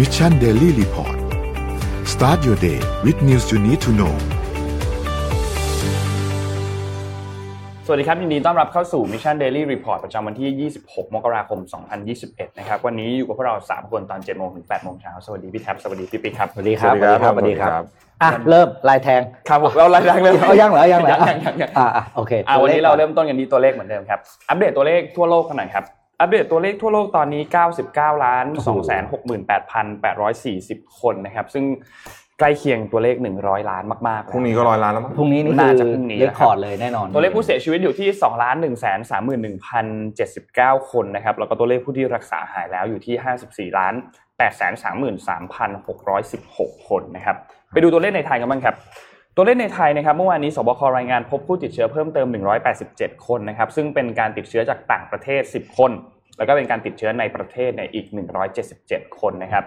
Mission Daily Report start your day with news you need to know สวัสดีครับ ยินดีต้อนรับเข้าสู่ Mission Daily Report ประจำวันที่ 26 มกราคม 2021 นะครับ วันนี้อยู่กับพวกเรา 3 คนตอน7โมงถึง8โมงเช้า สวัสดีพี่แท็บ สวัสดีพี่ปิ๊กครับ สวัสดีครับ สวัสดีครับ อ่ะ เริ่มลายแทง ครับผมเราไล่ดังเลย เอายังเหรอยังเหรอ ยังยังยัง อ่ะอ่ะโอเค อ่า ตัว วัน ลข นี้เราเริ่มต้นกันที่ตัวเลขเหมือนเดิมครับ อัปเดตตัวเลขทั่วโลกกันหน่อยครับ อัปเดตตัวเลขทั่วโลกตอนนี้ 99 ล้าน 2 6 8 8 4 0 คนนะครับ ซึ่งใกล้เคียงตัวเลข 100 ล้านมากๆแล้ว พรุ่งนี้ก็ร้อยล้านแล้วมั้ง พรุ่งนี้นี่ น่า คือ จะพรุ่งนี้ เร นะ ค ครับ คอร์ดเลยแน่นอน ตัวเลขผู้เสียชีวิตอยู่ที่ 2 1 3 1 0 7 9 คนนะครับ แล้วก็ตัวเลขผู้ที่รักษาหายแล้วอยู่ที่ 54ล้าน8 3 3 6 1 6 คนนะครับ ไปดูตัวเลขในไทยกันบ้างครับ ตัวเลขในไทยนะครับ เมื่อวานนี้สบครายงานพบผู้ติดเชื้อเพิ่มเติม 187 คนนะครับ ซึ่งเป็นการติดเชื้อจากต่างประเทศ 10 คน แล้วก็เป็นการติดเชื้อในประเทศเนี่ยอีก 177 คนนะครับ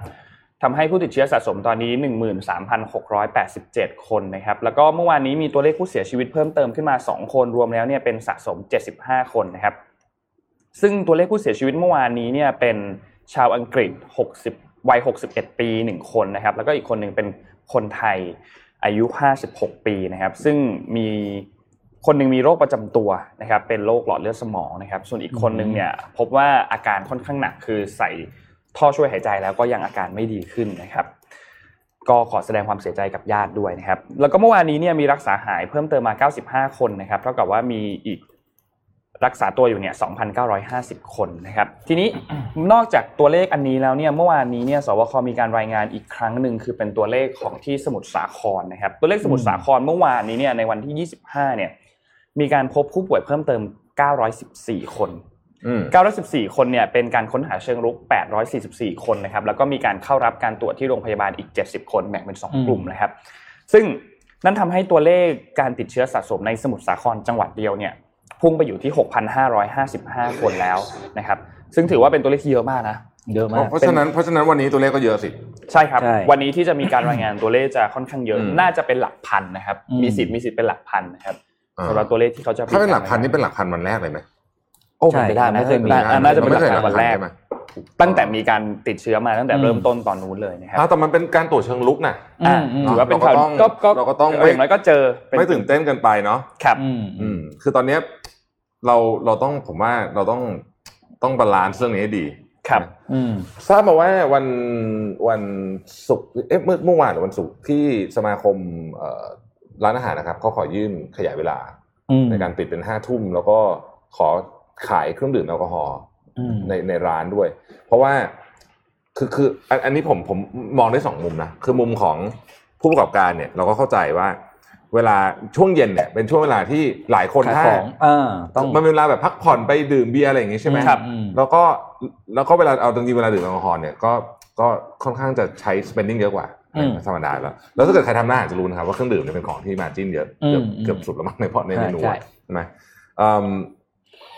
ทำให้ผู้ติดเชื้อสะสมตอนนี้ 13,687 คนนะครับ แล้วก็เมื่อวานนี้มีตัวเลขผู้เสียชีวิตเพิ่มเติมขึ้นมา 2 คนรวมแล้วเนี่ยเป็นสะสม 75 คนนะครับ ซึ่งตัวเลขผู้เสียชีวิตเมื่อวานนี้เนี่ยเป็นชาวอังกฤษ 60 วัย 61 ปี 1 คนนะครับ แล้วก็อีกคนหนึ่งเป็นคนไทยอายุ 56 ปีนะครับ ซึ่งมีคนหนึ่งมีโรคประจำตัวนะครับ เป็นโรคหลอดเลือดสมองนะครับ ส่วนอีกคนหนึ่งเนี่ยพบว่าอาการค่อนข้างหนักคือใส่ท่อช่วยหายใจแล้วก็ยังอาการไม่ดีขึ้นนะครับ ก็ขอแสดงความเสียใจกับญาติด้วยนะครับ แล้วก็เมื่อวานนี้เนี่ยมีรักษาหายเพิ่มเติมมา 95 คนนะครับ เท่ากับว่ามีอีกรักษาตัวอยู่เนี่ย 2,950 คนนะครับ ทีนี้ นอกจากตัวเลขอันนี้แล้วเนี่ย เมื่อวานนี้เนี่ย สวคมีการรายงานอีกครั้งหนึ่งคือเป็นตัวเลขของที่สมุทรสาครนะครับ ตัวเลขสมุทรสาครเมื่อวานนี้เนี่ย ในวันที่ 25 เนี่ย มีการพบผู้ป่วยเพิ่มเติม 914 คน อืม 914 คนเนี่ยเป็นการค้นหาเชิงรุก 844 คนนะครับ แล้วก็มีการเข้ารับการตรวจที่โรงพยาบาลอีก 70 คนแบ่งเป็น อืม 2 กลุ่มนะครับ ซึ่งนั่นทำให้ตัวเลขการติดเชื้อสะสมในสมุทรสาครจังหวัดเดียวเนี่ยพุ่งไปอยู่ที่ 6,555 คนแล้วนะครับ ซึ่งถือว่าเป็นตัวเลขที่เยอะมากนะ เยอะมาก เพราะฉะนั้นเพราะฉะนั้นวันนี้ตัวเลขก็เยอะสิ ใช่ครับ ใช่ วันนี้ที่จะมีการรายงานตัวเลขจะค่อนข้างเยอะ อืม น่าจะเป็นหลักพันนะครับ อืม มีสิทธิ์มีสิทธิ์เป็นหลักพันนะครับ อ่า สำหรับตัวเลขที่เขาจะ ถ้าเป็นหลักพันนี่เป็นหลักพันวันแรกเลยไหม โอ้เป็นไปได้นะ ใช่ไม่เคยมี อ่าน่าจะเป็นหลักพันวันแรก ไม่เคยหลักพันใช่ไหม ตั้งแต่มีการติดเชื้อมาตั้งแต่เริ่มต้นตอนนู้นเลยนะครับ อ้าวแต่มันเป็นการตรวจเชิงลุกนะ อืม อ่ะ อืม ถือว่าเป็นข่าว เราก็ต้อง ก็ก็ เราก็ต้องไม่ อย่างน้อยก็เจอเป็น ไม่ตื่นเต้นเกันไปเนาะ ครับ อืม อืม คือตอนเนี้ยเราเราต้องผมว่าเราต้องต้องบาลานซ์เรื่องนี้ให้ดี ครับ นะ อืม ทราบมาว่าวันวันศุกร์เอ๊ะเมื่อเมื่อวานหรือวันศุกร์ที่สมาคมเอ่อร้านอาหารนะครับเขาขอยื่นขยายเวลา อืม ในการปิดเป็นห้าทุ่มแล้วก็ขอขายเครื่องดื่มแอลกอฮอล์ อืม ในในร้านด้วย เพราะว่าคือคืออันอันนี้ผมผมมองได้สองมุมนะ คือมุมของผู้ประกอบการเนี่ย เราก็เข้าใจว่า เวลาช่วงเย็นเนี่ย เป็นช่วงเวลาที่หลายคน ขาย ถ้า ของอ่าต้อง มันเป็นเวลาแบบพักผ่อนไปดื่มเบียร์อะไรอย่างงี้ใช่ไหม ครับอืม แล้วก็แล้วก็เวลาเอาจริงๆเวลาดื่มแอลกอฮอล์เนี่ยก็ก็ค่อนข้างจะใช้ spending เยอะกว่า อืม ธรรมดาแล้วแล้วถ้าเกิดใครทำหน้าอาจจะรู้นะครับว่าเครื่องดื่มเนี่ยเป็นของที่มาจิ้นเยอะเกือบ อืม เกือบสุดแล้วมั้งในพอในเมนู ใช่ อะใช่ไหมอืม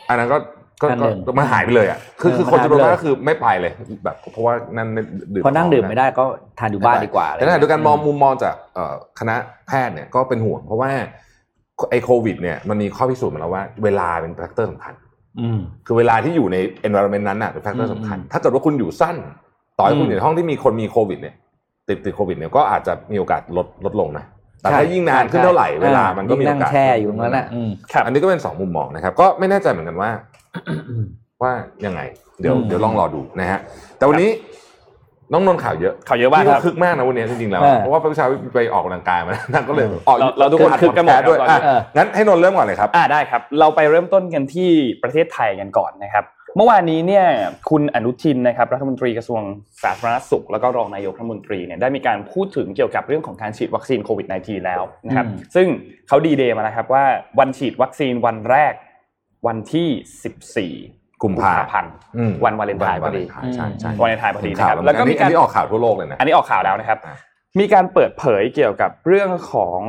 อันนั้นก็ก็ อันหนึ่ง ก็มันหายไปเลยอ่ะคือคือ เออ คนจำนวน มันหายไปเลย มากก็คือไม่ไปเลยแบบเพราะว่านั่นไม่ดื่ม พอนั่งดื่มไม่ได้ก็ทานอยู่บ้านดีกว่า แต่ขณะเดียวกันมองมุมมองจากเอ่อคณะแพทย์เนี่ยก็เป็นห่วง เพราะว่าไอ้โควิดเนี่ยมันมีข้อพิสูจน์มาแล้วว่าเวลาเป็นแฟกเตอร์สำคัญ อืม คือเวลาที่อยู่ใน environment นั้นน่ะเป็นแฟกเตอ อื ร์ ม สำคัญ ถ้าเกิดว่าคุณอยู่สั้น ต่อให้คุณ อืม อยู่ในห้องที่มีคนมีโควิดเนี่ย ติดติดโควิดเนี่ยก็อาจจะมีโอกาสลดลดลงนะ แต่ ใช่ ถ้ายิ่งนานขึ้นเท่าไหร่เวลามันก็มีโอกายิ่งนั่งสแช่อยู่ตรงนั้นน่ะอืม ครับ อันนี้ก็เป็นสองมุมมองนะครับ ก็ไม่แน่ใจเหมือนกันว่า ว่ายังไง เดี๋ยว อืม เดี๋ยวลองรอดูนะฮะ แต่วันนี้น้องนนท์ข่าวเยอะ ข่าวเยอะมาก พี่ ครับ คึกมากนะวันนี้จริงๆแล้ว เพราะว่าพระวิชาไปออกกำลังกายมา นั่นก็เลยออก เราเราทุกคนคึกกันหมด ด้วย ครับตอนนี้ เออ่ะอ งั้นให้นนท์เริ่มก่อนเลยครับ อ่าได้ครับ เราไปเริ่มต้นกันที่ประเทศไทยกันก่อนนะครับ เมื่อวานนี้เนี่ยคุณอนุทินนะครับรัฐมนตรีกระทรวงสาธารณสุข แล้วก็รองนายกรัฐมนตรีเนี่ยได้มีการพูดถึงเกี่ยวกับเรื่องของการฉีดวัคซีนโควิด -19 แล้วนะครับ อืม ซึ่งเขาดีเดย์มาแล้วครับว่าวันฉีดวัคซีนวันแรกวันที่ 14 กุมภา พันธ์ อืม วันวาเลนไทน์พอดี วัวาเลนไทน์ใช่ใช่ วันในไทยพอดีนะครับ แล้วก็มีอันนี้ออกข่าวทั่วโลกเลยนะ อันนี้ออกข่าวแล้วนะครับ อ่า มีการเปิดเผยเกี่ยวกับเรื่องของ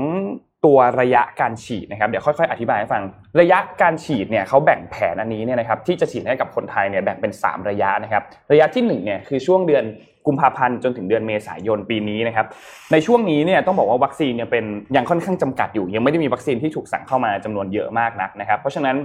ตัวระยะการฉีดนะครับ เดี๋ยวค่อยๆ อธิบายให้ฟัง ระยะการฉีดเนี่ยเขาแบ่งแผนอันนี้เนี่ยนะครับที่จะฉีดให้กับคนไทยเนี่ยแบ่งเป็น 3 ระยะนะครับ ระยะที่1เนี่ยคือช่วงเดือนกุมภาพันธ์จนถึงเดือนเมษายนปีนี้นะครับ ในช่วงนี้เนี่ยต้องบอกว่าวัคซีนเนี่ยเป็นยังค่อนข้างจำกัดอยู่ ยังไม่ได้มีวัคซีนที่ถูกสั่งเข้ามาจำนวนเยอะมากนักนะครับ เพราะฉะนั้น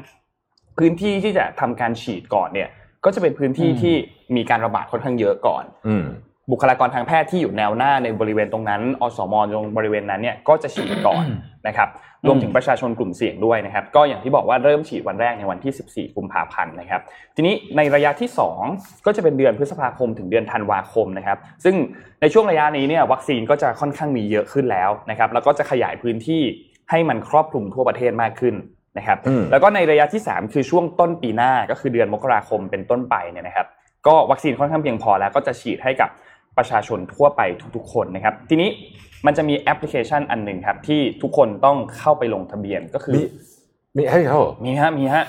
พื้นที่ที่จะทำการฉีดก่อนเนี่ยก็จะเป็นพื้นที่ อืม ที่มีการระบาดค่อนข้างเยอะก่อน อืม บุคลากรทางแพทย์ที่อยู่แนวหน้าในบริเวณตรงนั้น อสมตรงบริเวณนั้นเนี่ยก็จะฉีดก่อนนะครับ รวมถึงประชาชนกลุ่มเสี่ยงด้วยนะครับ ก็อย่างที่บอกว่าเริ่มฉีดวันแรกในวันที่ 14 กุมภาพันธ์นะครับ ทีนี้ในระยะที่ 2 ก็จะเป็นเดือนพฤษภาคมถึงเดือนธันวาคมนะครับ ซึ่งในช่วงระยะนี้เนี่ยวัคซีนก็จะค่อนข้างมีเยอะขึ้นแล้วนะครับ แล้วก็จะขยายพื้นที่ให้มันครอบคลุมทั่วประเทศมากขึ้นนะครับ อืม แล้วก็ในระยะที่ 3 คือช่วงต้นปีหน้าก็คือเดือนมกราคมเป็นต้นไปเนี่ยนะครับ ก็วัคซีนค่อนข้างเพียงพอแล้วก็จะฉีดให้กับประชาชนทั่วไปทุกๆ คนนะครับ ทีนี้มันจะมีแอปพลิเคชันอันหนึ่งครับที่ทุกคนต้องเข้าไปลงทะเบียนก็คือ มีมีให้เขาเหรอ มีฮะมีฮะ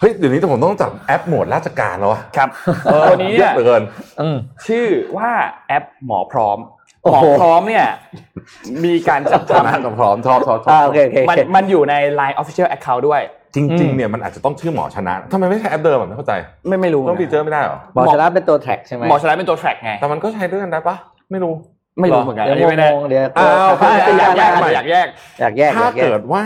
เฮ้ยเดี๋ยวนี้ผมต้องจับแอปโหมดราชการแล้วอะ ครับตัวนี้ เย เนี่ยอะเหลือเกิน อืม ชื่อว่าแอปหมอพร้อม โอ้ หมอ โห พร้อมเนี่ยมีการจัด ชนะ ทำ กับพร้อมชอบชอบชอ อ่า บ โอเคโอเค มัน โอเค มันอยู่ใน Line Official Account ด้วย จริง อื ๆ ม เนี่ยมันอาจจะต้องชื่อหมอชนะทำไมไม่ใช่แอปเดิมแบบไม่เข้าใจ ไม่ไม่รู้นะ ต้องฟีเจอร์ไม่ได้เหรอ หมอชนะเป็นตัวแทร็กใช่ไหม หมอชนะเป็นตัวแทร็กไง แต่มันก็ใช้ด้วยกันได้ปะไม่รู้ ไม่รู้เหมือนกันอัเดี๋ย นนี้วไม่แน่ งงเดี๋ยว อ้าว อยาก อยากแยแยก ก อยากแยก อยากแยก อยากแยก ถ้า อยากแย เกิ ก ดว่า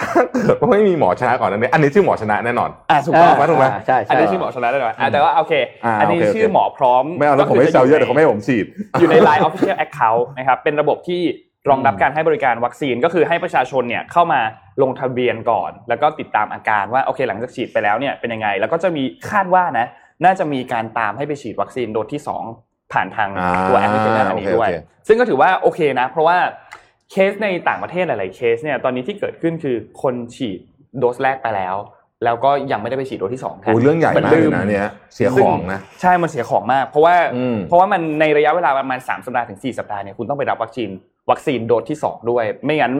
ถ้าเกิดว่าไม่มีหมอชนะก่อนอันนี้อันนี้ชื่อหมอชนะแน่นอน อ่ะถูกต้อง ไหมถูกไหม ใช่ใช่ อันนี้ชื่อหมอชนะได้หน่อยอ่ะแต่ว่าโอเค อ่า อันนี้ โอเคโอเค ชื่อหมอพร้อม ไม่เอาแล้วผม ก็ ไม่ คื เซลเยจอะเดี๋ยวเขาไม่ให้ผมฉีด อยู่ใน Line Official Account นะครับ เป็นระบบที่รองรับการให้บริการวัคซีนก็คือให้ประชาชนเนี่ยเข้ามาลงทะเบียนก่อน แล้วก็ติดตามอาการว่าโอเคหลังจากฉีดไปแล้วเนี่ยเป็นยังไง แล้วก็จะมีคาดว่านะ น่าจะมีการตามให้ไปฉีดวัคซีนโดสที่ 2 ผ่านทาง อ่า ตัวแอปพลิเคชันอันนี้ โอเค ด้วย โอเค ซึ่งก็ถือว่าโอเคนะ เพราะว่าเคสในต่างประเทศหลาย ๆ เคสเนี่ยตอนนี้ที่เกิดขึ้นคือคนฉีดโดสแรกไปแล้ว แล้วก็ยังไม่ได้ไปฉีดโดสที่สองแทน โอ้ยเรื่องใหญ่มากเลยนะเนี่ยเสียของนะ ใช่มันเสียของมาก เพราะว่า อืม เพราะว่ามันในระยะเวลาประมาณ 3 สัปดาห์ถึง 4 สัปดาห์เนี่ยคุณต้องไปรับวัคซีนวัคซีนโดสที่ 2 ด้วย ไม่งั้น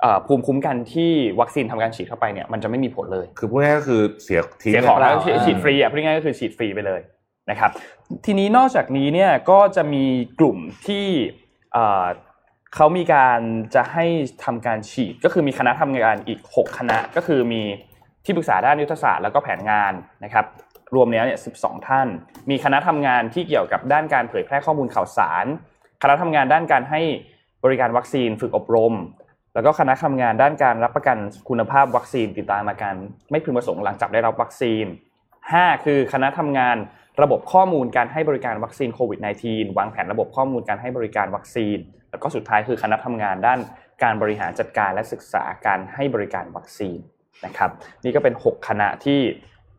เอ่อภูมิคุ้มกันที่วัคซีนทำการฉีดเข้าไปเนี่ยมันจะไม่มีผลเลย คือพูดง่ายๆก็คือเสียทิ้ง เสียของ แล้ แล้ว วฉีดฉีดฟรีอ่ะพูดง่ายๆก็คือฉีดฟรีไปเลยนะครับ ทีนี้นอกจากนี้เนี่ยก็จะมีกลุ่มที่เอ่อเขามีการจะให้ทำการฉีด ก็คือมีคณะทำงานอีก 6 คณะก็คือมีที่ปรึกษาด้านยุทธศาสตร์แล้วก็แผนงานนะครับ รวมแล้วเนี่ย12 ท่าน มีคณะทำงานที่เกี่ยวกับด้านการเผยแพร่ข้อมูลข่าวสาร คณะทำงานด้านการให้บริการวัคซีนฝึกอบรม แล้วก็คณะทำงานด้านการรับประกันคุณภาพวัคซีนติดตามอาการไม่พึงประสงค์หลังจากได้รับวัคซีน 5 คือคณะทำงานระบบข้อมูลการให้บริการวัคซีนโควิด -19 วางแผนระบบข้อมูลการให้บริการวัคซีน แล้วก็สุดท้ายคือคณะทำงานด้านการบริหารจัดการและศึกษาการให้บริการวัคซีนนะครับ นี่ก็เป็น 6 คณะที่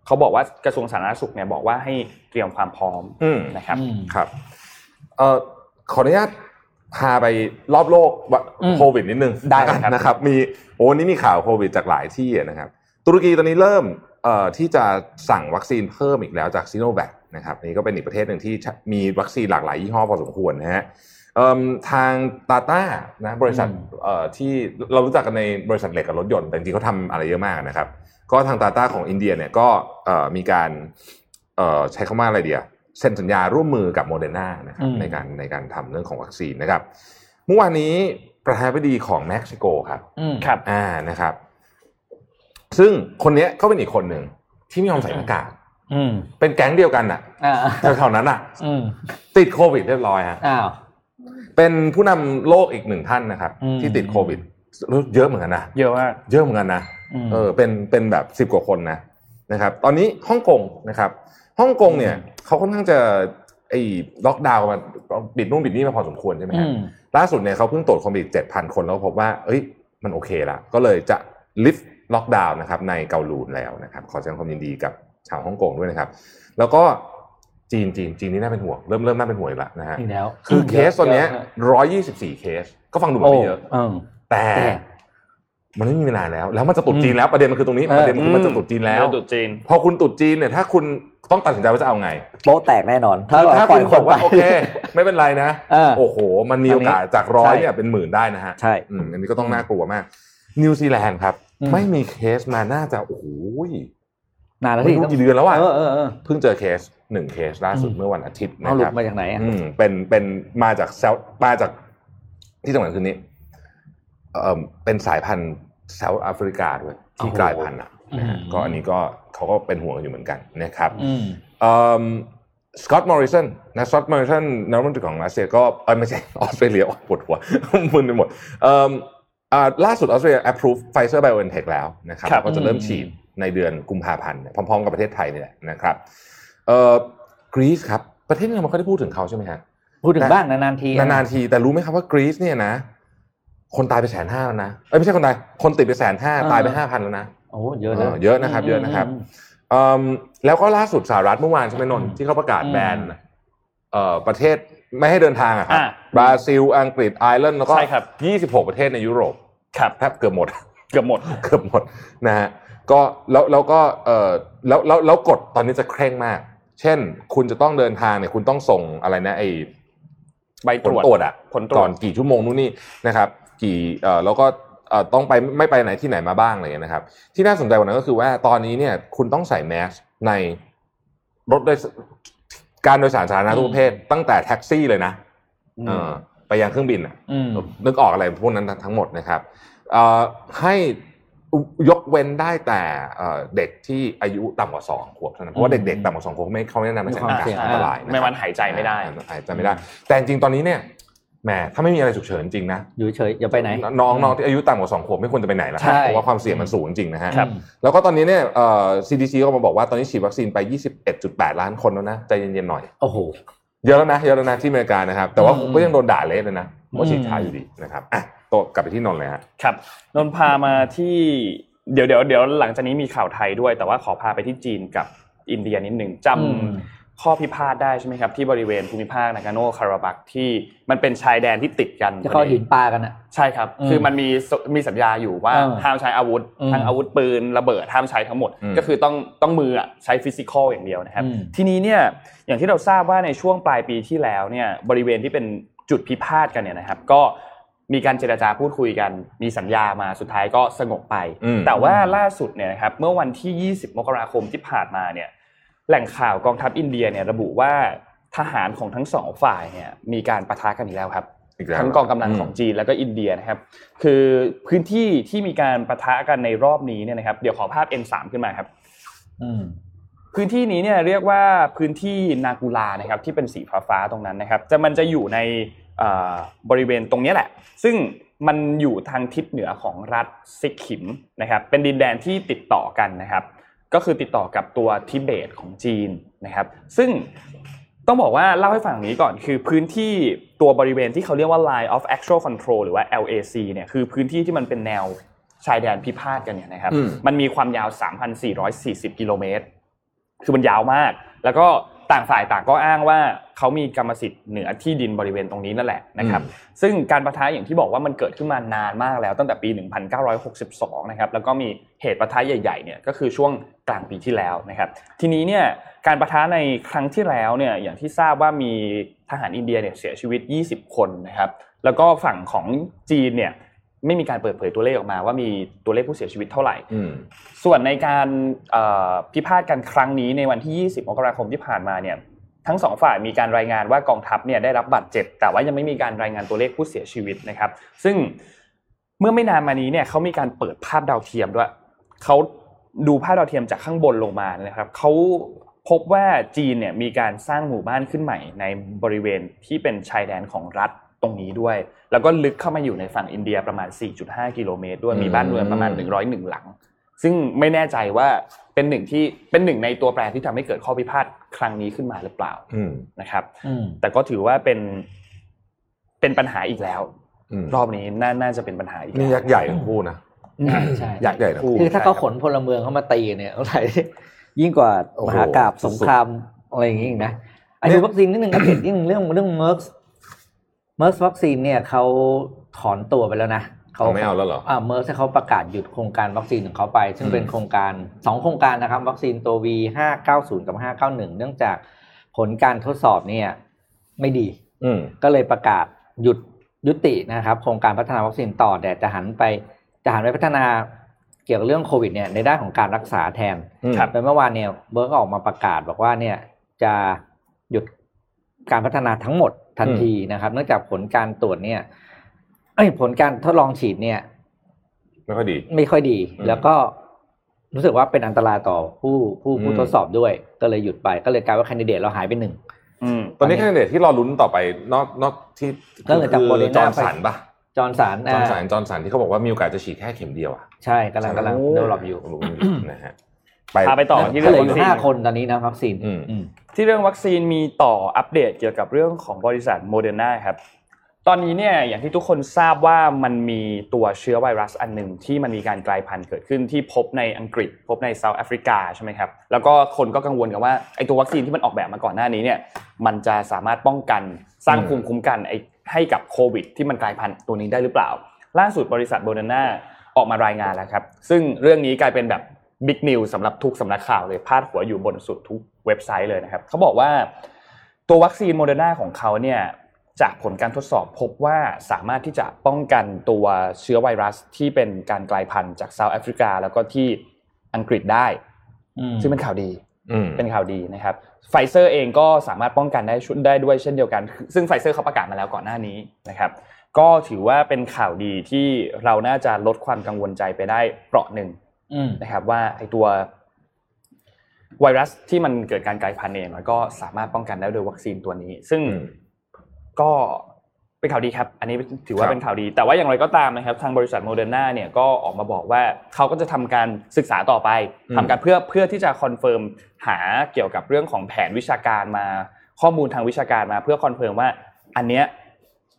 เขาบอกว่ากระทรวงสาธารณสุขเนี่ยบอกว่าให้เตรียมความพร้อม อืม นะครับ อืม ครับเอ่อขออนุญาตพาไปรอบโลกวะ อืม โควิดนิดนึง ได้ครับ นะครับ มีโอ้วันนี้มีข่าวโควิดจากหลายที่นะครับ ตุรกีตอนนี้เริ่มเอ่อที่จะสั่งวัคซีนเพิ่มอีกแล้วจากซีโนแวคนะครับนี่ก็เป็นอีกประเทศหนึ่งที่มีวัคซีนหลากหลายยี่ห้อพอสมควรนะฮะเอิ่มทางตาต้านะบริษัทเอ่อที่เรารู้จักกันในบริษัทเหล็กกับรถยนต์แต่จริงๆเขาทำอะไรเยอะมากนะครับ ก็ทางตาต้าของอินเดียเนี่ยก็เอ่อมีการเอ่อใช้คำว่าอะไรเดียเซ็นสัญญาร่วมมือกับโมเดอร์นานะครับ อืม ในการในการทำเรื่องของวัคซีนนะครับ เมื่อวานนี้ประธานาธิบดีของเม็กซิโกครับ อืม ครับ อ่านะครับ ซึ่งคนเนี้ยก็เป็นอีกคนหนึ่งที่ไม่ยอมใส่หน้ากาก อืม เป็นแก๊งเดียวกันน่ะ อ่า แถวๆนั้นน่ะ อืม ติดโควิดเรียบร้อยฮะ อ้าว เป็นผู้นำโลกอีกหนึ่งท่านนะครับ อืม ที่ติดโควิด เยอะเหมือนกันนะ เยอะมาก เยอะเหมือนกันนะ ม เออเป็นเป็นแบบสิบ10 กว่าคนนะนะครับ ตอนนี้ฮ่องกงนะครับฮ่องกงเนี่ยเขาค่อนข้างจะไอ้ล็อกดาวน์มาปิดนู่นปิดนี่มาพอสมควรใช่ไหมฮะ อืม ล่าสุดเนี่ยเขาเพิ่งตรวจโควิดเจ็ดพันคนแล้วพบว่าเอ้ยมันโอเคละก็เลยจะลิฟต์ล็อกดาวน์นะครับในเกาลูนแล้วนะครับ ขอแสดงความยินดีกับชาวฮ่องกงด้วยนะครับ แล้วก็จีนจีนจีนนี่น่าเป็นห่วงเริ่มเริ่มน่าเป็นห่วงอีกละนะฮะ อีกแล้ว คือเคสตอนเนี้ยร้อยยี่สิบสี่เคส ก็ฟังดูเหมือน โอ้ ไม่เยอะ เออ แต่ แต่ มันไม่มีเวลาแล้ว แล้วมันจะตรุด อืม จีนแล้วประเด็นมันคือตรงนี้ เออ ประเด็นมันคือมันอืจะม ตรุดจีนแล้ว ตุดจีน พอคุณตรุดจีนเนี่ยถ้าคุณต้องตัดสินใจว่าจะเอาไง โป๊ะแตกแน่นอน ถ้า ถ้า ปล่ คุ อย ณ ค บอน ก ไป ว่าโอ เค ไม่เป็นไรนะ เออ โอ้โห มันมีโอกาสจากร้อยเนี่ยเป็นหมื่นได้นะฮะ ใช่ อืมอันนี้ก็ต้องน่ากลัวมาก นิวซีแลนด์ครับ อืม ไม่มีเคสมาน่าจะโอ้โห นานแล้ว ไม่ ที่ รู้กี่เดือนแล้วอ่ะ เออเออเออ เพิ่งเจอเคสหนึ่งเคสล่าสุด อืม เมื่อวันอาทิตย์นะ เอาหลุ ครั ด บ มาจากไหนอ่ะ อืมเป็นเป็นมาจากเซลมาจากที่จังหวัดคืนนี้เอ่อเป็นสายพันธุ์เซาท์แอฟริกาด้วยที่กลายพันธุ์อ่ะนะฮะก็อันนี้ก็เขาก็เป็นห่วงกันอยู่เหมือนกันนะครับ อืม สกอตมอริสันนะสกอตมอริสันนักดนตรีของรัสเซียก็เอ้ยไม่ใช่ ออสเตรเลียโอ๊ยปวดหัว มึนไปหมดเอิ่มอ่าล่าสุดออสเตรเลีย approve Pfizer BioNTech แล้วนะครับ ครับ แล้วก็จะเริ่ม อืม ฉีดในเดือนกุมภาพันธ์เนี่ยพร้อมๆกับประเทศไทยนี่แหละนะครับเอ่อกรีซครับประเทศนี้เราไม่ค่อยได้พูดถึงเขาใช่ไหมฮะ พูดถึงบ้างนานๆที นานๆทีแต่รู้ไหมครับว่ากรีซเนี่ยนะ คนตายไปแสนห้าแล้วนะเอ้ยไม่ใช่คนตายคนติดไปแสนห้าตายไปห้าพันแล้วนะ โอ้เยอะนะ เออเยอะนะครับเยอะนะครับ ม เอิ่มแล้วก็ล่าสุดสหรัฐเมื่อวานใช่ไหมนนท์ที่เขาประกาศแบนเอ่อประเทศไม่ให้เดินทางอะครับ อ่า บราซิล อังกฤษไอร์แลนด์แล้วก็ ใช่ครับ 26 ประเทศในยุโรป ครับ แทบเกือบหมด เกือบหมด เกือบหมดนะฮะก็แล้วแล้วก็เออแล้วแล้วแล้วกฎตอนนี้จะเคร่งมาก เช่น คุณจะต้องเดินทางเนี่ยคุณต้องส่งอะไรนะไอ ใบ ผ ต ล รวจ ตรวจอะ ผลตรวจ ก่อนกี่ชั่วโมงนู่นนี่นะครับกี่เออแล้วก็เอ่อต้องไปไม่ไปไหนที่ไหนมาบ้างอะไรอย่างเงี้ยนะครับ ที่น่าสนใจกว่านั้นก็คือว่าตอนนี้เนี่ยคุณต้องใส่แมสในรถโดยสการโดยสารสาธารณะทุกประเภทตั้งแต่แท็กซี่เลยนะ อืม เออไปยังเครื่องบินอะ อืม นึกออกอะไรพวกนั้นทั้งหมดนะครับเอ่อให้ยกเว้นได้แต่เอ่อเด็กที่อายุต่ำกว่าสองขวบเท่านั้นเพราะว่าเด็กๆต่ำกว่าสองขวบเขาไม่เขาไม่แนะนำให้ใส่หน้ากาก มีความเสี่ยง อันตรายะครับ ไม่งั้นหายใจไม่ได้ หายใจไม่ได้ แต่จริงๆตอนนี้เนี่ยแหมถ้าไม่มีอะไรฉุกเฉินจริงนะ อยู่เฉยอย่าไปไหน น้องน้องที่อายุต่ำกว่าสองขวบไม่ควรจะไปไหนแล้วครับ ใช่ เพราะว่าความเสี่ยงมันสูงจริงนะฮะ ครับ แล้วก็ตอนนี้เนี่ยเอ่อ CDC ก็ออกมาบอกว่าตอนนี้ฉีดวัคซีนไป 21.8 ล้านคนแล้วนะใจเย็นๆหน่อย โอ้โห เยอะแล้วนะเยอะแล้วนะที่อเมริกานะครับ แต่ว่า อืม ก็ยังโดนด่าเละเลยนะว่าฉีด อืม ช้าอยู่ดีนะครับอ่ะโตะกลับไปที่นนท์เลยฮะ ครับนนท์พามาที่เดี๋ยวเดี๋ยวเดี๋ยวหลังจากนี้มีข่าวไทยด้วย แต่ว่าขอพาไปที่จีนกับอินเดียนิดหนึ่งจำ อืม ข้อพิพาทได้ใช่ไหมครับ ที่บริเวณภูมิภาคนากาโนคาราบักที่มันเป็นชายแดนที่ติดกัน จะเข้าหินปลากันอ่ะ ใช่ครับ อืม คือมันมีสมีสัญญาอยู่ว่า เออ ห้ามใช้อาวุธ อืม ทั้งอาวุธปืนระเบิดห้ามใช้ทั้งหมด อืม ก็คือต้องต้องมืออะใช้ฟิสิกอลอย่างเดียวนะครับ อืม ทีนี้เนี่ยอย่างที่เราทราบว่าในช่วงปลายปีที่แล้วเนี่ยบริเวณที่เป็นจุดพิพาทกันเนี่ยนะครับ ก็มีการเจรจาพูดคุยกัน มีสัญญามาสุดท้ายก็สงบไป อืม แต่ว่าล่าสุดเนี่ยนะครับเมื่อวันที่ 20 มกราคมที่ผ่านมาเนี่ยแหล่งข่าวกองทัพอินเดียเนี่ยระบุว่าทหารของทั้งสองฝ่ายเนี่ยมีการปะทะกันอีกแล้วครับ อีกแล้ว ทั้งกองกำลังของจีนแล้วก็อินเดียนะครับ คือพื้นที่ที่มีการปะทะกันในรอบนี้เนี่ยนะครับเดี๋ยวขอภาพ N3 ขึ้นมาครับ อืม พื้นที่นี้เนี่ยเรียกว่าพื้นที่นากูลานะครับที่เป็นสีฟ้าฟ้าๆตรงนั้นนะครับจะมันจะอยู่ในเอ่อบริเวณตรงเนี้ยแหละ ซึ่งมันอยู่ทางทิศเหนือของรัฐซิกิมนะครับเป็นดินแดนที่ติดต่อกันนะครับ ก็คือติดต่อกับตัวทิเบตของจีนนะครับ ซึ่งต้องบอกว่าเล่าให้ฟังอย่างนี้ก่อนคือพื้นที่ตัวบริเวณที่เขาเรียกว่า line of actual control หรือว่า LAC เนี่ยคือพื้นที่ที่มันเป็นแนวชายแดนพิพาทกันเนี่ยนะครับ อืม มันมีความยาว 3,440 กิโลเมตร คือมันยาวมาก แล้วก็ต่างฝ่ายต่างก็อ้างว่าเขามีกรรมสิทธิ์เหนือที่ดินบริเวณตรงนี้นั่นแหละนะครับ ซึ่งการประทะอย่างที่บอกว่ามันเกิดขึ้นมานานมากแล้วตั้งแต่ปี 1962 นะครับ แล้วก็มีเหตุประทะใหญ่ๆ เนี่ยก็คือช่วงกลางปีที่แล้วนะครับ ทีนี้เนี่ยการประทะในครั้งที่แล้วเนี่ยอย่างที่ทราบว่ามีทหารอินเดียเนี่ยเสียชีวิต 20 คนนะครับ แล้วก็ฝั่งของจีนเนี่ยไม่มีการเปิดเผยตัวเลขออกมาว่ามีตัวเลขผู้เสียชีวิตเท่าไหร่ อืม ส่วนในการเอ่อพิพาทกันครั้งนี้ในวันที่ 20 มกราคมที่ผ่านมาเนี่ยทั้งสองฝ่ายมีการรายงานว่ากองทัพเนี่ยได้รับบาดเจ็บ แต่ว่ายังไม่มีการรายงานตัวเลขผู้เสียชีวิตนะครับ ซึ่งเมื่อไม่นานมานี้เนี่ยเขามีการเปิดภาพดาวเทียมด้วยเขาดูภาพดาวเทียมจากข้างบนลงมานะครับเขาพบว่าจีนเนี่ยมีการสร้างหมู่บ้านขึ้นใหม่ ในบริเวณที่เป็นชายแดนของรัฐตรงนี้ด้วย แล้วก็ลึกเข้ามาอยู่ในฝั่งอินเดียประมาณ 4.5 กิโลเมตรด้วยมีบ้านเรือนประมาณ 101 หลัง ซึ่งไม่แน่ใจว่าเป็นหนึ่งที่เป็นหนึ่งในตัวแปรที่ทำให้เกิดข้อพิพาทครั้งนี้ขึ้นมาหรือเปล่า อืม นะครับ อืม แต่ก็ถือว่าเป็นเป็นปัญหาอีกแล้ว อืม รอบนี้น่าน่าจะเป็นปัญหาอีก นี่ แล้ว ยักษ์ใหญ่ทั้งคู่นะ ใช่ใช่ ยักษ์ใหญ่ทั้งคู่ คือถ้าเขาข ใช่รับ นพลเมืองเข้ามาตีเนี่ย เท่าไหร่ยิ่งกว่า โอ้โห มหากราบสงครามอะไรอย่างนี้อีกนะอัน เนี่ นี้ ย วัคซีนนิดนึงอัปเดตนิดนึงเรื่องเรื่องเมอร์สเมอร์สวัคซีนเนี่ยเขาถอนตัวไปแล้วนะ เขาไม่เอาแล้วเหรอ อ่าเมอร์สเขาประกาศหยุดโครงการวัคซีนของเขาไป ซึ่งเป็นโครงการสองโครงการนะครับ วัคซีนตัว V ห้าเก้าศูนย์กับห้าเก้าหนึ่งเนื่องจากผลการทดสอบเนี่ยไม่ดี อืม ก็เลยประกาศหยุดยุตินะครับ โครงการพัฒนาวัคซีนต่อแต่จะหันไปจะหันไปพัฒนาเกี่ยวกับเรื่องโควิดเนี่ยในด้านของการรักษาแทน อืม โดยเมื่อวานเนี่ยเบิร์กออกมาประกาศบอกว่าเนี่ยจะหยุดการพัฒนาทั้งหมดทันทีนะครับ เนื่องจากผลการตรวจเนี่ยเอ้ยผลการทดลองฉีดเนี่ย ไม่ค่อยดี ไม่ค่อยดี อืม แล้วก็รู้สึกว่าเป็นอันตรายต่อผู้ผู้ผู้ อืม ทดสอบด้วย ก็เลยหยุดไปก็เลยกลายว่าแคนดิเดตเราหายไปหนึ่ง อืม ตอนนี้แคนดิเดตที่เราลุ้นต่อไปนอกนอกที่ ก็เหลือจาก คื Moderna จอร์นสันป่ะ จอร์นสัน จอร์น อ่า สันจอร์นสันที่เขาบอกว่ามีโอกาสจะฉีดแค่เข็มเดียวอ่ะ ใช่กำลังกำลัง โอ้ เดเวลลอปอยู่ ลุ้นนะฮะ ไป พาไปต่อที่ ที่เหลืออยู่ห้าคนตอนนี้นะวัคซีน อืม อืม ที่เรื่องวัคซีนมีต่ออัปเดตเกี่ยวกับเรื่องของบริษัทโมเดอร์นาครับ ตอนนี้เนี่ยอย่างที่ทุกคนทราบว่ามันมีตัวเชื้อไวรัสอันหนึ่งที่มันมีการกลายพันธุ์เกิดขึ้นที่พบในอังกฤษ พบในเซาท์แอฟริกาใช่ไหมครับ แล้วก็คนก็กังวลกันว่าไอ้ตัววัคซีนที่มันออกแบบมาก่อนหน้านี้เนี่ยมันจะสามารถป้องกันสร้างภูมิคุ้มกันไอ้ให้กับโควิด ที่มันกลายพันธุ์ตัวนี้ได้หรือเปล่า ล่าสุดบริษัทโมเดอร์นาออกมารายงานแล้วครับ ซึ่งเรื่องนี้กลายเป็นแบบบิ๊กนิวสำหรับทุกสำนักข่าวเลยพาดหัวอยู่บนสุดทุกเว็บไซต์เลยนะครับเขาบอกว่าตัววัคซีนโมเดอร์นาของเขาเนี่ยจากผลการทดสอบพบว่าสามารถที่จะป้องกันตัวเชื้อไวรัสที่เป็นการกลายพันธุ์จากเซาท์แอฟริกาแล้วก็ที่อังกฤษได้ ซึ่งเป็นข่าวดี อืม เป็นข่าวดีนะครับไฟเซอร์เองก็สามารถป้องกันได้ชุดได้ด้วยเช่นเดียวกัน ซึ่งไฟเซอร์เขาประกาศมาแล้วก่อนหน้านี้นะครับ ก็ถือว่าเป็นข่าวดีที่เราน่าจะลดความกังวลใจไปได้เปราะหนึ่ง อืม นะครับ ว่าไอตัวไวรัสที่มันเกิดการกลายพันธุ์เนี่ยมันก็สามารถป้องกันได้โดวยวัคซีนตัวนี้ ซึ่ง อืม ก็เป็นข่าวดีครับ อันนี้ถือว่า ครับ เป็นข่าวดี แต่ว่าอย่างไรก็ตามนะครับ ทางบริษัทโมเดอร์นาเนี่ยก็ออกมาบอกว่าเขาก็จะทำการศึกษาต่อไป ทำการเพื่อเพื่อที่จะคอนเฟิร์มหาเกี่ยวกับเรื่องของแผนวิชาการมา ข้อมูลทางวิชาการมาเพื่อคอนเฟิร์มว่า อันเนี้ย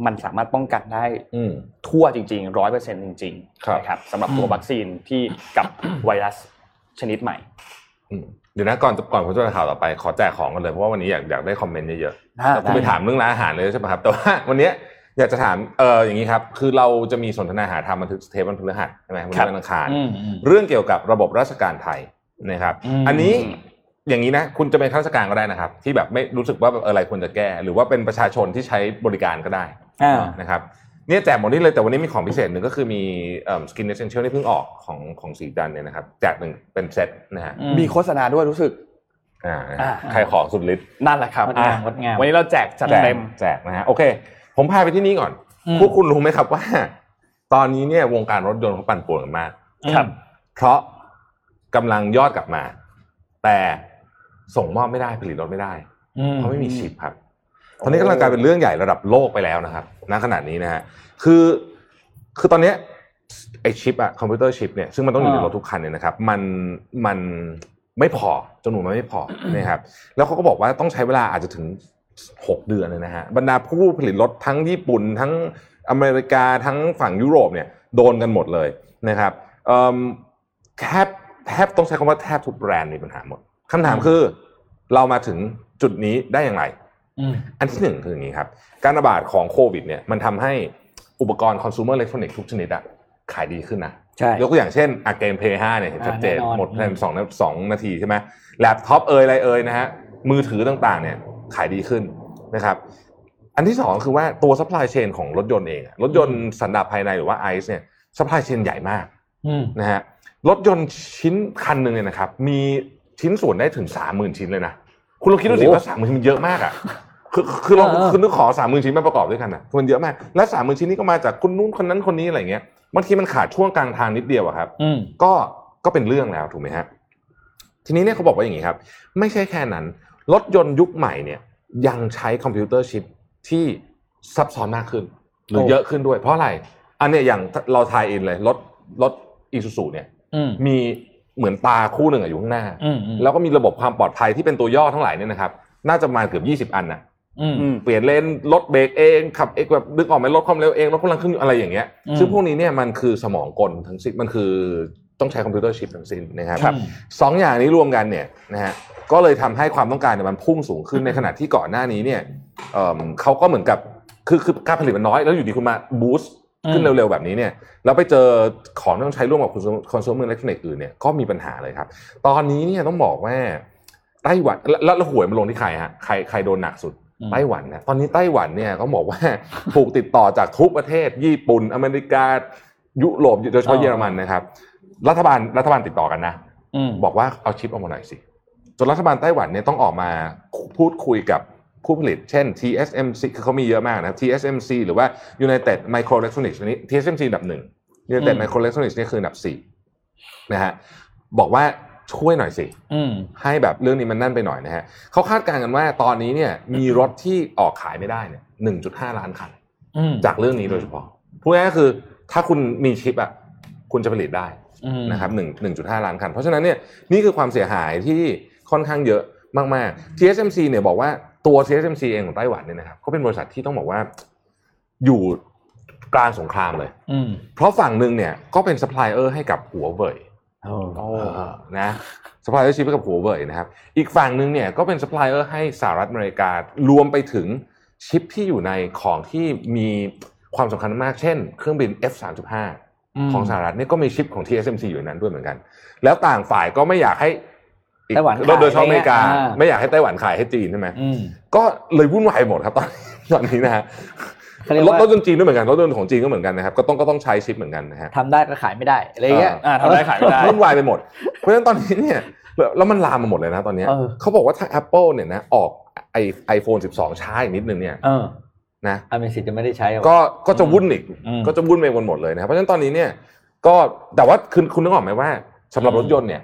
มันสามารถป้องกันได้ อืม ทั่วจริงๆร้อยเปอร์เซ็นต์จริง ครับ ๆนะครับสำหรับตัววัคซีนที่กับไวรัสชนิดใหม่ อืมเดี๋ยวนะก่อนก่อนผมจะไปข่าวต่อไปขอแจกของกันเลยเพราะว่าวันนี้อยากอยากได้คอมเมนต์เยอะๆ อ่า แต่คุณ ได้ ไปถามเรื่องร้านอาหารเลยใช่ไหมครับ แต่ว่าวันเนี้ยอยากจะถามเอออย่างนี้ครับ คือเราจะมีสนทนาหาธรรมบันทึกเทปวันพฤหัสใช่ไหมครับวันนี้วันอังคาร อืมอืม เรื่องเกี่ยวกับระบบราชการไทยนะครับ อืม อันนี้อย่างนี้นะ คุณจะเป็นข้าราชการก็ได้นะครับ ที่แบบไม่รู้สึกว่าแบบอะไรควรจะแก้ หรือว่าเป็นประชาชนที่ใช้บริการก็ได้ อ่า นะครับเนี่ยแจกหมดนี่เลยแต่วันนี้มีของพิเศษหนึ่งก็คือมีสกินเนสเซนเชียลที่เพิ่งออกของของสีจันเนี่ยนะครับแจกหนึ่งเป็นเซตนะฮะ อื มีโฆษณาด้วยรู้สึก อ่านะ อ่า ฮะใครของสุดฤทธิ์ นั่นแหละครับ งดงาม อ่ะ งดงาม วันนี้เราแจกจัด แจก เต็ม แจกนะฮะโอเค ผมพาไปที่นี่ก่อน อืม พวกคุณรู้ไหมครับว่า ตอนนี้เนี่ยวงการรถยนต์เขาปั่นป่วนกันมาก ครับ เพราะกำลังยอดกลับมา แต่ส่งมอบไม่ได้ผลิตรถไม่ได้ อื เพราะไม่มีชิปครับ ตอนนี้กำลังกลายเป็นเรื่องใหญ่ระดับโลกไปแล้วนะครับ ณ ขณะนี้นะฮะ คือ คือตอนเนี้ยไอชิปอะคอมพิวเตอร์ชิปเนี่ย ซึ่งมันต้องอยู่ในรถทุกคันเนี่ยนะครับ มัน มันไม่พอจำนวนมันไม่พอนะครับ แล้วเขาก็บอกว่าต้องใช้เวลาอาจจะถึง 6 เดือนเลยนะฮะ บรรดาผู้ผลิตรถทั้งญี่ปุ่น ทั้งอเมริกา ทั้งฝั่งยุโรปเนี่ย โดนกันหมดเลยนะครับเอิ่มแทบ แทบต้องใช้คำว่าแทบทุกแบรนด์มีปัญหาหมดคำถามคือ เรามาถึงจุดนี้ได้อย่างไร อืม อันที่หนึ่งคืออย่างนี้ครับ การระบาดของโควิดเนี่ยมันทำให้อุปกรณ์คอน sumer electronic ทุกชนิดอะขายดีขึ้นนะ ใช่ ยกตัวอย่างเช่นอะเกมเพย์ห้าเนี่ยเห็น อ่า ชัดเจน แน่นอน หมดภายใน อืม สองสองนาทีใช่ไหมแล็ปท็อปเอยอะไรเอยนะฮะมือถือต่างๆเนี่ยขายดีขึ้นนะครับ อันที่สองคือว่าตัว supply chain ของรถยนต์เองอะรถยนต์สันดาปภายในหรือว่าไอซ์เนี่ย supply chain ใหญ่มาก อืม นะฮะรถยนต์ชิ้นคันหนึ่งเนี่ยนะครับ มีชิ้นส่วนได้ถึงสามหมื่นชิ้นเลยนะ คุณลองคิดดูสิว่าสามหมื่นชิ้นมันเยอะมากอ่ะคือคือเราคือนึกขอสามหมื่นชิ้นมาประกอบด้วยกันอ่ะมันเยอะมาก และสามหมื่นชิ้นนี้ก็มาจากคนนู้นคนนั้นคนนี้อะไรเงี้ยบางทีมันขาดช่วงกลางทางนิดเดียวอะครับ อืม ก็ก็เป็นเรื่องแล้วถูกไหมฮะทีนี้เนี่ยเขาบอกว่าอย่างนี้ครับ ไม่ใช่แค่นั้น รถยนต์ยุคใหม่เนี่ยยังใช้คอมพิวเตอร์ชิปที่ซับซ้อนมากขึ้น หรือ โอ้ เยอะขึ้นด้วย เพราะอะไร อันเนี้ยอย่างเราทายอินเลยรถรถอีซูซูเนี่ย อืม มีเหมือนตาคู่หนึ่งอะอยู่ข้างหน้า อืม แล้วก็มีระบบความปลอดภัยที่เป็นตัวย่อทั้งหลายเนี่ยนะครับ น่าจะประมาณเกือบ20 อันนะ อืม อืม เปลี่ยนเลนลดเบรกเองขับเองแบบดึกออกไหมลดความเร็วเองลดกำลังขึ้นอะไรอย่างเงี้ย อืม ซึ่งพวกนี้เนี่ยมันคือสมองกลทั้งสิ้นมันคือต้องใช้คอมพิวเตอร์ชิปทั้งสิ้นนะครับ ครับ สองอย่างนี้รวมกันเนี่ยนะฮะก็เลยทำให้ความต้องการเนี่ยมันพุ่งสูงขึ้นในขณะที่ก่อนหน้านี้เนี่ยเอิ่มเขาก็เหมือนกับคือคือการผลิตมันน้อยแล้วอยู่ดีคุณมาบูสต์ ขึ้นเร็วๆแบบนี้เนี่ยแล้วไปเจอของที่ต้องใช้ร่วมกับคอน sumer electronic อื่นเนี่ยก็มีปัญหาเลยครับ ตอนนี้เนี่ยต้องบอกว่าไต้หวันแล้วแล้วแล้วหวยมันลงที่ใครฮะใครใครโดนหนักสุด อืม ไต้หวันนะตอนนี้ไต้หวันเนี่ยก็บอกว่า ถูกติดต่อจากทุกประเทศ ญี่ปุ่น อเมริกา ยุโรปโดยเฉพาะเยอรมันนะครับ รัฐบาลรัฐบาลติดต่อกันนะ อืม บอกว่าเอาชิปออกมาหน่อยสิ จนรัฐบาลไต้หวันเนี่ยต้องออกมาพูดคุยกับผู้ผลิต เช่น TSMC คือเขามีเยอะมากนะครับ TSMC หรือว่า United Microelectronics อันนี้ TSMC อันดับหนึ่ง United อืม Microelectronics เนี่ยคืออันดับสี่นะฮะ บอกว่าช่วยหน่อยสิ อืม ให้แบบเรื่องนี้มันนั่นไปหน่อยนะฮะเขาคาดการณ์กันว่าตอนนี้เนี่ยมีรถที่ออกขายไม่ได้เนี่ย1.5 ล้านคัน อืม จากเรื่องนี้โดยเฉพาะพูดง่ายๆก็คือถ้าคุณมีชิปอ่ะคุณจะผลิตได้ อืม นะครับหนึ่งหนึ่งจุดห้าล้านคัน เพราะฉะนั้นเนี่ยนี่คือความเสียหายที่ค่อนข้างเยอะมาก ๆ TSMC เนี่ยบอกว่าตัว TSMC เองของไต้หวันเนี่ยนะครับก็เป็นบริษัทที่ต้องบอกว่าอยู่กลางสงครามเลย อืม เพราะฝั่งหนึ่งเนี่ยก็เป็นซัพพลายเออร์ให้กับหัวเว่ย โอ้ เออนะซัพพลายเออร์ชิพให้กับหัวเว่ยนะครับ อีกฝั่งหนึ่งเนี่ยก็เป็นซัพพลายเออร์ให้สหรัฐอเมริการวมไปถึงชิปที่อยู่ในของที่มีความสำคัญมากเช่น เครื่องบิน F35 ม ของสหรัฐเนี่ยก็มีชิปของ TSMC อยู่ในนั้นด้วยเหมือนกัน แล้วต่างฝ่ายก็ไม่อยากให้อีก ไต้หวันขาย โดยเฉพาะอเมริกา อ่า ไม่อยากให้ไต้หวันขายให้จีนใช่ไหม อืม ก็เลยวุ่นวายหมดครับตอน ตอนนี้นะฮะ เขาเรียก รถ ว่าร ถยนต์จีนด้วยเหมือนกันรถยนต์ของจีนก็เหมือนกันนะครับก็ต้องก็ต้องใช้ชิปเหมือนกันนะฮะ ทำได้ก็ขายไม่ได้อะไรเงี้ย อ่าทำได้ขายไม่ได้ วุ่นวายไปหมด เพราะฉะนั้นตอนนี้เนี่ยแล้วแล้วมันลามมาหมดเลยนะตอนเนี้ย เออ เขาบอกว่าถ้า Apple เนี่ยนะออกไอไอโฟน12 ช้าอีกนิดนึงเนี่ย เออ นะ อเมซิจะไม่ได้ใช้เอา ก็ก็จะวุ่นอีก อืม ก็จะวุ่นไปวนหมดเลยนะครับเพราะฉะนั้นตอนนี้เนี่ยก็แต่ว่าคุณคุณนึกออกไหมว่าสำหรับรถยนต์เนี่ย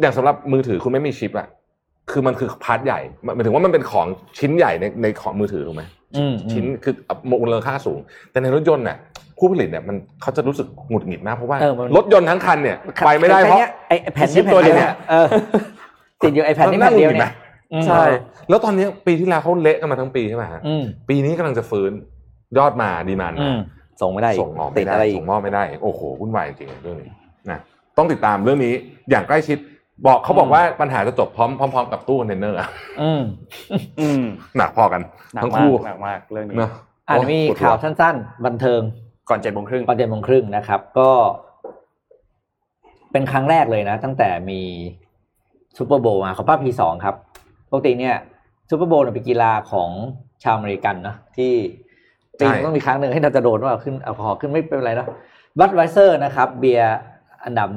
อย่างสำหรับมือถือคุณไม่มีชิปอะคือมันคือพาร์ทใหญ่หมายหมายถึงว่ามันเป็นของชิ้นใหญ่ในในของมือถือถูกไหม อืมอืม ชิ้นคือมูลค่าสูง แต่ในรถยนต์เนี่ยผู้ผลิตเนี่ยมันเขาจะรู้สึกหงุดหงิดมากเพราะว่า เออมัน รถยนต์ทั้งคันเนี่ยไปไม่ได้เพราะ แค่นี้ยไอ้ไอ้แผ่น ชิ นี้ ป แผ่น ตัวเดี เดียว วยเนี่เนี่ย ยเออติดอยู่ไอ้แผ่นนี้ น่า แผ่นเดียว หงุหงิไหม เนี่ยอืม ใช่ แล้วตอนเนี้ยปีที่แล้วเขาเละกันมาทั้งปีใช่ไหมฮะ อืม ปีนี้กำลังจะฟื้นยอดมาดีมาน อืมส่งไม่ได้ก ส่งออก ติ ไม่ ด ได้ อะไรอีก ส่งมอบไม่ได้ โอ้โหวุ่นวายจริงๆเรื่องนี้นะต้องติดตามเรื่องนี้อย่างใกล้ชิดบอกเขาบอก อืม ว่าปัญหาจะจบพร้อมพร้อมๆกับตู้คอนเทนเนอร์อะ อืม อืม หนักพอกัน หนัก ทั้ง มาก คู่ หนักมากเรื่องนี้ นะ อ่านมี โยปด ข่าว หั สั้นๆ บันเทิง ก่อนเจ็ดโมงครึ่ง ตอนเจ็ดโมงครึ่งนะครับ ก็ เป็นครั้งแรกเลยนะ ตั้งแต่มีซูเปอร์โบว์มาของภาคพีสองครับปกติเนี่ยซูเปอร์โบว์เป็นกีฬาของชาวอเมริกันเนาะที่ปีนงต้องมีครั้งหนึ่งให้เราจะโดนว่าขึ้นแอลกอฮอล์ขึ้นไม่เป็นไรเนาะบัตไวเซอร์นะครับ เบียร์อันดับ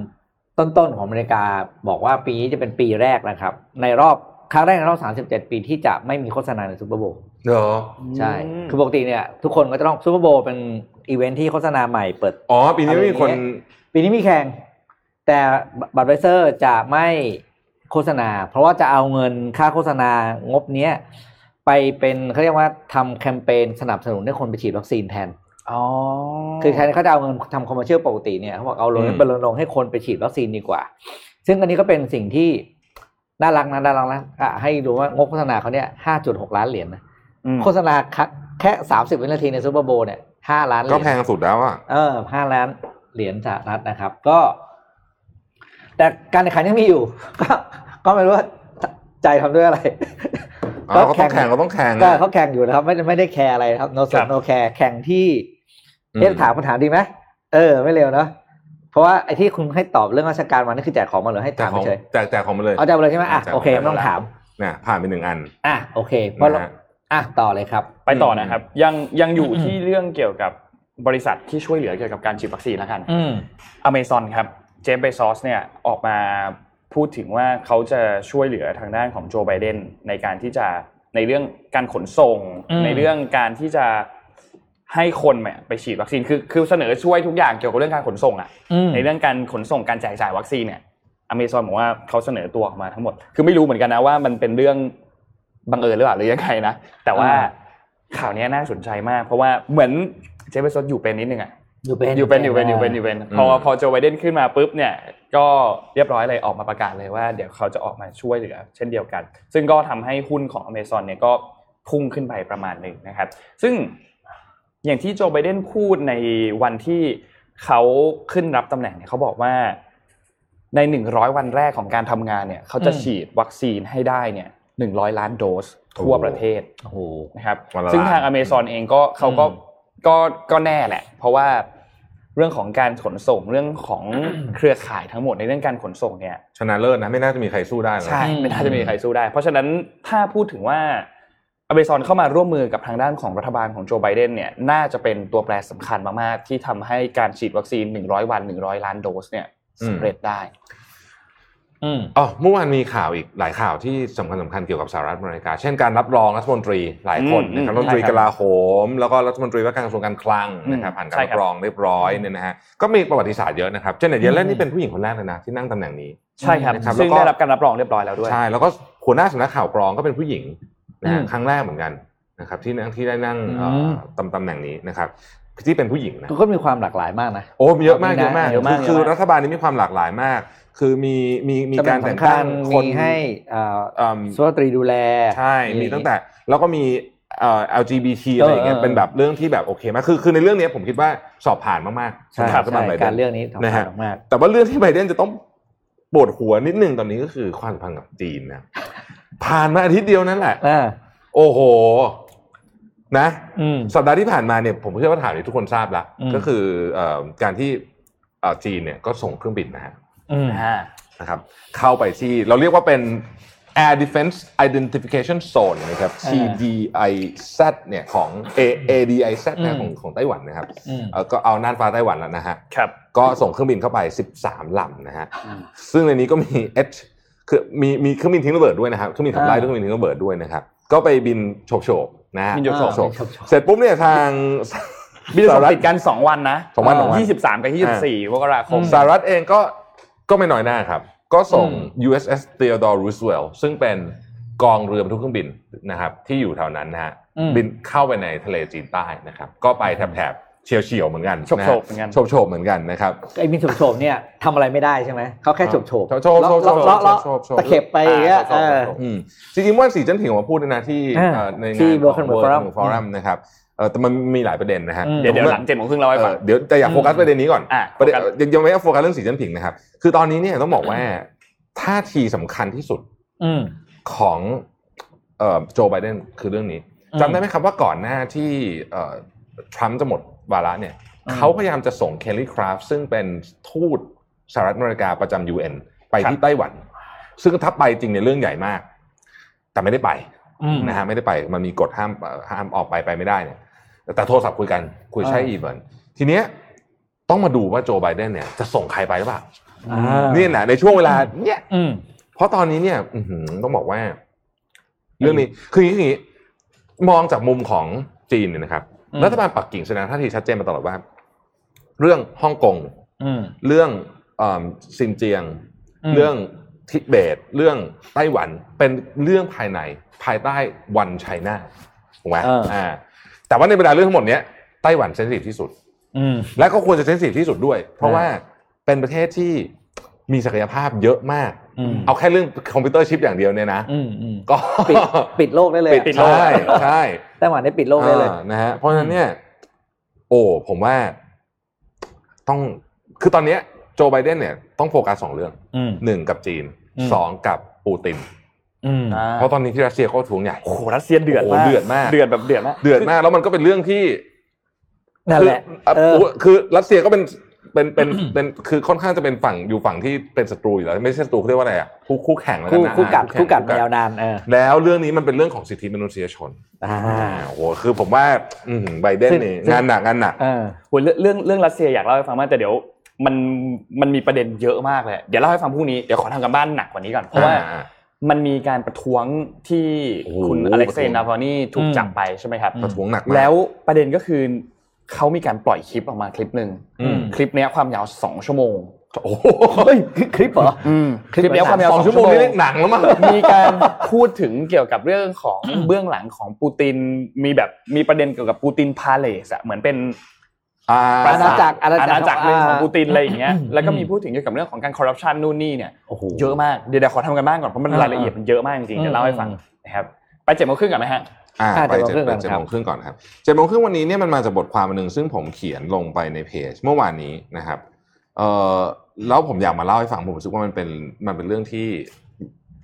ต้นๆของอเมริกาบอกว่าปีนี้จะเป็นปีแรกนะครับ ในรอบครั้งแรกในรอบ 37 ปีที่จะไม่มีโฆษณาในซูเปอร์โบว์ เหรอ ใช่ อืม คือปกติเนี่ยทุกคนก็จะต้องซูเปอร์โบว์เป็นอีเวนท์ที่โฆษณาใหม่เปิด อ๋อปีนี้ไม่มีคน อะไรอย่างเงี้ ปีนี้มีแข่ง แต่บัตรไวเซอร์จะไม่โฆษณา เพราะว่าจะเอาเงินค่าโฆษณางบเนี้ยไปเป็นเขาเรียกว่าทำแคมเปญสนับสนุนให้คนไปฉีดวัคซีนแทน อ๋อ คือแทนเขาจะเอาเงินทำคอมเมอร์เชียลปกติเนี่ยเขาบอกเอาลงไปลงลงค์ให้คนไปฉีดวัคซีนดีกว่า ซึ่งอันนี้ก็เป็นสิ่งที่น่ารักนะน่ารักนะอ่ะให้ดูว่างบโฆษณาเขาเนี่ยห้าจุดหกล้านเหรียญนะ อืม โฆษณาแค่สามสิบวินาทีในซูเปอร์โบว์เนี่ยห้าล้านเหรี ก็ ยญ แพงสุดแล้วอ่ะ เออห้าล้านเหรียญสหรัฐนะครับ ก็ แต่การแข่งขันยังมีอยู่ ก็ก็ไม่รู้ว่าใจทำด้วยอะไร อ๋อก็ต้องแข่งก็ต้องแข่ง ก็ อะ เขาแข่งอยู่นะครับไม่ไม่ได้แคร์อะไรนะครับ no ครั sweat บ no care แข่งที่ อืม เอ๊ะถามคำถามดีไหมเออ ไม่เร็วเนาะเพราะว่าไอ้ที่คุณให้ตอบเรื่องราชการมานี่คือแจกของมาเหรือให้ แจก ถาม ของ เฉย แจกแจกของมาเลย เอาแจกไปเลยใช่ไหมอ่ะ แจกของ โอเค แจก ไม่ต้อง มา ถาม นะผ่านไปหนึ่งอัน อ่ะโอเคเพราะ นะฮะ อ่ะต่อเลยครับ ไปต่อนะครับ ยังยังอยู่ อืม ที่เรื่องเกี่ยวกับบริษัทที่ช่วยเหลือเกี่ยวกับการฉีดวัคซีนแล้วกัน อืม อเมซอนครับเจฟเบซอสเนี่ยออกมาพูดถึงว่าเขาจะช่วยเหลือทางด้านของโจไบเดนในการที่จะในเรื่องการขนส่ง อืม ในเรื่องการที่จะให้คนเนี่ยไปฉีดวัคซีนคือคือเสนอช่วยทุกอย่างเกี่ยวกับเรื่องการขนส่งอะ อืม ในเรื่องการขนส่งการจ่ายจ่ายวัคซีนเนี่ยอเมซอนบอกว่าเขาเสนอตัวออกมาทั้งหมด คือไม่รู้เหมือนกันนะว่ามันเป็นเรื่องบังเอิญหรือเปล่าหรือยังไงนะแต่ว่าข่าวเนี้ยน่าสนใจมาก เพราะว่าเหมือนเจฟเบซอสอยู่เป็นนิดนึงอะ อยู่เป็น อยู่เป็นอยู่เป็นอยู่เป็นอยู่เป็นพอ อืม พอโจไบเดนขึ้นมาปุ๊บเนี่ยก็เรียบร้อยเลยออกมาประกาศเลยว่าเดี๋ยวเขาจะออกมาช่วยเหลือเช่นเดียวกัน ซึ่งก็ทำให้หุ้นของ Amazon เนี่ยก็พุ่งขึ้นไปประมาณหนึ่งนะครับ ซึ่งอย่างที่โจไบเดนพูดในวันที่เขาขึ้นรับตำแหน่งเนี่ยเขาบอกว่าใน 100 วันแรกของการทำงานเนี่ยเขาจะฉีดวัคซีนให้ได้เนี่ย100 ล้านโดสทั่วประเทศ โอ้โห นะครับ วันละ ซึ่งทาง ล้าน Amazon เองก็เขาก็ อืม ก็ก็แน่แหละ เพราะว่าเรื่องของการขนส่งเรื่องของ เครือข่ายทั้งหมดในเรื่องการขนส่งเนี่ย ชนะเลิศนะไม่น่าจะมีใครสู้ได้นะ ใช่ อืม ไม่น่าจะมีใครสู้ได้ เพราะฉะนั้นถ้าพูดถึงว่า Amazon เข้ามาร่วมมือกับทางด้านของรัฐบาลของโจไบเดนเนี่ยน่าจะเป็นตัวแปรสำคัญมากๆ ที่ทำให้การฉีดวัคซีน 100 วัน 100 ล้านโดสเนี่ย อืม สำเร็จได้ อืม อ๋อเมื่อวานมีข่าวอีกหลายข่าวที่สำคัญสำคัญเกี่ยวกับสหรัฐอเมริกา เช่นการรับรองรัฐมนตรีหลายคน อืม นะครับรัฐมนตรี ใช่ครั ก บ ลาโหม แล้วก็รัฐมนตรีว่าการกระทรวงการคลังนะครับ อืม ผ่านการ ใช่ รั ครับ บ รองเรียบร้อยเนี่ยนะฮะก็มีประวัติศาสตร์เยอะนะครับเจเน็ตเยเล อื น ม นี่เป็นผู้หญิงคนแรกเลยนะที่นั่งตำแหน่งนี้ ใช่ครับ นะครับ ซึ่ง แล้วก็ ได้รับการรับรองเรียบร้อยแล้วด้วย ใช่แล้วก็หัวหน้าสำนักข่าวกรองก็เป็นผู้หญิงนะฮะ อืม ครั้งแรกเหมือนกันนะครับที่นั่งที่ได้นั่ง อืม เอ่อตำตำแหน่งนี้นะครับ ที่เป็นผู้หญิงนะ ก็มีความหลากหลายมากนะ โอ้มีเยอะมาก มีนะ เยอะมาก เยอะมาก คือคือรัฐบาลนี้มีความหลากหลายมาก คือมีมีมีการแต่งตั้ง ตำแหน่สำ ค คัญ น มีให้เอ่อ อืม สุภาพสตรีดูแล ใช่มีตั้งแต่แล้วก็มีเอ่อ LGBT อะไรอย่างเงี้ย เออ เป็นแบบเรื่องที่แบบโอเคมากคือคือในเรื่องเนี้ยผมคิดว่าสอบผ่านมากๆ ใช่ สำห ค รั รั บบ รัฐบาลไบเด การ น เรื่องนี้ นะ นะ ฮะ ฮะมาก แต่ว่าเรื่องที่ไบเดนจะต้องปวดหัวนิดนึงตอนนี้ก็คือความสัมพันธ์กับจีนนะ ผ่านมาอาทิตย์เดียวนั่นแหละ อ่า โอ้โห นะ อืม สัปดาห์ที่ผ่านมาเนี่ยผมเชื่อว่าถามนี้ทุกคนทราบแล้ว อืม ก็คือเอ่อการที่เอ่อจีนเนี่ยก็ส่งเครื่องบินนะฮะ อืม อ่า นะครับเข้าไปที่เราเรียกว่าเป็น Air Defense Identification Zone นะครับ อ่า CDIZ เนี่ยของ A- ADIZ อืนะม ของของไต้หวันนะครับ อืม เอ่อก็เอาน่านฟ้าไต้หวันแล้วนะฮะ ครับ ก็ส่งเครื่องบินเข้าไป 13ลำนะฮะ อืม ซึ่งในนี้ก็มี H คือมีมีเครื่องบินทิ้งระเบิดด้วยนะครับเครื่องบินขับไล่ อ่า เครื่องบินทิ้งระเบิดด้วยนะครับ ก็ไปบินโฉบโฉบๆนะฮะ บินโฉบ โฉบ อ่าชอบ ๆเสร็จปุ๊บเนี่ยทาง บิน สหรัฐ ติดกันสองวันนะ สองวันสองวัน ยี่สิบสามกับยี่สิบสี่มกราคม สหรัฐเองก็ก็ไม่น้อยหน้าครับ ก็ส่ง อื USS Theodore Roosevelt ซึ่งเป็นกองเรือทุกเครื่องบินนะครับ ที่อยู่แถวนั้นนะฮะ อืม บินเข้าไปในทะเลจีนใต้นะครับ ก็ไปแถบๆเฉียวเฉียวๆเหมือนกันะฮะ โฉบๆเหมือนกัน โฉบๆเหมือนกันนะครับ ๆไอ้บินโฉบๆเนี่ยทำอะไรไม่ได้ใช่ไหมเขาแค่โฉบๆ โฉบๆ เลาะ โฉบๆ เลาะเลาะ โฉบๆโฉบๆ ตะเข็บไปอย่างเงี้ยเออ อืมจริงๆว่าสีเจิ้นผิงออกมาพูดด้วยนะที่ อ่า เอ่อในงาน ที่ ของ World Forum World Forum นะครับเอ่อแต่มันมีหลายประเด็นนะฮะ อืม เดี๋ยวเดี๋ยวหลังเจ็ดโมงครึ่งเราไปฟัง เออเดี๋ยวแต่อยากโฟกัส อืม ประเด็นนี้ก่อน อ่ะ ประเด็น โฟกัส ยังยังไม่ได้โฟกัสเรื่องสีจิ้นผิงนะครับ คือตอนนี้เนี่ยต้องบอกว่าท่าทีสำคัญที่สุด อืม ของเอ่อโจไบเดนคือเรื่องนี้ อืม จำได้ไหมครับว่าก่อนหน้าที่เอ่อทรัมป์จะหมดวาระเนี่ย อืม เขาพยายามจะส่งเคลลี่คราฟซึ่งเป็นทูตสหรัฐอเมริกาประจำ UN ไปที่ไต้หวัน ซึ่งถ้าไปจริงเนี่ยเรื่องใหญ่มาก แต่ไม่ได้ไป อืม นะฮะไม่ได้ไปมันมีกฎห้ามเอ่อห้ามออกไปไปไม่ได้เนี่ยแต่โทรศัพท์คุยกันคุยใช้ อ่า อีเวนทีเนี้ยต้องมาดูว่าโจไบเดนเนี่ยจะส่งใครไปหรือเปล่า อ่า เนี่ยนะในช่วงเวลาเนี่ย อืม เพราะตอนนี้เนี่ยอื้อหือต้องบอกว่า เรื่องนี้คืออย่างนี้มองจากมุมของจีนเนี่ยนะครับ อืม รัฐบาลปักกิ่งแสดงท่าทีชัดเจนมาตลอดว่า เรื่องฮ่องกง อืม เรื่องเอิ่มซินเจียง อืม เรื่องทิเบต เรื่องไต้หวันเป็นเรื่องภายในภายใต้วันไชน่าถูกไหม เอออ่ ่าแต่ว่าในบรรดาเรื่องทั้งหมดเนี้ยไต้หวันเซนซิทีฟที่สุด อืม และก็ควรจะเซนซิทีฟที่สุดด้วย เพราะ เออ ว่าเป็นประเทศที่มีศักยภาพเยอะมาก อืม เอาแค่เรื่องคอมพิวเตอร์ชิปอย่างเดียวเนี่ยนะ อืมอืม ก็ ปิดปิดโลกได้เลยอะ ใช่ใช่ ไต้หวันได้ปิดโลกได้เลย อ่านะฮะเพราะฉะนั้นเนี่ยโอ้ผมว่าต้องคือตอนเนี้ยโจไบเดนเนี่ยต้องโฟกัสสองเรื่อง อืม หนึ่งกับจีน อืม สองกับปูติน อืม อ่า เพราะตอนนี้ที่รัสเซียก็ทวงใหญ่ โอ้โหรัสเซียเดือด โอ้ มาก เดือดมาก เดือดแบบเดือดมาก เดือดมากแล้วมันก็เป็นเรื่องที่ นั่น คื แหละ ะ เออ โอ้คือรัสเซียก็เป็นเป็นเป็นเป็นคือค่อนข้างจะเป็นฝั่งอยู่ฝั่งที่เป็นศัตรูอยู่แล้วไม่ใช่ศัตรูเขาเรียกว่าอะไรอ่ะคู่คู่แข่งแล้วกั คู่ นนะ คู่กัด แข่ง คู่กัด แข่ง ยาวนานเออ แล้วเรื่องนี้มันเป็นเรื่องของสิทธิมนุษยชน อ่า โอ้โหคือผมว่าอื้อหือไบเดน ซึ่ง นี่ ซึ่ง งานหนักงานหนัก เออ โหเรื่องเรื่องเรื่องรัสเซียอยากเล่าให้ฟังมากแต่เดี๋ยวมันมันมีประเด็นเยอะมากเลยเดี๋ยวเล่าให้ฟังพรุ่งนี้เดี๋ยวขอทำกันบ้านหนักกว่านี้ก่อนเพราะว่า อ่า มันมีการประท้วงที่ โอ้โห คุณ ป อ ระท้วง เล็กเซย์นาพอนี่ถูก อืม จับไปใช่ไหมครับ ประท้วงหนักมาก แล้วประเด็นก็คือเขามีการปล่อยคลิปออกมาคลิปหนึ่ง อืม คลิปเนี้ยความยาวสองชั่วโมง โอ้โห เฮ้ยคลิปเหรอ คลิปเนี้ยความยาว สองชั่วโมงนี่เล่นหนังแล้วมั้ง มีการพูดถึงเกี่ยวกับเรื่องของ เบื้องหลังของปูตินมีแบบมีประเด็นเกี่ยวกับปูตินพาเลสอะเหมือนเป็น อ่า ปราศ จักร อา อา ณา ณาจัจักรกรหนึ่งของปูตินอะไรอย่างเงี้ย อืม แล้วก็มีพูดถึงเกี่ยวกับเรื่องของการคอร์รัปชันนู่นนี่เนี่ย โอ้โห เยอะมาก เดี๋ยวเดี๋ยวขอทำกันบ้างก่อน เพราะมัอ่ารนายละเอียดมันเยอะมากจริงๆ เดี๋ยวเล่าให้ฟัง อืม นะครับ ไปเจ็ดโมงครึ่งก่อนไหมฮะ อ่า อ่า ไปเจ็ด เจ็ดโมงครึ่ง ไป ก่อน เจ็ด ครับ โมงครึ่งก่อนครับเจ็ดโมงครึ่งวันนี้เนี่ยมันมาจากบทความอันหนึ่งซึ่งผมเขียนลงไปในเพจเมื่อวานนี้นะครับเอ่อแล้วผมอยากมาเล่าให้ฟังผมรู้สึกว่ามันเป็นมันเป็นเรื่องที่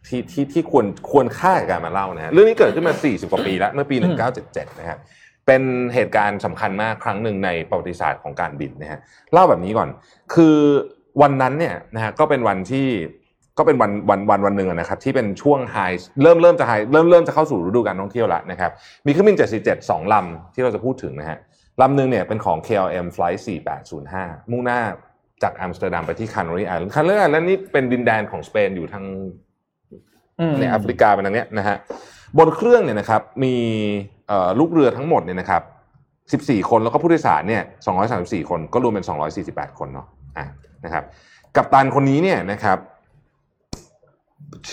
ที่ที่ที่ควรควรค่ากับการมาเล่านะฮะเรื่องนี้เกิดขึ้นมา 40 กว่าปีแล้วเมื่อปี 1977 นะครับเป็นเหตุการณ์สำคัญมากครั้งหนึ่งในประวัติศาสตร์ของการบินนะฮะเล่าแบบนี้ก่อน คือวันนั้นเนี่ยนะฮะก็เป็นวันที่ก็เป็นวันวันวันวันหนึ่งอะนะครับที่เป็นช่วงไฮเริ่มเริ่มจะไฮเริ่มเริ่มจะเข้าสู่ฤดูการท่องเที่ยวแล้วนะครับ มีเครื่องบิน 747 2 ลำ ที่เราจะพูดถึงนะฮะ ลำหนึ่งเนี่ยเป็นของ KLM Flight 4805 มุ่งหน้าจากอัมสเตอร์ดัมไปที่คานอรีไอแลนด์คานอรีไอแลนด์นี่เป็นดินแดนของสเปนอยู่ทางในแอฟริกาเป็นทางเนี้ยนะฮะ บนเครื่องเนี่ยนะครับมีเอ่อลูกเรือทั้งหมดเนี่ยนะครับ 14 คนแล้วก็ผู้โดยสารเนี่ย 234 คนก็รวมเป็น 248 คนเนาะอ่ะนะครับ กัปตันคนนี้เนี่ยนะครับ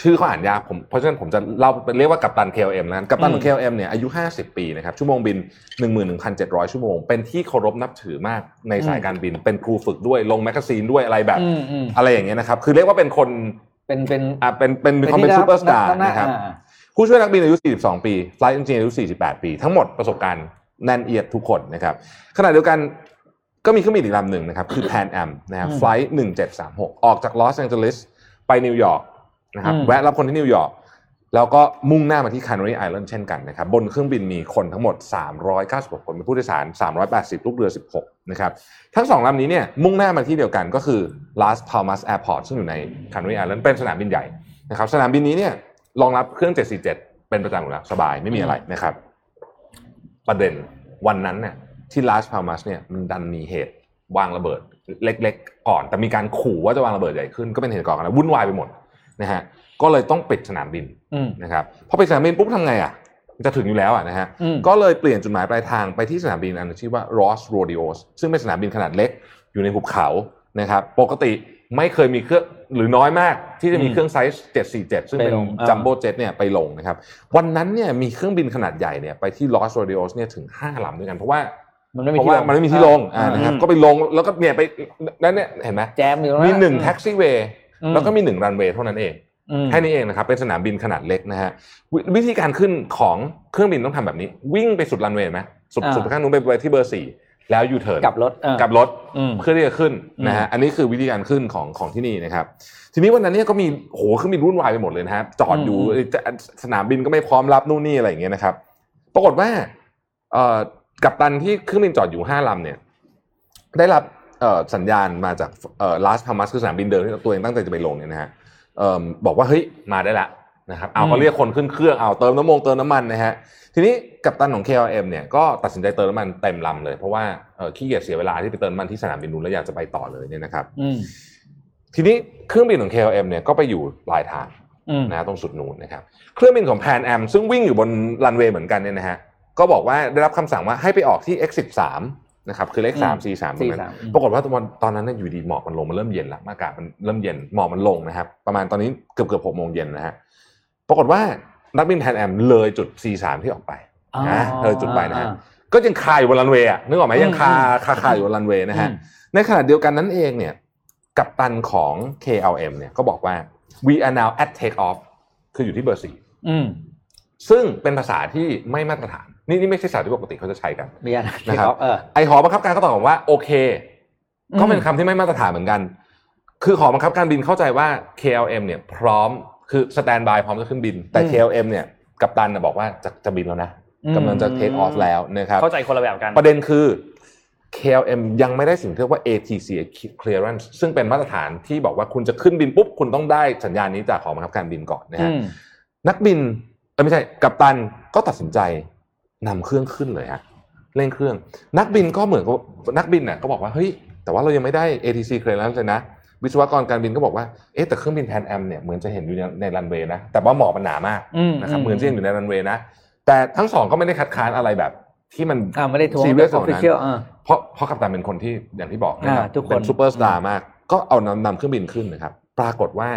ชื่อเขาอ่านยากผมเพราะฉะนั้นผมจะเล่าเรียกว่ากัปตัน KLM นะกัปตัน อืม KLM เนี่ยอายุ 50 ปีนะครับชั่วโมงบิน 11,700 ชั่วโมง เป็นที่เคารพนับถือมากในสายการบิน เป็นครูฝึกด้วยลงแมกกาซีนด้วยอะไรแบบ อืมอืม อะไรอย่างเงี้ยนะครับ คือเรียกว่าเป็นคน เป็นเป็น อ่ะเป็นเป็นมีความเป็น ที่ ซูเปอร์สตาร์ ห นะครับ อ่า ผู้ช่วยนักบินอายุ 42 ปี flight engineer อายุ 48 ปี ทั้งหมดประสบการณ์แน่นเอียดทุกคนนะครับ ขณะเดียวกันก็มีเครื่องบินอีกลำหนึ่งนะครับ คือ Pan Am นะครับ flight 1736 ออกจากลอสแองเจลิสไปนิวยอร์กนะครับ แวะรับคนที่นิวยอร์ก แล้วก็มุ่งหน้ามาที่ Canary Island เช่นกันนะครับ บนเครื่องบินมีคนทั้งหมด 396 คนมีผู้โดยสาร 380 ลูกเรือ 16 นะครับ ทั้งสองลำนี้เนี่ยมุ่งหน้ามาที่เดียวกันก็คือ Las Palmas Airport ซึ่งอยู่ใน Canary Island เป็นสนามบินใหญ่นะครับสนามบินนี้เนี่ยรองรับเครื่อง 747 เป็นประจำอยู่แล้วสบายไม่มีอะไรนะครับ ประเด็นวันนั้นเนี่ยที่ Las Palmas เนี่ยมันดันมีเหตุวางระเบิดเล็กๆ ก่อน แต่มีการขู่ว่าจะวางระเบิดใหญ่ขึ้นก็เป็นเหตุก่อการร้ายวุ่นวายไปหมดนะฮะก็เลยต้องปิดสนามบิน อืม นะครับพอไปสนามบินปุ๊บทำไงอ่ะมันจะถึงอยู่แล้วอ่ะนะฮะ อืม ก็เลยเปลี่ยนจุดหมายปลายทางไปที่สนามบินอันชื่อว่า Ross Rodeos ซึ่งเป็นสนามบินขนาดเล็กอยู่ในหุบเขานะครับปกติไม่เคยมีเครื่องหรือน้อยมากที่จะมีเครื่องไซส์ 747 ซึ่งเป็น ไปลงอ่า จัมโบ้เจ็ตเนี่ยไปลงนะครับวันนั้นเนี่ยมีเครื่องบินขนาดใหญ่เนี่ยไปที่ Ross Rodeos เนี่ยถึง 5ลำด้วยกันเพราะว่า มันไม่มี เพราะ ที่ ว่า ลง มันไม่มีที่ลงอ่านะครับ อืม ก็ไปลงแล้วก็เนี่ยไปนั่นเนี่ยเห็นไหม แจมอยู่ตรมีงะ หนึ่ง อื แท็กซี่เวย์ อืม แล้วก็มีหนึ่งรันเวย์เท่านั้นเอง อืม แค่นี้เองนะครับ เป็นสนามบินขนาดเล็กนะฮะวิวิธีการขึ้นของเครื่องบินต้องทำแบบนี้ วิ่งไปสุดรันเวย์ไหมสุด อ่า สุดข้างนู้นไปไปที่เบอร์สี่แล้วยูเทิร์น กลับรถเออก ลับรถ อืม เพื่อที่จะขึ้นนะฮะอันนี้คือวิธีการขึ้นของของที่นี่นะครับ ทีนี้วันนั้นเนี่ยก็มีโหเครื่องบินวุ่นวายไปหมดเลยนะฮะจอดอยู่ อืม เอ้ยจะสนามบินก็ไม่พร้อมรับนู่นนี่อะไรอย่างเงี้ยนะครับ ปรากฏว่าเอ่อกัปตันที่เครื่องบินจอดอยู่ห้าลำเนี่ย ได้รับเอ่อสัญญาณมาจากลาสพามัสคือสนามบินเดิมที่ตัวเองตั้งใจจะไปลงเนี่ยนะฮะ เอิ่มบอกว่าเฮ้ยมาได้ละนะครับเอา อืม เขาเรียกคนขึ้นเครื่องเอาเติมน้ำมงเติมน้ำมันนะฮะทีนี้กัปตันของ KLM เนี่ยก็ตัดสินใจเติมน้ำมันเต็มลำเลย เพราะว่าเอ่อขี้เกียจเสียเวลาที่ไปเติมน้ำมันที่สนามบินนู้นแล้วอยากจะไปต่อเลยเนี่ยนะครับ อืม ทีนี้เครื่องบินของ KLM เนี่ยก็ไปอยู่ปลายทาง อืม นะฮะตรงสุดนู้นนะครับเครื่องบินของ Pan Am ซึ่งวิ่งอยู่บนรันเวย์เหมือนกันเนี่ยนะฮะก็บอกว่าได้รับคำสั่งว่าให้ไปออกที่ exit 3นะครับคือเลข3 C 3ตรง สี่ นั้น สาม ปรากฏว่าตอนตอนนั้นเนยอยู่ดีหมอกมันลงมันเริ่มเย็นละอากาศมันเริ่มเย็นหมอกมันลงนะครับ ประมาณตอนนี้เกือบเกือบหกโมงเย็นนะฮะปรากฏว่านักบินแทนแอมเลยจุด C3 ที่ออกไป อ๋อ นะเธอจุดไปนะฮะ อ่า ก็ยังคาอยู่บนรันเวย์อะนึกออกไหม อืม ยังคาคาคาอยู่บนรันเวย์นะฮะในขณะเดียวกันนั้นเองเนี่ยกัปตันของ KLM เนี่ยก็บอกว่า we are now at take off คืออยู่ที่เบอร์สี่ อืม ซึ่งเป็นภาษาที่ไม่มาตรฐานนี่นี่ไม่ใช่ภาษาที่ปกติเขาจะใช้กัน มีอัน นะครับ เออ ไอหอบังคับการก็ตอบว่าโอเค อืม ก็เป็นคำที่ไม่มาตรฐานเหมือนกัน คือหอบังคับการบินเข้าใจว่า KLM เนี่ยพร้อมคือสแตนบายพร้อมจะขึ้นบิน แต่ อืม KLM เนี่ยกัปตันน่ะบอกว่าจะจะบินแล้วนะกำลังจะเทคออฟแล้วนะครับ เข้าใจคนละแบบกัน ประเด็นคือ KLM ยังไม่ได้สิ่งที่เรียกว่า ATC clearance ซึ่งเป็นมาตรฐานที่บอกว่าคุณจะขึ้นบินปุ๊บ คุณต้องได้สัญญาณนี้จากหอบังคับการบินก่อนนะฮะ อืม นักบินเอ้ยไม่ใช่กัปตันก็ตัดสินใจนำเครื่องขึ้นเลยฮะเร่งเครื่อง นักบินก็เหมือนกับนักบินน่ะก็บอกว่าเฮ้ยแต่ว่าเรายังไม่ได้ ATC clearance เลยนะวิศวกรการบินก็บอกว่าเอ๊ะแต่เครื่องบินแพนแอมเนี่ยเหมือนจะเห็นอยู่ในในรันเวย์นะแต่ว่าหมอกมันหนามาก อืม นะครับเหมือนจะเห็นอยู่ในรันเวย์นะแต่ทั้งสองก็ไม่ได้คัดค้านอะไรแบบ ที่มัน อ่าไม่ได้ทวง serious ออฟฟิเชียลอ่า เพราะเพราะกัปตันเป็นคนที่อย่างที่บอกนะครับ อ่าทุกคน เป็นซูเปอร์สตาร์มาก ก็เอานำนำเครื่องบินขึ้นนะครับ ปรากฏว่า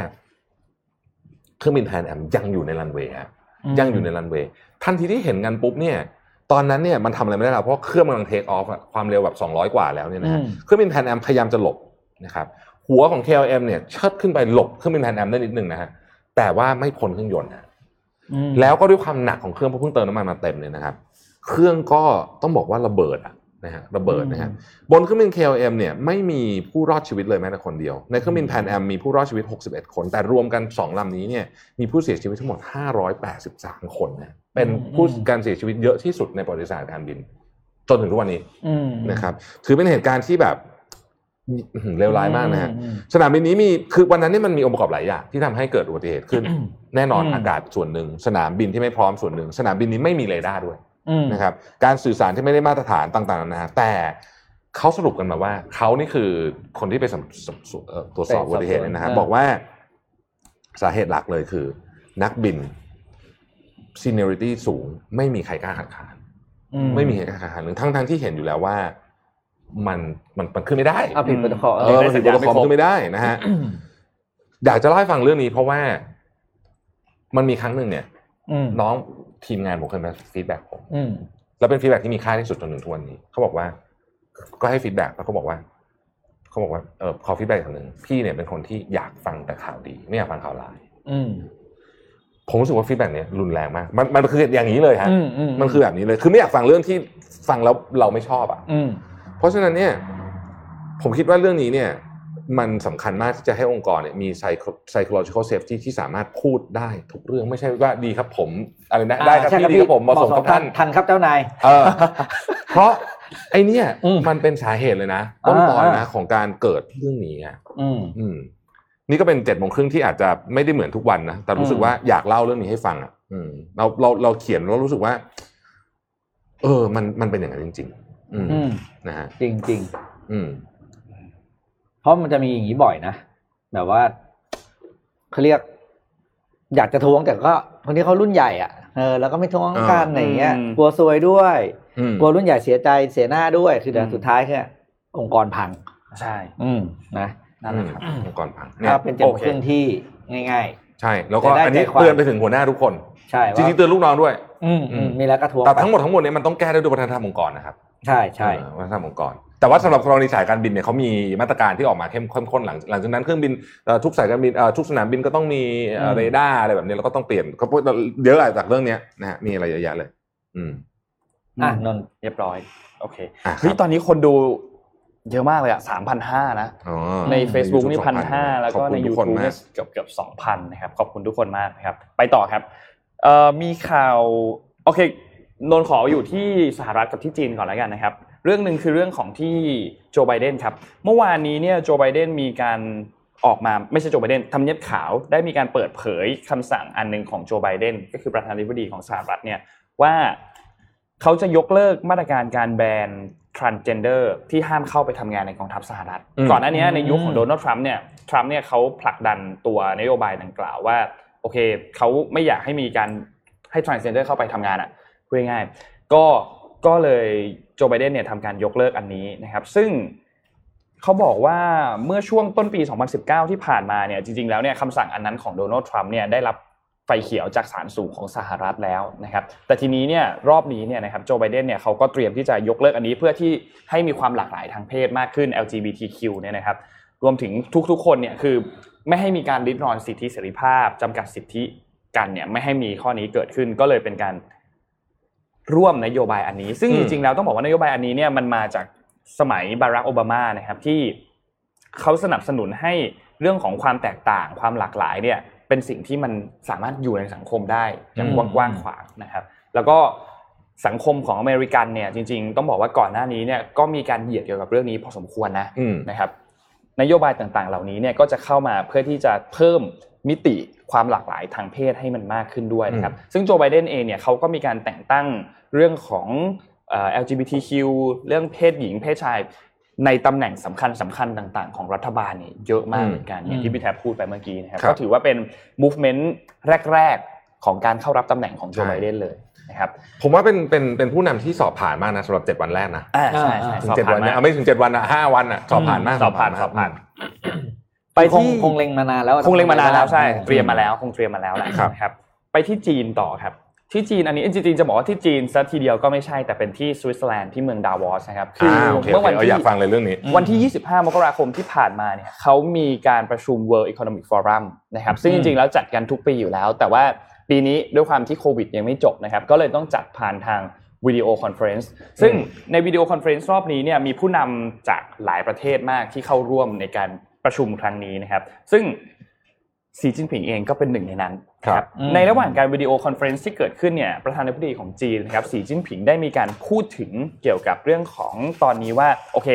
เครื่องบินแพนแอมยังอยู่ในรันเวย์ฮะยังอยู่ในรันเวย์ทันทีที่เห็นกันปุ๊บเนี่ย ตอนนั้นเนี่ยมันทำอะไรไม่ได้แล้วเพราะเครื่องกำลังเทคออฟอะความเร็วแบบ200 กว่าแล้วเนี่ยนะฮะ อืม เครื่องบินแพนแอมพยายามจะหลบนะครับ หัวของ KLM เนี่ยเชิดขึ้นไปหลบเครื่องบินแพนแอมได้นิดหนึ่งนะฮะแต่ว่าไม่พ้นเครื่องยนต์ฮะ อืม แล้วก็ด้วยความหนักของเครื่องเพราะเพิ่งเติมน้ำมันมาเต็มเนี่ยนะครับ เครื่องก็ต้องบอกว่าระเบิดอะนะฮะระเบิดนะฮะ อื บนเครื่องบิน KLM เนี่ยไม่มีผู้รอดชีวิตเลยแม้แต่คนเดียว ในเครื่องบินแพนแอมมีผู้รอดชีวิต 61 คน แต่รวมกัน 2ลำนี้เนี่ยมีผู้เสียชีวิตทั้งหมด 583 คนนะเป็นผู้การเสียชีวิตเยอะที่สุดในประวัติศาสตร์การบิน จนถึงทุกวันนี้ อืม นะครับ ถือเป็นเหตุการณ์ที่แบบอื้อหือเลวร้ายมากนะฮะ อืม สนามบินนี้มีคือวันนั้นเนี่ยมันมีองค์ประกอบหลายอย่างที่ทำให้เกิดอุบัติเหตุขึ้น แน่นอน อืม อากาศส่วนหนึ่ง สนามบินที่ไม่พร้อมส่วนหนึ่ง สนามบินนี้ไม่มีเรดาร์ด้วย อืม นะครับการสื่อสารที่ไม่ได้มาตรฐานต่างๆนานาแต่เขาสรุปกันมาว่าเขานี่คือคนที่ไปสำสำสำเอ่อตรวจสอบอุบัติเหตุเนี่ยนะครับบอกว่าสาเหตุหลักเลยคือ นักบินซีเนอริตี้สูง ไม่มีใครกล้าขัดขาน อื ไม่มีใครกล้าขัดขานหนึ่งทั้งทั้งๆที่เห็นอยู่แล้วว่ามันมันมันขึ้นไม่ได้ เอาผิดโปรโตคอล เออมันผิดโปรได้โตคอลสัญญาณไม่ครบ ก็ไม่ได้นะฮะ อยากจะเล่าให้ฟังเรื่องนี้เพราะว่า มันมีครั้งหนึ่งเนี่ย อืม น้องทีมงานผมเคยมาฟีดแบ็กผม อืม แล้วเป็นฟีดแบ็กที่มีค่าที่สุดจนถึงทุกวันนี้เขาบอกว่า ก็ให้ฟีดแบ็กแล้วเขาบอกว่าเขาบอกว่าเออขอฟีดแบ็กอย่างหนึ่งพี่เนี่ยเป็นคนที่อยากฟังแต่ข่าวดี ไม่อยากฟังข่าวร้าย อืม ผมรู้สึกว่าฟีดแบ็กเนี่ยรุนแรงมาก มันมันคืออย่างนี้เลยฮะ อืมอืม มันคือแบบนี้เลย คือไม่อยากฟังเรื่องที่ฟังแล้วเราไม่ชอบอ่ะ อืม เพราะฉะนั้นเนี่ยผมคิดว่าเรื่องนี้เนี่ยมันสำคัญมากที่จะให้องค์กรเนี่ยมี psycho- psychological safety ที่สามารถพูดได้ทุกเรื่องไม่ใช่ว่าดีครับผมอะไรนะได้ครับ อ่าใช่ พี่ดีครับผมเหมาะสมกับท่าน ทันครับเจ้านาย เออเพราะไอเนี่ย อืม มันเป็นสาเหตุเลยนะ ต้นตอน อ่า นะ อ่า ของการเกิดเรื่องนี้อ่ะ อืม อืม นี่ก็เป็นเจ็ดโมงครึ่งที่อาจจะไม่ได้เหมือนทุกวันนะ แต่รู้สึก อืม ว่าอยากเล่าเรื่องนี้ให้ฟังอ่ะอืมเราเราเราเขียนแล้วรู้สึกว่า เออ มันมันเป็นอย่างนั้นจริง ๆ อืม อืม นะฮะ จริงจริง อืม ๆเพราะมันจะมีอย่างนี้บ่อยนะแบบว่าเขาเรียก อยากจะทวงแต่ก็คนที่เขารุ่นใหญ่อ่ะเออแล้วก็ไม่ทวงกัน อ่า อะไรอย่างเงี้ย อืม กลัวซวยด้วย อืม กลัวรุ่นใหญ่เสียใจเสียหน้าด้วยคือเดี๋ยวสุดท้ายเนี่ยองค์กรพัง ใช่ อืมนะ นั่นแหละครับ อืมองค์กรพัง ถ้าเป็นเจ็ด โอเค เครื่องที่ง่าย ใช่ แล้วก็ จะได้ อันนี้ ใจความ เตือนไปถึงหัวหน้าทุกคน ๆ ใช่ จ ว่า ริงๆเตือนลูกน้องด้วย อืมอืมมีแล้วกระทวง แต่ ไป ทั้งหมดทั้งมวลเนี่ยมันต้องแก้ด้วยวัฒนธรรมองค์กรนะครับ ใช่ใช่ เออวัฒนธรรมองค์กร แต่ว่าสำหรับกรณีสายการบินเนี่ยเขามีมาตรการที่ออกมาเข้มข้นหลังหลังจากนั้นเครื่องบินเอ่อทุกสายการบินเอ่อทุกสนามบินก็ต้องมีเอ่อ อืม เรดาร์อะไรแบบนี้แล้วก็ต้องเปลี่ยนเขาพูดเยอะหลายจากเรื่องเนี้ยนะฮะมีอะไรเยอะแยะเลย อืม อ่ะ อืม นนท์ เรียบร้อย โอเค อ่ะค เฮ้ย รับ ตอนนี้คนดูเยอะมากเลยอะสามพันห้านะ อ๋อ ใน Facebook นี่พันห้า 2,500 แล้ว ข ก็ อบคุณ ใน ทุกคน YouTube มาก เนี่ยเกือบเกือบสองพันนะครับ ขอบคุณทุกคนมากนะครับ ไปต่อครับเอ่อมีข่าว โอเคนนท์ขออยู่ที่สหรัฐกับที่จีนก่อนแล้วกันนะครับ เรื่องหนึ่งคือเรื่องของที่โจไบเดนครับ เมื่อวานนี้เนี่ยโจไบเดนมีการออกมาไม่ใช่โจไบเดนทำเนียบขาวได้มีการเปิดเผยคำสั่งอันหนึ่งของโจไบเดนก็คือประธานาธิบดีของสหรัฐเนี่ย ว่าเขาจะยกเลิกมาตรการการแบน transgender ที่ห้ามเข้าไปทำงานในกองทัพสหรัฐ อืม ก่อนหน้านี้ในยุคของโดนัลด์ทรัมป์เนี่ยทรัมป์เนี่ยเขาผลักดันตัวนโยบายดังกล่าวว่า โอเคเขาไม่อยากให้มีการให้ transgender เข้าไปทำงานอะ่ะพูดง่ายๆก็ก็เลยโจไบเดนเนี่ยทำการยกเลิกอันนี้นะครับ ซึ่งเขาบอกว่าเมื่อช่วงต้นปี 2019 ที่ผ่านมาเนี่ยจริงๆแล้วเนี่ยคำสั่งอันนั้นของโดนัลด์ทรัมป์เนี่ยได้รับ ไฟเขียวจากศาลสูงของสหรัฐแล้วนะครับ แต่ทีนี้เนี่ยรอบนี้เนี่ยนะครับโจไบเดนเนี่ยเขาก็เตรียมที่จะยกเลิกอันนี้เพื่อที่ให้มีความหลากหลายทางเพศมากขึ้น LGBTQ เนี่ยนะครับ รวมถึงทุกๆ คนเนี่ยคือไม่ให้มีการริดรอนสิทธิเสรีภาพจำกัดสิทธิกันเนี่ยไม่ให้มีข้อนี้เกิดขึ้นก็เลยเป็นการร่วมนโยบายอันนี้ ซึ่ง อืม จริงๆแล้วต้องบอกว่านโยบายอันนี้เนี่ยมันมาจากสมัยบารักโอบามานะครับที่เขาสนับสนุนให้เรื่องของความแตกต่างความหลากหลายเนี่ยเป็นสิ่งที่มันสามารถอยู่ในสังคมได้อย่าง อืม กว้างๆขวางนะครับ แล้วก็สังคมของอเมริกันเนี่ยจริง ๆ ต้องบอกว่าก่อนหน้านี้เนี่ยก็มีการเหยียดเกี่ยวกับเรื่องนี้พอสมควรนะ อืม นะครับนโยบายต่างๆ เหล่านี้เนี่ยก็จะเข้ามาเพื่อที่จะเพิ่มมิติความหลากหลายทางเพศให้มันมากขึ้นด้วยนะครับซึ่งโจไบเดนเองเนี่ยเขาก็มีการแต่งตั้งเรื่องของเอ่อ LGBTQ เรื่องเพศหญิงเพศชาย ในตำแหน่งสำคัญสำคัญต่างๆ ของรัฐบาลเนี่ยเยอะมากเหมือนกันอย่างที่พี่แทบพูดไปเมื่อกี้นะครับ ครับ ก็ถือว่าเป็น movement แรก ๆ ของการเข้ารับตำแหน่งของโจไบเดนเลยนะครับ ผมว่าเป็นเป็นเป็นผู้นำที่สอบผ่านมากนะสำหรับเจ็ดวันแรกนะ อ่าใช่ใช่ ถึ ส ง อบ เจ็ด ผ่า วัน น มา นะเอาไม่ถึงเจ็ดวันอะห้าวันอะสอบผ่านมาก สอบผ่าน มก สอบผ่าน ไปคงคงเล็งมานานแล้วอะ คงเล็งมานานแล้วใช่ อื เตรียมมาแล้วคงเตรียมมาแล้วแหละ ครับ นะครับ ไปที่จีนต่อครับ ที่จีนอันนี้จริงๆจะบอกว่าที่จีนซะทีเดียวก็ไม่ใช่แต่เป็นที่สวิตเซอร์แลนด์ที่เมืองดาวอสนะครับคื อ่าโอเคโอ เมื่อ เค วัน เอา ที่ อยากฟังเลยเรื่องนี้ วันที่ 25 มกราคมที่ผ่านมาเนี่ยเขามีการประชุม World Economic Forum นะครับ ซึ่ง อื จ ม ริงๆ แล้วจัดกันทุกปีอยู่แล้ว แต่ว่าปีนี้ด้วยความที่โควิดยังไม่จบนะครับ ก็เลยต้องจัดผ่านทางวิดีโอคอนเฟรนซ์ ซึ่งในวิดีโอคอนเฟรนซ์รอบนี้เนี่ยมีผู้นำจากหลายประเทศมากที่เข้าร่วมในการประชุมครั้งนี้นะครับ ซึ่งสีจิ้นผิงเองก็เป็นหนึ่งในนั้นนะ ครับ อืม ในระหว่างการวิดีโอคอนเฟรนซ์ที่เกิดขึ้นเนี่ยประธานาธิบดีของจีนนะครับสีจิ้นผิงได้มีการพูดถึงเกี่ยวกับเรื่องของตอนนี้ว่าโอเค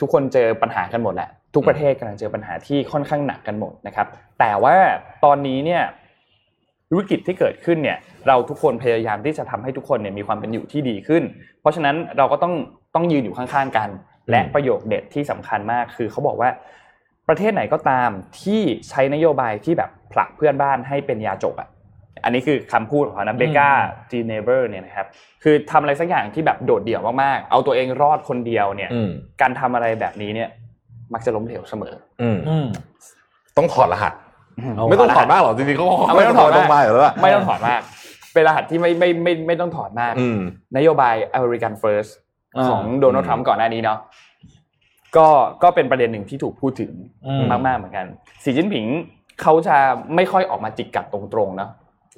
ทุกคนเจอปัญหากันหมดแหละทุกประเทศกำลังเจอปัญหาที่ค่อนข้างหนักกันหมดนะครับแต่ว่าตอนนี้เนี่ยวิกฤตที่เกิดขึ้นเนี่ยเราทุกคนพยายามที่จะทำให้ทุกคนเนี่ยมีความเป็นอยู่ที่ดีขึ้น เพราะฉะนั้นเราก็ต้องต้องยืนอยู่ข้างๆกัน และประโยคเด็ดที่สำคัญมากคือเขาบอกว่า ประเทศไหนก็ตามที่ใช้นโยบายที่แบบผลักเพื่อนบ้านให้เป็นยาจกอ่ะอันนี้คือคำพูดของเขานะเบกาจีเนเวอร์เนี่ยนะครับคือทำอะไรสักอย่างที่แบบโดดเดี่ยวมากๆ เอาตัวเองรอดคนเดียวเนี่ย อืม การทำอะไรแบบนี้เนี่ยมักจะล้มเหลวเสมอ อืม อืม ต้องถอดรหัส ไม่ต้องถอดมากหรอกจริงๆเขา เอาไม่ ไม่ ต้อต้อง ง ถ ถ อดอมากดลงมาอยู่แล้วล่ะ ไม่ต้องถอดมาก เป็นรหัสที่ไม่ไม่ไม่ไม่ต้องถอดมาก อืม นโยบาย American First อ่า ของโดนัลด์ทรัมป์ก่อนหน้านี้เนาะก็ก็เป็นประเด็นหนึ่งที่ถูกพูดถึง อืม มากๆเหมือนกัน สีจิ้นผิงเขาจะไม่ค่อยออกมาจิกกัดตรงๆเนาะ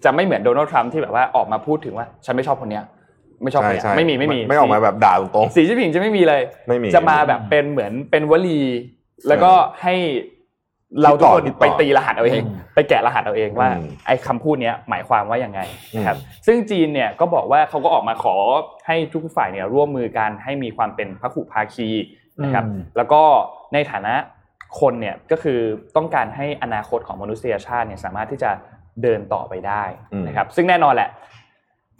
จะไม่เหมือนโดนัลด์ทรัมป์ที่แบบว่าออกมาพูดถึงว่า ฉันไม่ชอบคนเนี้ย ไม่ชอบคนเนี้ยใช่ใช่ ไม่มีไม่มี ไม่ออกมาแบบด่าตรง สีจิ้นผิงจะไม่มีเลย ไม่มี จะมาแบบเป็นเหมือนเป็นวลี แล้วก็ให้เราทุกคน คิดต่อ ไปตีรหัสเอาเอง อืม ไปแกะรหัสเอาเองว่า อืม ไอ้คำพูดเนี้ยหมายความว่ายังไงนะครับ อื ซึ่งจีนเนี่ยก็บอกว่าเขาก็ออกมาขอให้ทุกฝ่ายเนี่ยร่วมมือกันให้มีความเป็นพหุภาคีนะครับ อืม แล้วก็ในฐานะคนเนี่ยก็คือต้องการให้อนาคตของมนุษยชาติเนี่ยสามารถที่จะเดินต่อไปได้นะครับ ซึ่งแน่นอนแหละ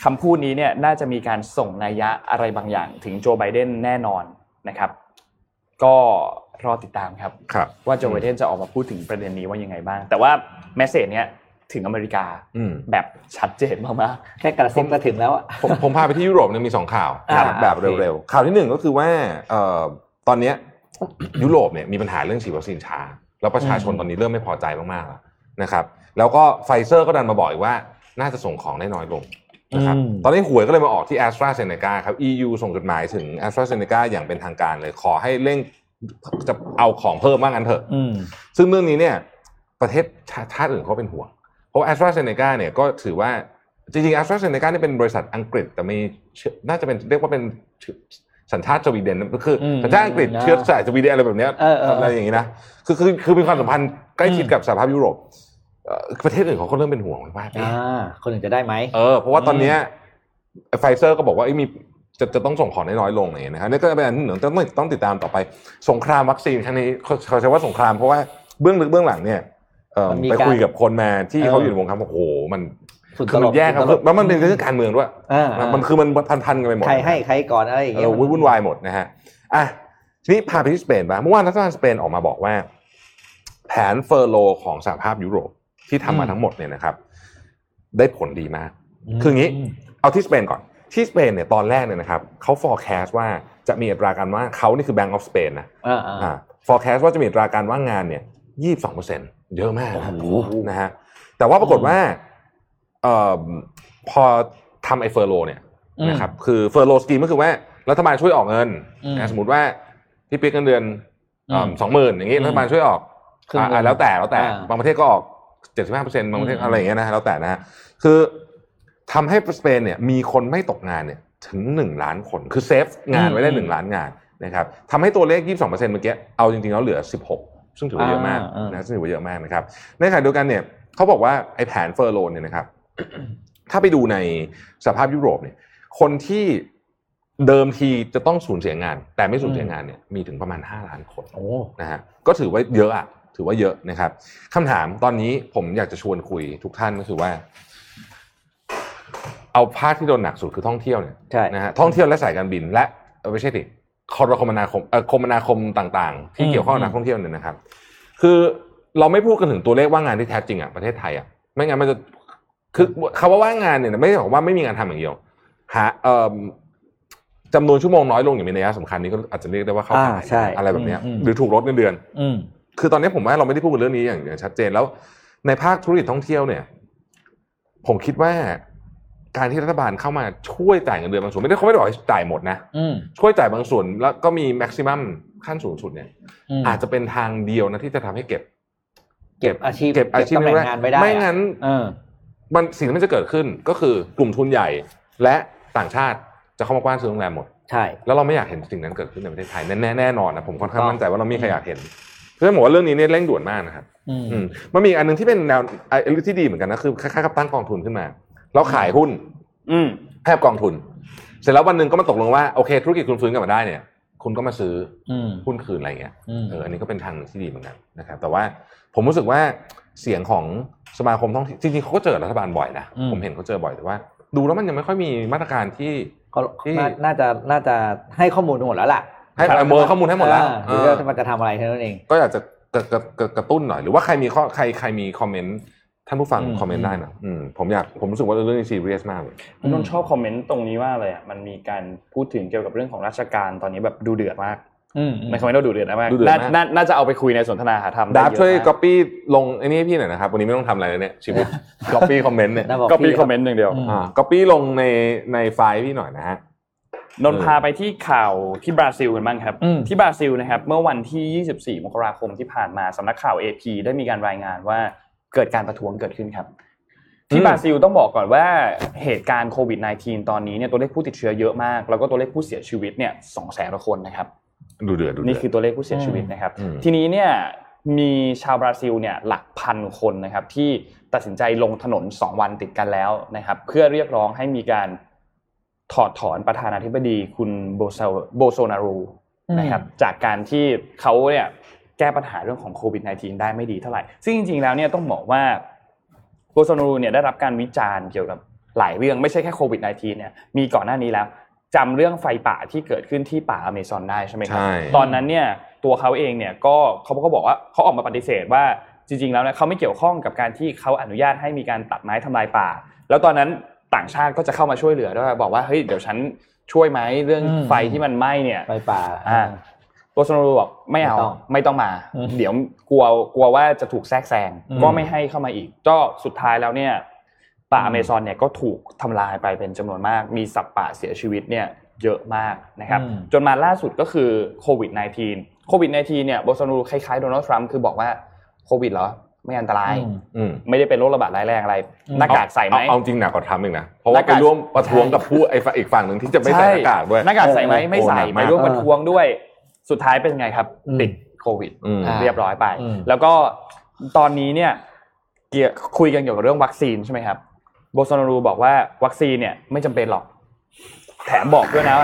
คำพูดนี้เนี่ยน่าจะมีการส่งนัยยะอะไรบางอย่างถึงโจไบเดนแน่นอนนะครับ ก็รอติดตามครับ ๆครับ ว่าโจไบเดนจะออกมาพูดถึงประเด็นนี้ว่ายังไงบ้าง แต่ว่าแมสเซจเนี้ยถึงอเมริกา อืม แบบชัดเจนมาก แค่กระซิบก็ถึงแล้วอะ ผมผมพาไปที่ยุโรปเนี่ยมีสองข่าว ครับ แบบเร็วๆข่าวที่หนึ่งก็คือว่าเอ่อตอนเนี้ย ยุโรปเนี่ยมีปัญหาเรื่องฉีดวัคซีนช้า แล้วประชาชนตอนนี้เริ่มไม่พอใจมากๆแล้วนะครับ แล้วก็ไฟเซอร์ก็ดันมาบอกอีกว่าน่าจะส่งของได้น้อยลงนะครับ อืม ตอนนี้หวยก็เลยมาออกที่ a s t r a z e ซ e c a ครับ EU ส่งจดหมายถึง a s t r a z e ซ e c a อย่างเป็นทางการเลยขอให้เร่งจะเอาของเพิ่มมากกันเถอะ อืม ซึ่งเรื่องนี้เนี่ยประเทศชาชาติอื่นเขาเป็นห่วง เพราะแอสตราเซเนกาเนี่ยก็ถือว่าจริงๆแอสตราเซเนกาเนี่ยเป็นบริษัทอังกฤษ แต่มีเชื้อน่าจะเป็นเรียกว่าเป็นเชื้อสัญชาติสวีเดนนะคืออ ม สัญชาติอังกฤษ อืม เชื้อสายสวีเดนอะไรแบบเนี้ย เออเออเอออ ไรอย่างนี้นะคือคือคือมีความสัมพันธ์ใกล้ชิด อืม กับสหภาพยุโรปเอ่อประเทศอื่นเขาก็เริ่มเป็นห่วงว่าเอ๊ะ อ่าคนอื่นจะได้ไหม เออเพราะว่าตอนเนี้ยไฟเซอร์ก็บอกว่าเอ้ยมีจะจะต้องส่งของได้น้อยลงอะไรอย่างเงี้ยนะครับนี่ก็เป็นอันหนึ่งต้องต้องติดตามต่อไปสงครามวัคซีนครั้งนี้เขาเขาใช้ว่าสงครามเพราะว่าเบื้องลึกเบื้องหลังเนี่ยเอ่อ มันมี ไป การ คุยกับคนมาที่ เออ เขาอยู่ในวงการบอกโอ้โหมัน ฝุ่น คื ต อ ล มัน บ แย่ครับ ฝุ่ตลบ แล้วมันเป็นเรื่องการเมืองด้วย อ่า มันคือมันพันพันๆกันไปหมด ใครให้ใครก่อนอะไรอย่าง เอ เงี้ย อวุ่นวายหมดนะฮะอ่ะทีนี้พาไปที่สเปนบ้างเมื่อวานรัฐบาลสเปนออกมาบอกว่า แผนเฟอร์โลของสหภาพยุโรปที่ทำมาทั้งหมดเนี่ยนะครับ ได้ผลดีมาก ม คืออย่างงี้ เอาที่สเปนก่อน ที่สเปนเนี่ยตอนแรกเนี่ยนะครับเขา forecast ว่าจะมีอัตราการว่างเขานี่คือ Bank of Spain นะ อ่าอ่า อ่า forecast ว่าจะมีอัตราการว่างงานเนี่ย22 เยอะมากนะครับ โอ้โห นะฮะแต่ว่าปรากฏว่าเอ่อพอทำไอ้เฟอร์โลเนี่ยนะครับคือเฟอร์โลสกีมก็คือว่ารัฐบาลช่วยออกเงิน อืม นะสมมติว่าพี่ปิ๊กเงินเดือน อืม สองหมื่นอย่างงี้ อืม รัฐบาลช่วยออก ครึ่งหนึ่ง อ่าแล้วแต่แล้วแต่ อ่า บางประเทศก็ออก 75เปอร์เซ็นต์บางประเทศ อืม อะไรอย่างเงี้ยนะฮะแล้วแต่นะฮะ คือทำให้สเปนเนี่ยมีคนไม่ตกงานเนี่ยถึง 1 ล้านคน คือเซฟงานไว้ได้ อืม 1 ล้านงานนะครับทำให้ตัวเลข 22%เมื่อกี้เอาจริงๆแล้วเหลือ 16 ซึ่งถือว่าเยอะมาก อ่าอ่า นะซึ่งถือว่าเยอะมากนะครับในขณะเดียวกันเนี่ยเขาบอกว่าไอ้แผนเฟอร์โลนเนี่ยนะครับ ถ้าไปดูในสภาพยุโรปเนี่ยคนที่เดิมทีจะต้องสูญเสียงาน แต่ไม่สูญเสียงานเนี่ยมีถึงประมาณ 5 ล้านคน โอ้ นะฮะก็ถือว่าเยอะอะถือว่าเยอะนะครับคำถามตอนนี้ผมอยากจะชวนคุยทุกท่านก็คือว่า เอาภาคที่โดนหนักสุดคือท่องเที่ยวเนี่ย ใช่ นะฮะท่องเที่ยวและสายการบิน และเอ่อไม่ใช่ดิคมนาคมเอ่อคมนาคมต่าง ๆ ที่เกี่ยวข้องกับนักท่องเที่ยวเนี่ยนะครับ คือเราไม่พูดกันถึงตัวเลขว่างงานที่แท้จริงอะประเทศไทยอะไม่งั้นมันจะคือคำว่าว่างงานเนี่ยไม่ได้บอกว่าไม่มีงานทำอย่างเดียวหาเอ่อจำนวนชั่วโมงน้อยลงอย่างมีนัยสำคัญนี้ก็อาจจะเรียกได้ว่าเข้าข่าย อ่าใช่ อะไรแบบเนี้ย อืมอืม หรือถูกลดเงินเดือน อืม คือตอนนี้ผมว่าเราไม่ได้พูดกันเรื่องนี้อย่างอย่างชัดเจนแล้ว ในภาคธุรกิจท่องเที่ยวเนี่ย ผมคิดว่าการที่รัฐบาลเข้ามาช่วยจ่ายเงินเดือนบางส่วนไม่ได้เขาไม่ได้บอกให้จ่ายหมดนะ อืม ช่วยจ่ายบางส่วนแล้วก็มีแม็กซิมัมขั้นสูงสุดเนี่ย ม อาจจะเป็นทางเดียวนะที่จะทำให้เก็บ เก็บอาชีพ เก็บอาชีพ ตำแหน่งงานไว้ได้ ไม่ อะ งั้น เออ มันสิ่งที่มันจะเกิดขึ้นก็คือกลุ่มทุนใหญ่และต่างชาติจะเข้ามากว้านซื้อโรงแรมหมด ใช่ แล้วเราไม่อยากเห็นสิ่งนั้นเกิดขึ้นในประเทศไทยแน่ๆแน่นอนนะผมค่อนข้างมั่นใจว่าเราไม่มีใครอยากเห็นเพราะฉะนั้นผมว่าเรื่องนี้เนี่ยเร่งด่วนมากนะครับ อืม อืมมันมีอันหนึงที่เป็นแนวไอ้ที่ดีเหมือนกันนะคือคล้ายๆกับตั้งกองทุนขึ้นมา แล้วขายหุ้น ๆ อืม แทบกองทุน เสร็จแล้ววันหนึ่งก็มาตกลงว่าโอเค ธุรกิจคุณฟื้นกลับมาได้เนี่ย คุณก็มาซื้อ อืม หุ้นคืนอะไรเงี้ย อืม เอออันนี้ก็เป็นทางหนึ่งที่ดีเหมือนกันนะครับแต่ว่าผมรู้สึกว่าเสียงของสมาคมท่องเที่ยวจริงๆเขาก็เจอกับรัฐบาลบ่อยนะ อืม ผมเห็นเขาเจอบ่อยแต่ว่า ดูแล้วมันยังไม่ค่อยมีมาตรการที่ ก็ ที่ นาน่าจะน่าจะให้ข้อมูลหมดแล้วล่ะ ให้ประเมินข้อมูลให้หมดแล้ว เออหรือว่ามันจะทำอะไรเท่านั้นเอง ก็อยากจะกระกระกระกระตุ้นหน่อย หรือว่าใครมีข้อใครใครมีคอมเมนต์ท่านผู้ฟัง อืม คอมเมนต์ได้นะอืมผมอยากผมรู้สึกว่าเรื่องนี้ซีเรียสมากเลย นนท์ชอบคอมเมนต์ตรงนี้มากเลยอ่ะ มันมีการพูดถึงเกี่ยวกับเรื่องของราชการตอนนี้แบบดูเดือดมาก อืม ไม่คอมเมนต์เราดูเดือดนะมาก ดุเดือดมาก น่าน่าจะเอาไปคุยในสนทนาหาธรรมดับไเอะ ช่วย มาก ก๊อปปี้ลงไอ้นี่ให้พี่หน่อยนะครับวันนี้ไม่ต้องทำอะไรเลยเนี่ย ชีวิตก๊อปปี้คอมเมนต์เนี่ย น่าบอก ก็มี พี่ คอมเมนต์อย่างเดียว อืม อ่าก๊อปปี้ลงในในไฟล์พี่หน่อยนะฮะ นนท์พาไปที่ข่าวที่บราซิลกันบ้างครับ อืม ที่บราซิลนะครับ เมื่อวันที่ 24 มกราคมที่ผ่านมาสำนักข่าว AP ได้มีการรายงานว่าเกิดการประท้วงเกิดขึ้นครับ ที่ อืม บราซิลต้องบอกก่อนว่าเหตุการณ์โควิด -19 ตอนนี้เนี่ยตัวเลขผู้ติดเชื้อเยอะมาก แล้วก็ตัวเลขผู้เสียชีวิตเนี่ย2แสนกว่าคนนะครับ ดูเดือดดูเดื นี่ อด คือตัวเลขผู้เสียชีวิตนะครับ อืม ทีนี้เนี่ยมีชาวบราซิลเนี่ยหลักพันคนนะครับที่ตัดสินใจลงถนน 2 วันติดกันแล้วนะครับ เพื่อเรียกร้องให้มีการถอดถอนประธานาธิบดีคุณโบโซโบโซนารูนะครับจากการที่เขาเนี่ยแก้ปัญหาเรื่องของโควิด -19 ได้ไม่ดีเท่าไหร่ ซึ่งจริงๆแล้วเนี่ยต้องบอกว่าโบโซนารูเนี่ยได้รับการวิจารณ์เกี่ยวกับหลายเรื่องไม่ใช่แค่โควิด -19 เนี่ยมีก่อนหน้านี้แล้วจำเรื่องไฟป่าที่เกิดขึ้นที่ป่าอเมซอนได้ใช่ไหมครับ ใช่ ตอนนั้นเนี่ยตัวเขาเองเนี่ยก็เขาก็บอกว่าเขาออกมาปฏิเสธว่าจริง ๆ แล้วเนี่ยเขาไม่เกี่ยวข้องกับการที่เขาอนุญาตให้มีการตัดไม้ทำลายป่า แล้วตอนนั้นต่างชาติก็จะเข้ามาช่วยเหลือด้วยบอกว่าเฮ้ยเดี๋ยวฉันช่วยไหมเรื่อง อืม ไฟที่มันไหม้เนี่ย ไปป่า อ่า โบโซนารูบอกไม่เอา ไม่ต้อง ไม่ต้องมา อืม เดี๋ยวกลัวกลัวว่าจะถูกแทรกแซง อืม ก็ไม่ให้เข้ามาอีกก็สุดท้ายแล้วเนี่ยป่าอเมซอนเนี่ยก็ถูกทำลายไปเป็นจำนวนมาก มีสัตว์ป่าเสียชีวิตเนี่ยเยอะมากนะครับ อืม จนมาล่าสุดก็คือโควิด -19 โควิด -19 เนี่ยโบโซนารูคล้ายๆโดนัลด์ทรัมป์คือบอกว่าโควิดเหรอ ไม่อันตราย อืม อืม ไม่ได้เป็นโรคระบาดร้ายแรงอะไร อืม หน้ากากใส่ไหม เอาเอาจริงหนักกว่าทำอีกนะเพราะว่า หน้า ไป กาก ร่วมประท้วงกับผู้ไอ้ฝั่งอีกฝั่งหนึ่งที่จะไม่ใส่หน้ากากด้วย หน้ากากใส่ไหมไม่ใส่ โอ้หนัก ไป มาก ร่วมประท้วงด้วยสุดท้ายเป็นไงครับ อืม ติดโควิด อืม เรียบร้อยไป อืม แล้วก็ตอนนี้เนี่ยเกี่ยวคุยกันเกี่ยวกับเรื่องวัคซีนใช่ไหมครับโบโซนารูบอกว่าวัคซีนเนี่ยไม่จำเป็นหรอก แถมบอกด้วยนะ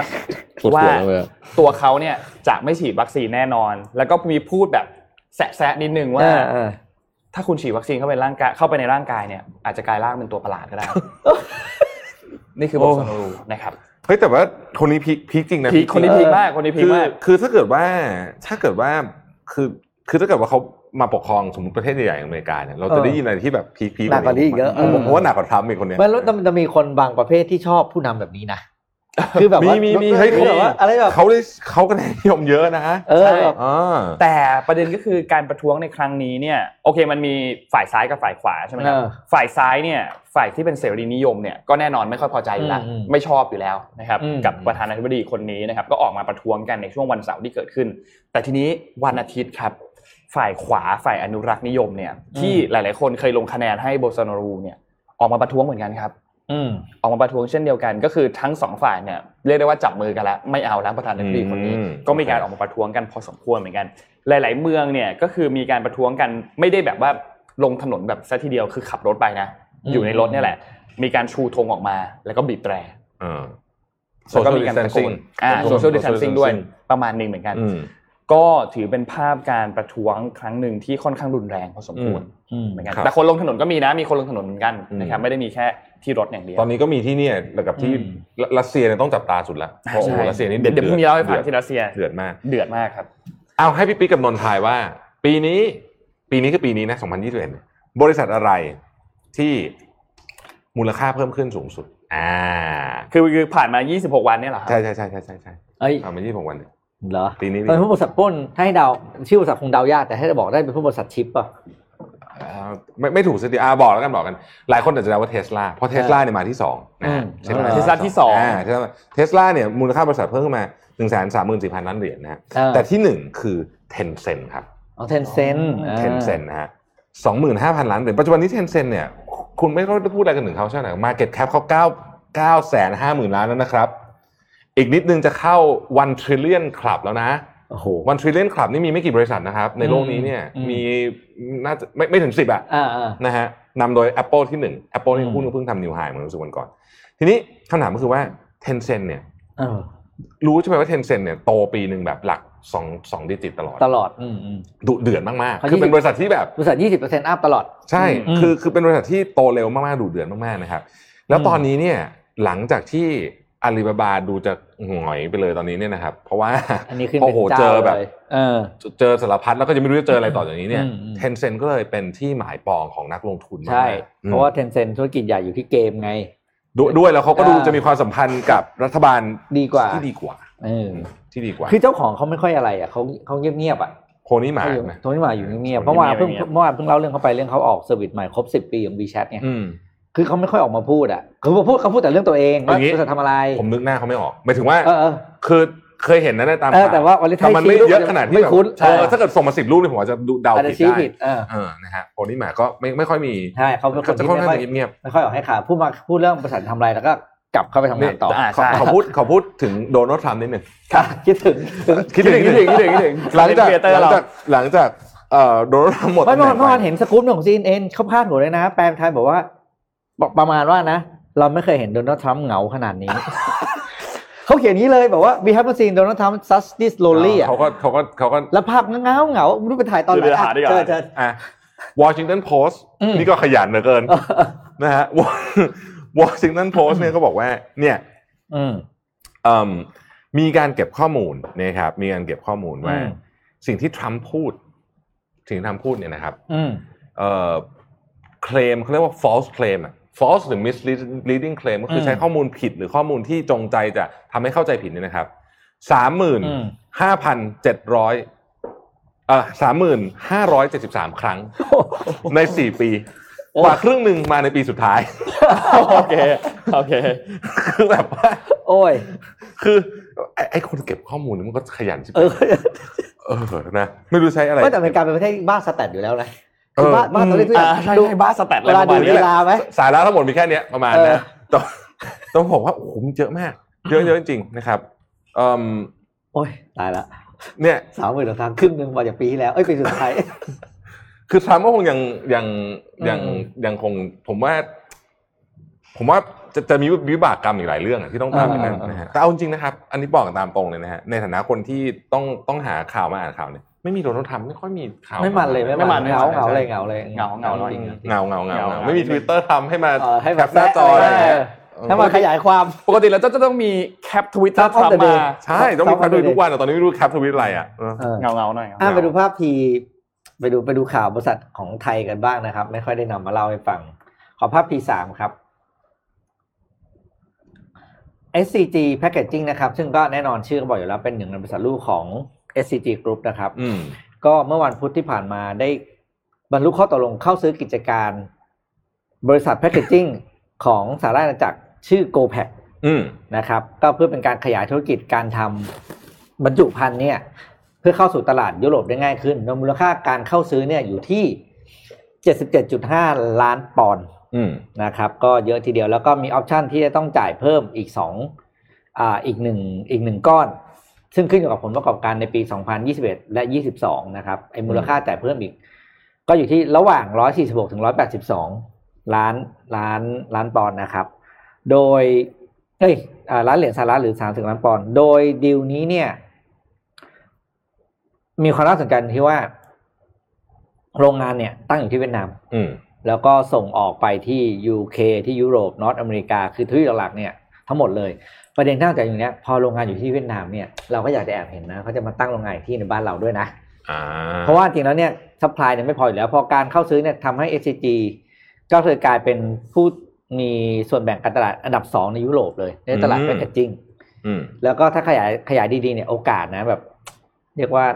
ปวด ว่า หัวเลยอะ ตัวเขาเนี่ยจะไม่ฉีดวัคซีนแน่นอน แล้วก็มีพูดแบบแสะๆนิดนึงว่า อ่าอ่า ถ้าคุณฉีดวัคซีนเข้าไปร่างกายเข้าไปในร่างกายเนี่ยอาจจะกลายร่างเป็นตัวประหลาดก็ ได้ นี่คือโบโซนารูนะครับ เฮ้ยแต่ว่าคนนี้พีคพีคจริงนะ พีค จ ค ริ น ง นี้ เออ พีคมากคนนี้พีค คือ มาก คือถ้าเกิดว่าถ้าเกิดว่าคือคือถ้าเกิดว่าเขามาปกครองสมมติประเทศใหญ่ๆอย่างอเมริกาเนี่ยเราจะได้ยินอะไรที่แบบพีคพี หนักกว่านี้อีกเยอะเออ ผมผมว่าหนักกว่าทรัมป์อีกคนเนี่ย มันแล้วมันจะมีคนบางประเภทที่ชอบผู้นำแบบ นี้นะ คือแบบว่า มีมีมี คือ เฮ้ย แบบว่าอะไรแบบ เขาได้เขาก็ได้นิยมเยอะนะ เออ ใช่ แบบ อ่า แต่ประเด็นก็คือการประท้วงในครั้งนี้เนี่ยโอเคมันมีฝ่ายซ้ายกับฝ่ายขวาใช่ไหม เอ ครับ อ ฝ่ายซ้ายเนี่ยฝ่ายที่เป็นเสรีนิยมเนี่ยก็แน่นอนไม่ค่อยพอใจอยู่แล้ว อืมอืม ไม่ชอบอยู่แล้วนะครับ อืม กับประธานาธิบดีคนนี้นะครับก็ออกมาประท้วงกันในช่วงวันเสาร์ที่เกิดขึ้น แต่ทีนี้วันอาทิตย์ครับ ฝ่ายขวาฝ่ายอนุรักษ์นิยมเนี่ยที่หลาย ๆ คนเคยลงคะแนนให้โบโซนารูเนี่ยออกมาประท้วงเหมือนกันครับ อืม ออกมาประท้วงเช่นเดียวกันก็คือทั้งสองฝ่ายเนี่ยเรียกได้ว่าจับมือกันแล้วไม่เอาแล้วประธานาธิบดีคนนี้ ก็มีการออกมาประท้วงกันพอสมควรเหมือนกัน หลาย ๆ เมืองเนี่ยก็คือมีการประท้วงกันไม่ได้แบบว่าลงถนนแบบซะทีเดียวคือขับรถไปนะ อืม อยู่ในรถเนี่ยแหละ มีการชูธงออกมาแล้วก็บีบแตร เออ แล้ว Social ก็มีการตะโกน distancing อ่า Social social distancing distancing ด้วยประมาณหนึงเหมือนกัน อืม ก็ถือเป็นภาพการประท้วงครั้งหนึ่งที่ค่อนข้างรุนแรงพอสมควร อืม เหมือนกัน ครับ แต่คนลงถนนก็มีนะมีคนลงถนนเหมือนกันนะครับ อืม ไม่ได้มีแค่ที่รถอย่างเดียว ตอนนี้ก็มีที่เนี่ยกับที่ อืม รัรัสเซียเนี่ยต้องจับตาสุดละเพราะโอ้โห ใช่ รัสเซียนี่ เดี๋ยวเดี๋ยวพรุ่งนี้เล่าให้ฟังที่รัสเซีย เดือดมาก เดือดมากครับ เอาให้พี่ปิ๊กกับนนท์ทายว่า ปีนี้ ปีนี้คือปีนี้นะ 2021 บริษัทอะไรที่มูลค่าเพิ่มขึ้นสูงสุด อ่า คือคือผ่านมา 26 วันเนี่ยเหรอค ใช่ รับ ใช่ใช่ใช่ใช่ใช่ เอ้ย เอามายี่สิบหกวัน เหรอ ปีนี้ ตอนผู้บริษัทปล้นถ้าให้เดาชื่อบริษัทคงเดายากแต่ให้บอกได้เป็นผู้บริษัทชิปป่ะ อ่าไม่ไม่ถูกสติอ่าบอกแล้วกันบอกกัน หลายคนอาจจะเดาว่าเทสลาเพราะเทสลาเนี่ยมาที่สองนะฮะ อืม ม เทสลาที่สอง อ่าเทสลาเทสลาเนี่ยมูลค่าบริษัทเพิ่มขึ้นมา1นึ่งแสนสามหมื่นสี่พันล้านเหรียญนะฮะ เออ แต่ที่หนึ่งคือเทนเซ็นครับ ของเทนเซน เทนเซ็นนะฮะสองหมื่นห้าพันล้านเหรียญปัจจุบันนี้เทนเซ็นเนี่ยคุณไม่ต้องพูดอะไรกันถึงเขาใช่ไหมมาเก็ตแคปเขาเก้าเก้าแสนห้าหมื่นล้านแล้วนะครับ อีกนิดนึงจะเข้าวันทริลเลียนคลับแล้วนะ โอ้โห วันทริลเลียนคลับนี่มีไม่กี่บริษัทนะครับ ในโลกนี้เนี่ย อืม มีน่าจะไม่ไม่ถึงสิบอะ อ่าอ่า นะฮะนำโดย Apple ที่ 1 Apple นี่ อืม หุ้นก็เพิ่งทำนิวไฮเหมือนรู้สึกวันก่อน ทีนี้คำถามก็คือว่า Tencent เนี่ย เออ รู้ใช่ไหมว่า Tencent เนี่ยโตปีหนึ่งแบบหลัก2 2ดิจิตตลอด ตลอดอืมอืม ดุเดือดมาก เขา ๆ คือเป็น 20 บริษัทที่แบบ บริษัทยี่สิบเปอร์เซ็นต์อัพตลอด ใช่ อืม คือคือเป็นบริษัทที่โตเร็วมากๆดุเดือดมากๆนะครับแล้วตอนนี้เนี่ยหลังจากที่อาลีบาบาดูจะหงอยไปเลยตอนนี้เนี่ยนะครับเพราะว่า อันนี้ขึ้น โอ้โห ป็น เจ จ้า อแบบ ลยเออ เจอสารพัดแล้วก็จะไม่รู้จะเจออะไรต่อจากนี้เนี่ย อืมอืม เทนเซ็นก็เลยเป็นที่หมายปองของนักลงทุนมากๆ ใช่ อืม เพราะว่าเทนเซนธุรกิจใหญ่อยู่ที่เกมไง ด้วยด้วยแล้วเขาก็ดู อ่า จะมีความสัมพันธ์กับรัฐบาล ดีกว่า ที่ดีกว่า เออ ที่ดีกว่า คือเจ้าของเขาไม่ค่อยอะไรอ่ะเขาเขาเงียบๆอ่ะ โคนี่หมา เขาอยู่ นะ โทนี่หมาอยู่เงียบๆเพราะว่าเพิ่ง เงียบๆ เมื่อวานเพิ่งเล่าเรื่องเขาไปเรื่องเขาออกเซอร์วิสใหม่ครบสิบปีของ WeChat เนี่ย อืม คือเขาไม่ค่อยออกมาพูดอ่ะคือพอพูดเขาพูดแต่เรื่องตัวเองว่า เอางี้ จะทำอะไร ผมนึกหน้าเขาไม่ออกหมายถึงว่า เออเออ คือเคยเห็นนะในตาม เออ ข่าว แต่ว่าวันนี้ แต่มันไม่ ชี้รูป เยอะขนาดที่ ไม่ แบบ คุ้น เออถ้าเกิดส่งมาสิบรูปเนี่ยผมอาจจะดูเดา อาจจะ ผิด ชี้ ได้ ผิดเออ เออนะฮะโคนี่หมาก็ไม่ไม่ค่อยมี ใช่เขาเป็นคน จะ ที่ ค่อน ไม่ ข้าง ค่อย จะเงียบ ไม่ค่อยออกให้ข่าวพูดมาพูดเรื่องประสานทำอะไรแล้วก็กลับเข้าไปทำงานต่อ เย อ่า ขอ ใช่ ขอพูดขอพูดถึงโดนัลด์ทรัมป์นิดหนึ่ง ค่ะ คิดถึงถึง คิดถึงคิดถึงคิดถึงคิดถึงหลังจาก Creator หลัง เรา จากหลังจากเอ่อโดนัลด์ทรัมป์หมด ไม่ ตำแห เมื่อวานน่ง เมื่อวาน ไป เห็นสกู๊ปหนึ่งของซีเอ็นเขาพาดหัวเลยนะ แปลไทยบอกว่าบอกประมาณว่านะ เราไม่เคยเห็นโดนัลด์ทรัมป์เหงาขนา ดนี้ เขาเขียนอย่างนี้เลยบอกว่า we haven't seen Donald Trump such this lonely อ่ะ เขาก็เขาก็เขาก็ แล้วภาพเงาๆเหงาไม่รู้ไปถ่ายตอนไหน เดี๋ยวไปหาดีกว่า เจอเจอ อ่ะวอชิงตันโพสต์ อืม นี่ก็ขยันเหลือเกินนะฮ ะวอชิงตันโพสต์เนี่ยก็บอกว่าเนี่ย อืม เอิ่มมีการเก็บข้อมูลนะครับ มีการเก็บข้อมูลว่า อืม สิ่งที่ทรัมป์พูด สิ่งที่ทรัมป์พูดเนี่ยนะครับ อืม เอ่อเคลมเขาเรียกว่า false claim อะ false หรือ misleading claim ก็คือใช้ข้อมูลผิดหรือข้อมูลที่จงใจจะทำให้เข้าใจผิดเนี่ยนะครับสามหมื่น อืม ห้าพันเจ็ดร้อยเอ่อสามหมื่นห้าร้อยเจ็ดสิบสามครั้งในสี่ปี กว่าครึ่งหนึ่งมาในปีสุดท้าย โอเคโอเค คือแบบว่า โอ้ย คือไอ้ไอ้คนเก็บข้อมูลนี่มันก็ขยันใช่ไหม เออ เออนะไม่รู้ใช้อะไร ไม่แต่อเมริกาเป็นประเทศบ้าสแตทอยู่แล้วนะ เออ คือบ้าบ้าตัวเลขทุกอย่าง อ่าใช่ ดู ใช่บ้าสแตทอะไร เวลา ประ ดู มาณนี้ เว แหละ ลาไหม สาระทั้งหมดมีแค่เนี้ยประมาณ เออ นะต้อง ต้องบอกว่าโอ้โหมันเยอะมาก เยอะเยอะจริงๆนะครับเอิ่ม โอ้ยตายละ เนี่ย สามหมื่นทางครึ่งหนึ่งมาจากปีที่แล้วเอ้ยปีสุดท้าย คือทรัมป์ก็คงยังยังยัง อืม ยังคงผมว่า ผมว่าจะจะมีวิบากกรรมอีกหลายเรื่องอะที่ต้องตาม เออ อีกนะ เออ นะฮะแต่เอาจริงๆนะครับ อันนี้บอกกันตามตรงเลยนะฮะในฐานะคนที่ต้องต้องหาข่าวมาอ่านข่าวเนี่ยไม่มีโดนัลด์ทรัมป์ไม่ค่อยมีข่าว ไม่มันเลย ไม่ ไม่ มั มัน น เหงา ไม่มัน เหงา ใช่ เลยเหงาเลย เหงาเหงาหน่อย จริงๆ เงาเงาเงาเงา เงา ไม่มีทวิตเตอร์ทำให้มา เออให้ แค มา ปหน้าจออะไร แซะ อย่างเงี้ย ให้มาขยายความ ปกติเราจะต้องมีแคปทวิตเตอร์ทรัมป์มา ใช่ต้องมีแคปทวิต เออ ทุกวันแต่ตอนนี้ไม่รู้แคปทวิตอะไรอ่ะเออ เออ เงาเงาๆหน่อยครับ อ่ะไปดูภาพทีไปดูไปดูข่าวบริษัทของไทยกันบ้างนะครับ ไม่ค่อยได้นำมาเล่าให้ฟัง ขอภาพทีสามครับ SCG Packaging นะครับ ซึ่งก็แน่นอนชื่อก็บอกอยู่แล้วเป็นหนึ่งในบริษัทลูกของ SCG Group นะครับ อืม ก็เมื่อวันพุธที่ผ่านมาได้บรรลุข้อตกลงเข้าซื้อกิจการ บริษัทแพคเกจิ้งของสหราชอาณาจักรชื่อ g o p a c อืม นะครับ ก็เพื่อเป็นการขยายธุรกิจการทำบรรจุภัณฑ์เนี่ย เพื่อเข้าสู่ตลาดยุโรปได้ง่ายขึ้นโดยมูลค่าการเข้าซื้อเนี่ยอยู่ที่ 77.5 ล้านปอนด์ อืม นะครับ ก็เยอะทีเดียวแล้วก็มีออปชันที่จะต้องจ่ายเพิ่มอีก2อ่าอีกหนึ่งอีกหนึ่งก้อน ซึ่งขึ้นอยู่กับผลประกอบการในปี 2021 และ 22 นะครับไอ้มูลค่าจ่ายเพิ่มอีก ก็อยู่ที่ระหว่าง 146 ถึง 182 ล้านล้านล้านปอนด์นะครับ โดยเอ้ยอ่าล้านเหรียญสหรัฐหรือสามสิบล้านปอนด์ โดยดีลนี้เนี่ย มีความน่าสนใจที่ว่า โรงงานเนี่ยตั้งอยู่ที่เวียดนาม อืม แล้วก็ส่งออกไปที่ยูเคที่ยุโรปนอตอเมริกา คือทวีปหลักๆเนี่ยทั้งหมดเลย ประเด็นที่น่าสนใจอยู่เนี้ยพอโรงงานอยู่ที่เวียดนามเนี่ยเราก็อยากจะแอบเห็นนะเขาจะมาตั้งโรงงานอีกที่ในบ้านเราด้วยนะ อ่า เพราะว่าจริงแล้วเนี่ยซัพพลายเนี่ยไม่พออยู่แล้ว พอการเข้าซื้อเนี่ยทำให้ SCG ก็คือกลายเป็นผู้มีส่วนแบ่งการตลาดอันดับ 2 ในยุโรปเลย ในตลาดแพคเกจิ้ง อืม แล้วก็ถ้าขยายขยายดีๆเนี่ยโอกาสนะแบบ เรียกว่า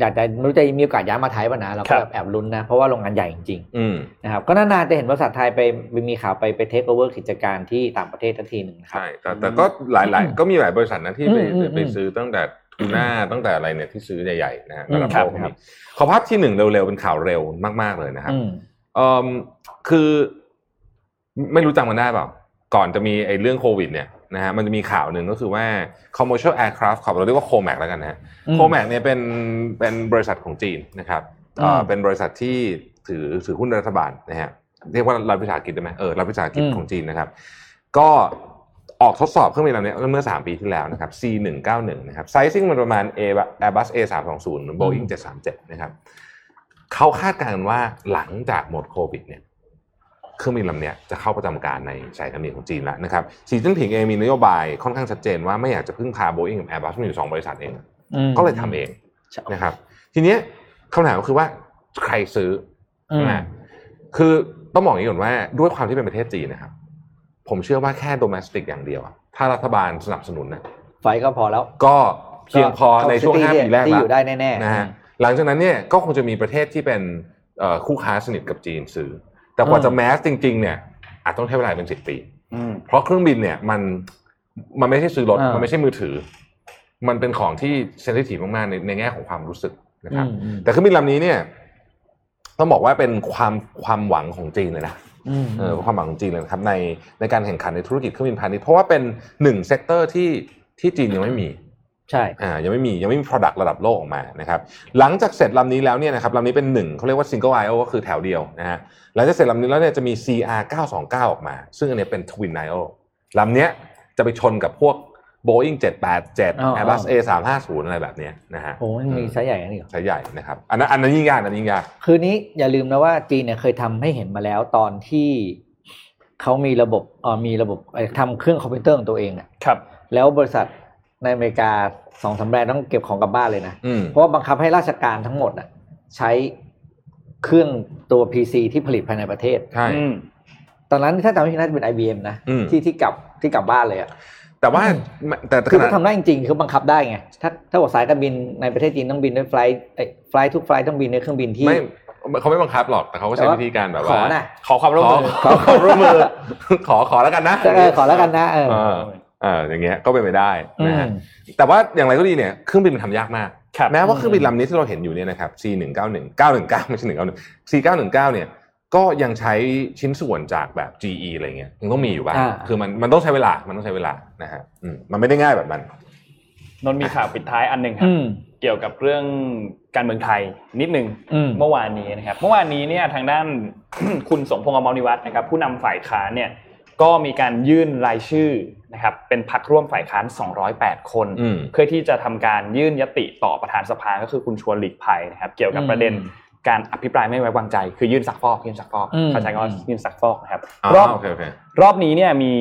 อยากจะไม่รู้จะมีโอกาสย้ายมาไทยป่ะนะเรา ครั ก็ บ แบบแอบลุ้นนะ เพราะว่าโรงงานใหญ่จริง อืม ๆนะครับก็นานๆจะเห็นบริษัทไทยไปมีข่าวไปไปเทคโอเวอร์กิจการที่ต่างประเทศทันทีหนึ่งนะครับ ใช่ แต่แต่ก็หลายหลายก็มีหลายบริษัทนะที่ไป อืมอืม ไปซื้อตั้งแต่ทูน่าตั้งแต่อะไรเนี่ยที่ซื้อใหญ่ๆนะฮะ อืม ระดับ ครั โล บ กก็ ครั มี บ ขอภาพที่หนึ่งเร็วๆ เป็นข่าวเร็วมากๆเลยนะครับ อืม เอ่อคือไม่รู้จำมันได้เปล่า ก่อนจะมีไอ้เรื่องโควิดเนี่ยนะฮะมันจะมีข่าวหนึ่งก็คือว่า commercial aircraft ขอเราเรียกว่าโคแมกแล้วกันนะฮะ อืม โคแมกเนี่ยเป็นเป็นบริษัทของจีนนะครับเอ่อ อืม เป็นบริษัทที่ถือถือหุ้นรัฐบาลนะฮะเรียกว่ารัฐวิสาหกิจได้ไหมเออรัฐวิสาหกิจ อืม ของจีนนะครับ ก็ออกทดสอบเครื่องบินลำเนี้ยเมื่อ 3 ปีที่แล้วนะครับ C191 นะครับไซซิ่งมันประมาณ A Airbus A320 หรือ Boeing 737 นะครับ เขาคาดการณ์ว่าหลังจากหมดโควิดเนี่ยเครื่องบินลำเนี้ยจะเข้าประจำการในสายการบินของจีนแล้วนะครับสีจิ้นผิงเองมีนโยบายค่อนข้างชัดเจนว่าไม่อยากจะพึ่งพา Boeing กับ Airbus มีอยู่สองบริษัทเอง อืม ก็เลยทำเอง ใช่ นะครับ ทีเนี้ยคำถามก็คือว่าใครซื้อ อืม นะคือต้องบอกอย่างนี้ก่อนว่าด้วยความที่เป็นประเทศจีนนะครับ ผมเชื่อว่าแค่ domestic อย่างเดียวอะถ้ารัฐบาลสนับสนุนนะ ไฟก็พอแล้ว ก็เพียงพอในช่วง ก็ capacity 5 ปีแรก ที่ ละ อยู่ได้แน่ๆ นะฮะหลังจากนั้นเนี่ยก็คงจะมีประเทศที่เป็นเอ่อคู่ค้าสนิทกับจีนซื้อ แต่กว่า อืม จะแมสจริง ๆ เนี่ยอาจต้องใช้เวลาเป็นสิบปี อืม เพราะเครื่องบินเนี่ยมันมันไม่ใช่ซื้อรถ อ่ามั มันไม่ใช่มือถือ มันเป็นของที่เซนซิทีฟมากๆในในแง่ของความรู้สึกนะครับ อืมอืม แต่เครื่องบินลำนี้เนี่ยต้องบอกว่าเป็นความความหวังของจีนเลยนะ อืม เออความหวังของจีนเลยนะครับในในการแข่งขันในธุรกิจเครื่องบินพาณิชย์เพราะว่าเป็นหนึ่งเซกเตอร์ที่ที่จีนยังไม่มี ใช่ อ่ายังไม่มียังไม่มี Product ระดับโลกออกมานะครับหลังจากเสร็จลำนี้แล้วเนี่ยนะครับลำนี้เป็นหนึ่งเขาเรียกว่า Single I/O ก็คือแถวเดียวนะฮะหลังจากเสร็จลำนี้แล้วเนี่ยจะมี CR 929ออกมา ซึ่งอันเนี้ยเป็น Twin I/O ลำเนี้ยจะไปชนกับพวก Boeing 787 Airbus A 3 5 0อะไรแบบเนี้ยนะฮะ โอ้ยมีไซส์ใหญ่กันอีกเหรอ ใช้ใหญ่นะครับอันนั้นอันนั้นยิ่งยากอันนั้นยิ่งยาก คือนี้อย่าลืมนะว่าจีนเนี่ยเคยทำให้เห็นมาแล้วตอนที่เขามีระบบเอ่อมีระบบเอ่อทำเครื่องคอมพิวเตอร์ของตัวเองอะ ครับ แล้วบริษัทในอเมริกาสองสามแบรนด์ต้องเก็บของกลับบ้านเลยนะ อืม เพราะว่าบังคับให้ราชการทั้งหมดอะใช้เครื่องตัว PC ที่ผลิตภายในประเทศ ใช่ อืม ตอนนั้นถ้าจำไม่ผิดน่าจะเป็น IBM นะ อืม ที่ที่กลับที่กลับบ้านเลยอะ แต่ว่าแต่แต่ คือ ขนา เขา ด ทำได้จริงๆคือบังคับได้ไงถ้าถ้าบอกสายการบินในประเทศจีนต้องบินด้วยไฟล์ไอ้ไฟล์ทุกไฟล์ต้องบินด้วยเครื่องบินที่ ไม่เขาไม่บังคับหรอกแต่เขาก็ใช้ แต่ว่า วิธีการแบบ ข ว่า อน่ะ ขอความร่วม ขอ มือ ขอขอร่วมมือ ขอขอแล้วกันนะ เออขอแล้วกันนะเออ เออเอออย่างเงี้ยก็เป็นไปได้ อืมนะฮะ แต่ว่าอย่างไรก็ดีเนี่ยเครื่องบินมันทำยากมาก ครับ แม้ว่าเครื่องบินลำนี้ที่เราเห็นอยู่เนี่ยนะครับ C191 919ไม่ใช่191 C919 เนี่ยก็ยังใช้ชิ้นส่วนจากแบบ GE อะไรเงี้ยยังต้องมีอยู่บ้าง า คือมันมันต้องใช้เวลามันต้องใช้เวลานะฮะอืมมันไม่ได้ง่ายแบบนั้น นนท์มีข่าวปิดท้ายอันหนึ่งครับ อืม เกี่ยวกับเรื่องการเมืองไทยนิดหนึ่ง อืม เมื่อวานนี้นะครับ เมื่อวานนี้เนี่ยทางด้าน คุณสมพงษ์อมรนิวัฒน์นะครับ ผู้นำฝ่ายค้านเนี่ยก็มีการยื่นรายชื่อนะครับ เป็นพักร่วมฝ่ายค้าน 208 คน อืม เพื่อที่จะทำการยื่นยติต่อประธานสภาก็คือคุณชวนหลีกภัยนะครับ เกี่ยวกับประเด็น อืม การอภิปรายไม่ไว้วางใจ คือยื่นซักฟอกยื่นซักฟอก อืม เข้าใจก็ยื่นซักฟอกนะครับ อ่าร อบ โอเคโอเค รอบนี้เนี่ยมี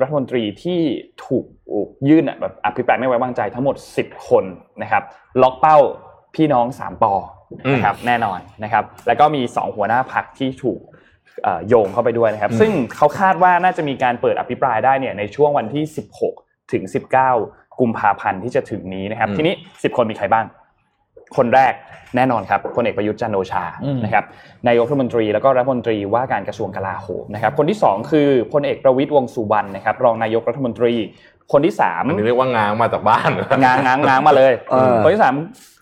รัฐมนตรีที่ถูกยื่นอะแบบอภิปรายไม่ไว้วางใจทั้งหมด 10 คนนะครับ ล็อกเป้าพี่น้อง 3ปอนะครับแน่นอนนะครับ แล้วก็มี 2 หัวหน้าพักที่ถูกเอ่อโยงเข้าไปด้วยนะครับ ซึ่งเขาคาดว่าน่าจะมีการเปิดอภิปรายได้เนี่ยในช่วงวันที่ 16 ถึง 19 กุมภาพันธ์ที่จะถึงนี้นะครับ ทีนี้ 10 คนมีใครบ้าง คนแรกแน่นอนครับพลเอกประยุทธ์จันทร์โอชา อืม นะครับ นะครับนายกรัฐมนตรีแล้วก็รัฐมนตรีว่าการกระทรวงกลาโหมนะครับ คนที่สองคือพลเอกประวิตรวงษ์สุวรรณนะครับ รองนายกรัฐมนตรี คนที่สาม อันนี้เรียกว่างางมาจากบ้าน ง้างง้างง้างมาเลย เออ คนที่สาม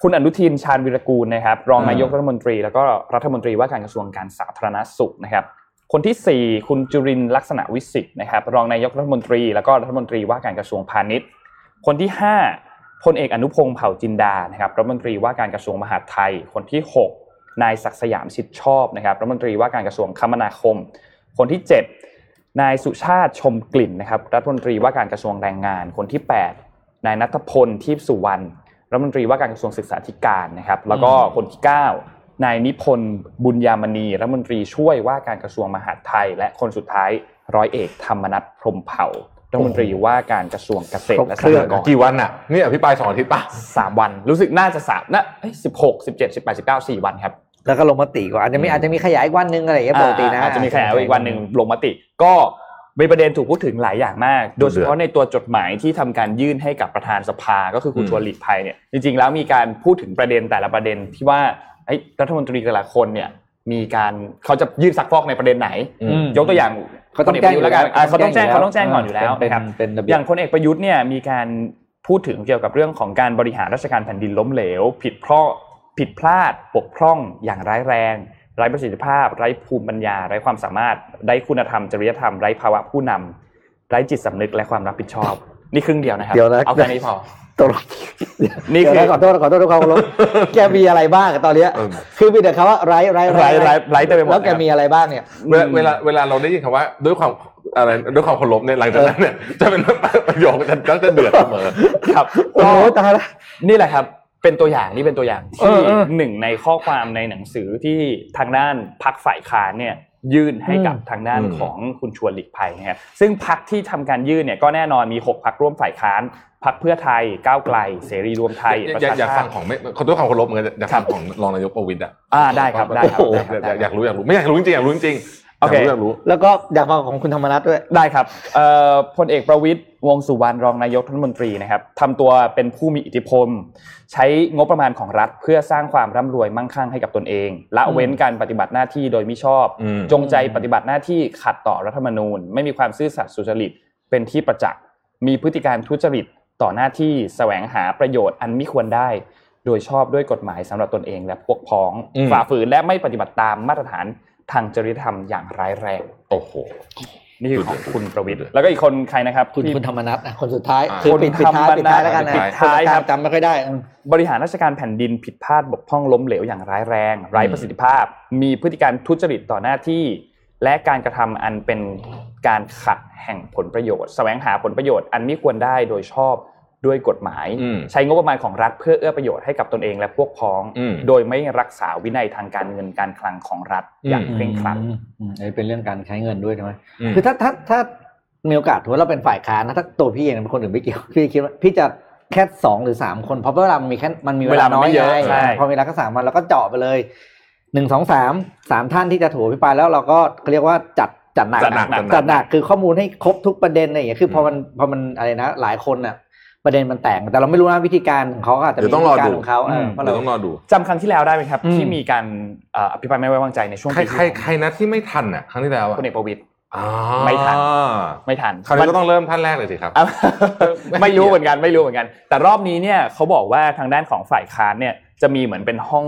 คุณอนุทินชาญวิรกูลนะครับ รองนายกรัฐมนตรี แล้วก็รัฐมนตรีว่าการกระทรวงการสาธารณสุขนะครับ คนที่สี่คุณจุรินทร์ลักษณะวิสิทธิ์นะครับ รองนายกรัฐมนตรี แล้วก็รัฐมนตรีว่าการกระทรวงพาณิชย์ คนที่ห้าพลเอกอนุพงษ์เผ่าจินดานะครับรัฐมนตรีว่าการกระทรวงมหาดไทย คนที่หกนายศักดิ์สยามชิดชอบนะครับรัฐมนตรีว่าการกระทรวงคมนาคม คนที่เจ็ดนายสุชาติชมกลิ่นนะครับรัฐมนตรีว่าการกระทรวงแรงงาน คนที่แปดนายนัทพลทิพสุวรรณรัฐมนตรีว่าการกระทรวงศึกษาธิการนะครับ แล้วก็คนที่เก้านายนิพนธ์บุญยามณีรัฐมนตรีช่วยว่าการกระทรวงมหาดไทย และคนสุดท้ายร้อยเอกธรรมนัฐพรหมเผ่ารัฐมนตรีว่าการกระทรวงเกษตรและสหกรณ์ กี่วันอ่ะนี่อภิปรายสองอาทิตย์ป่ะ สามวันรู้สึกน่าจะสามนะสิบหกสิบเจ็ดสิบแปดสิบเก้าสี่วันครับ แล้วก็ลงมติก่อนอาจจะมีอาจจะมีขยายอีกวันหนึงอะไรอย่างเงี้ยปกตินะ อ่าอาจจะมีขยายไว้อีกวันหนึ่งลงมติ ก็มีประเด็นถูกพูดถึงหลายอย่างมาก โดยเฉพาะในตัวจดหมายที่ทำการยื่นให้กับประธานสภาก็คือคุณชวนหลีกภัยเนี่ยจริงๆแล้วมีการพูดถึงประเด็นแต่ละประเด็นที่ว่าเอ้ยรัฐมนตรีแต่ละคนเนี่ยมีการเขาจะยื่นซักฟอกในประเด็นไหน อืม ยกตัวอย่าง เขาต้อง พลกประยุทธ์แล้วกัน แจ้งอยู่แล้ว อ่าเขาต้องแจ้งเขาต้องแจ้งก่อนอเอออยู่ แล้ว เป็น นะครับ เป็นระเบียบ อย่างพลเอกประยุทธ์เนี่ยมีการพูดถึงเกี่ยวกับเรื่องของการบริหารราชการแผ่นดินล้มเหลว ผิดเพราะผิดพลาดบกพร่องอย่างร้ายแรง ไร้ประสิทธิภาพ ไร้ภูมิปัญญา ไร้ความสามารถไร้คุณธรรมจริยธรรมไร้ภาวะผู้นำไร้จิตสำนึกและความรับผิดชอบ นี่ครึ่งเดียวนะครับ เดี๋ยวนะ เอาแค่นี้พอ ตกลง นี่คือ เดี๋ยวะขอโทษขอโทษทุกคนลง แกมีอะไรบ้างอะตอนเนี้ย เออ คือมีแต่คำว่าไร้ไร้ ไร้ไร้ไร้เต็มไปหมด แล้วแกมีอะไรบ้างเนี่ย เวลาเวลาเวลาเราได้ยินคำว่าด้วยความอะไรด้วยความเคารพเนี่ยหลังจากนั้นเนี่ยจะเป็นประโยคจะก็จะเดือดเสมอ ครับ โอ้ ก็ โหตายละ นี่แหละครับเป็นตัวอย่างนี่เป็นตัวอย่าง เอ ที่ อเออ หนึ่งในข้อความในหนังสือที่ทางด้านพักฝ่ายค้านเนี่ยยื่นให้กับ อืม ทางด้าน อืม ของคุณชวนหลีกภัยนะครับซึ่งพักที่ทำการยื่นเนี่ยก็แน่นอนมี 6พักร่วมฝ่ายค้านพักเพื่อไทยก้าวไกล เสรีรวมไทย อยาก ประ อชายากอยาก ชา ฟัง ติ ของไม่ขอด้วยความเคารพเหมือนกันอยากฟัคงรับ ของรองนายกประวิตรอ่ะ อ่าได้ครับได้ครับได้ครับ อได้คยากอรัยาบ กรู้อยากรู้ไม่อยากรู้จริงๆอยากรู้จริงๆ โอเค ยากรู้อยากรู้ แล้วก็อยากฟังของคุณธรรมนัทด้วย ได้ครับเอ่อพลเอกประวิตร วงษ์สุวรรณรองนายกรัฐมนตรีนะครับทำตัวเป็นผู้มีอิทธิพลใช้งบประมาณของรัฐเพื่อสร้างความร่ำรวยมั่งคั่งให้กับตนเอง ละเว้นการปฏิบัติหน้าที่โดยมิชอบ อืม จงใจปฏิบัติหน้าที่ขัดต่อรัฐธรรมนูญ ไม่มีความซื่อสัตย์สุจริตเป็นที่ประจักษ์มีพฤติการทุจริตต่อหน้าที่แสวงหาประโยชน์อันมิควรได้ โดยชอบด้วยกฎหมายสำหรับตนเองและพวกพ้อง อืม ฝ่าฝืนและไม่ปฏิบัติตามมาตรฐานทางจริยธรรมอย่างร้ายแรง โอ้โห นี่คือของคุณประวิทย์แล้วก็อีกคนใครนะครับ คุณ ที่ คุณธรรมนัทนะคนสุดท้าย อ่า คือปิดปิดท้ายปิดท้ายแล้วกันนะ ปิดท้ายครับ จำไม่ค่อยได้อืม บริหารราชการแผ่นดินผิดพลาดบกพร่องล้มเหลวอย่างร้ายแรง ไร้ประสิทธิภาพ มีพฤติการทุจริตต่อหน้าที่ และการกระทำอันเป็นการขัดแห่งผลประโยชน์แสวงหาผลประโยชน์อันไม่ควรได้โดยชอบด้วยกฎหมาย อืม ใช้งบประมาณของรัฐเพื่อเอื้อประโยชน์ให้กับตนเองและพวกพ้อง อืม โดยไม่รักษาวินัยทางการเงินการคลังของรัฐอย่างเคร่งครัด อืมอืมอันนี้เป็นเรื่องการใช้เงินด้วยใช่ไหม อืม คือถ้าถ้าถ้ามีโอกาสถือว่าเราเป็นฝ่ายค้านนะถ้าตัวพี่เองเป็นคนอื่นไม่เกี่ยว พี่คิดว่าพี่จะแค่สองหรือสามคนเพราะเวลามันมีแค่มันมีเว เว ลา ลา น้มันอยไม่เยอะ ไง ใช่ พอมีเวลาแค่สามวันเราก็เจาะไปเลยหนึ่งสองสามสามท่านที่จะถูกพิปรายแล้วเราก็เรียกว่าจัดจัดหนัก จัดหนัก อะ จัดหนัก จัดหนักคือข้อมูลให้ครบทุกประเด็นอะไรอย่างเงี้ยคือพอ ม มันพอมันอะไรนะ หลายคนอ่ะ ประเด็นมันแตกแต่เราไม่รู้นะวิธีการของเขาอาจจะมี เดี๋ยวต้องรอ วิธี ดู การของเขาเออเพราะ เรา เรา ต้องรอดู จำครั้งที่แล้วได้ไหมครับ อืม ที่มีการเอ่ออภิปรายไม่ไว้วางใจในช่วง ใคร ปี ใค ที่ รใครนะที่ไม่ทันอ่ะครั้งที่แล้วอ่ะ พลเอกประวิตย อ่า ไม่ทัน ไม่ทัน คราวนี้ก็ต้องเริ่มท่านแรกเลยสิครับ อ่ะ ไม่รู้เหมือนกันไม่รู้เหมือนกัน แต่รอบนี้เนี่ยเขาบอกว่าทางด้านของฝ่ายค้านเนี่ยจะมีเหมือนเป็นห้อง